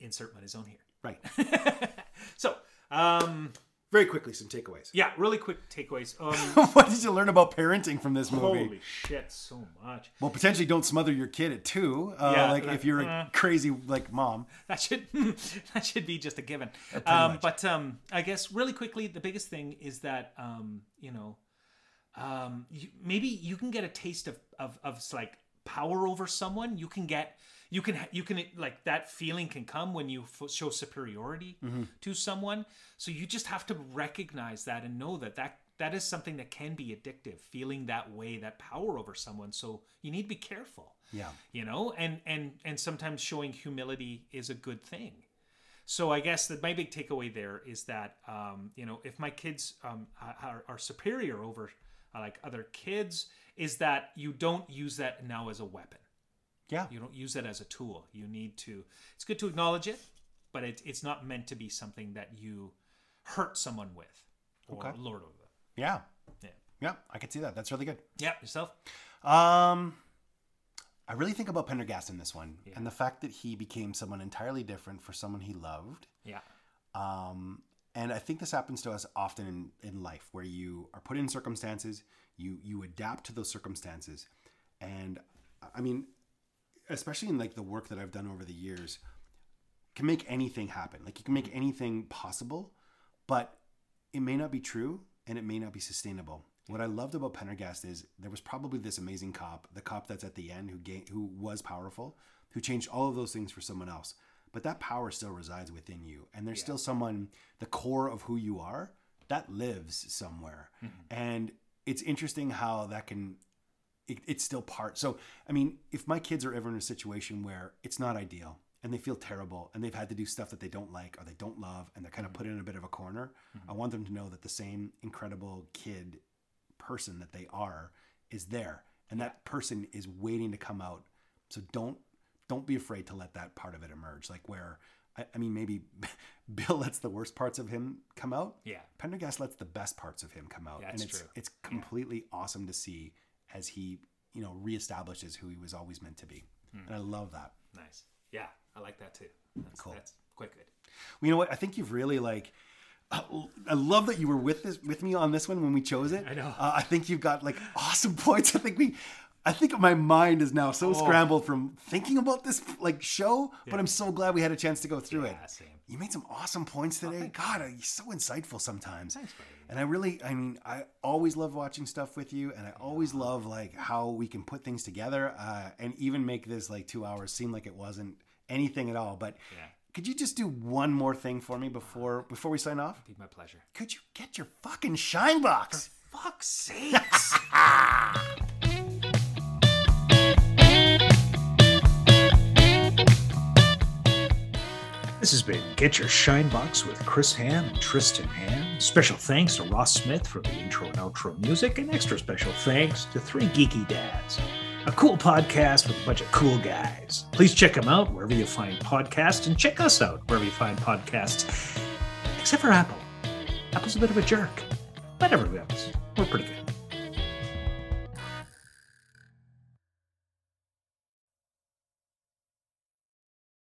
A: Insert money zone here.
B: Right.
A: So, um,
B: Very quickly, some takeaways.
A: yeah, really quick takeaways. Um,
B: what did you learn about parenting from this movie?
A: holy shit, so much.
B: Well, potentially don't smother your kid at two. Uh,
A: Yeah,
B: like
A: that-
B: if you're a crazy like mom.
A: That should that should be just a given. Um, but um, I guess really quickly, the biggest thing is that um, you know, um, you, maybe you can get a taste of of of s- like power over someone. You can get you can ha- you can like that feeling can come when you f- show superiority to someone. So you just have to recognize that and know that that that is something that can be addictive. Feeling that way, that power over someone. So you need to be careful
B: Yeah.
A: you know and and and sometimes showing humility is a good thing so i guess that my big takeaway there is that um, you know if my kids um, are, are superior over uh, like other kids is that you don't use that now as a weapon
B: Yeah.
A: you don't use that as a tool you need to it's good to acknowledge it but it, it's not meant to be something that you hurt someone with or
B: Okay.
A: lord over them
B: Yeah.
A: yeah
B: Yeah, I could see that. That's really good.
A: Yeah, yourself.
B: Um, I really think about Pendergast in this one and the fact that he became someone entirely different for someone he loved.
A: Yeah.
B: Um, and I think this happens to us often in, in life where you are put in circumstances, you you adapt to those circumstances. And I mean, especially in like the work that I've done over the years, can make anything happen. Like you can make anything possible, but it may not be true and it may not be sustainable. What I loved about Pendergast is there was probably this amazing cop, the cop that's at the end who gained, who was powerful, who changed all of those things for someone else. But that power still resides within you, and there's still someone, the core of who you are, that lives somewhere. And it's interesting how that can it, it's still part. So, I mean, if my kids are ever in a situation where it's not ideal and they feel terrible and they've had to do stuff that they don't like or they don't love and they're kind of put in a bit of a corner, I want them to know that the same incredible kid person that they are is there and that person is waiting to come out. So don't don't be afraid to let that part of it emerge. Like where I, I mean, maybe Bill lets the worst parts of him come out.
A: Yeah.
B: Pendergast lets the best parts of him come out,
A: That's
B: and it's
A: true.
B: it's completely awesome to see as he you know reestablishes who he was always meant to be,
A: Hmm.
B: and I love that.
A: Nice. Yeah, I like that too. That's,
B: Cool.
A: That's quite good.
B: Well, you know what? I think you've really like. uh, I love that you were with this with me on this one when we chose it. I
A: know.
B: Uh, I think you've got like awesome points. I think we. I think my mind is now so
A: Oh.
B: scrambled from thinking about this like show, but I'm so glad we had a chance to go through
A: Yeah,
B: it.
A: same.
B: You made some awesome points
A: Oh,
B: today. God, uh, you're so insightful sometimes.
A: Thanks, buddy.
B: And I really, I mean, I always love watching stuff with you, and I always love like how we can put things together uh, and even make this like two hours seem like it wasn't anything at all. But
A: Yeah.
B: could you just do one more thing for me before before we sign off?
A: Be my pleasure.
B: Could you get your fucking shine box?
A: Fuck's sakes! This has been Get Your Shine Box with Chris Ham and Tristan Ham. Special thanks to Ross Smith for the intro and outro music, and extra special thanks to Three Geeky Dads, a cool podcast with a bunch of cool guys. Please check them out wherever you find podcasts, and check us out wherever you find podcasts, except for Apple. Apple's a bit of a jerk, but everybody else, we're pretty good.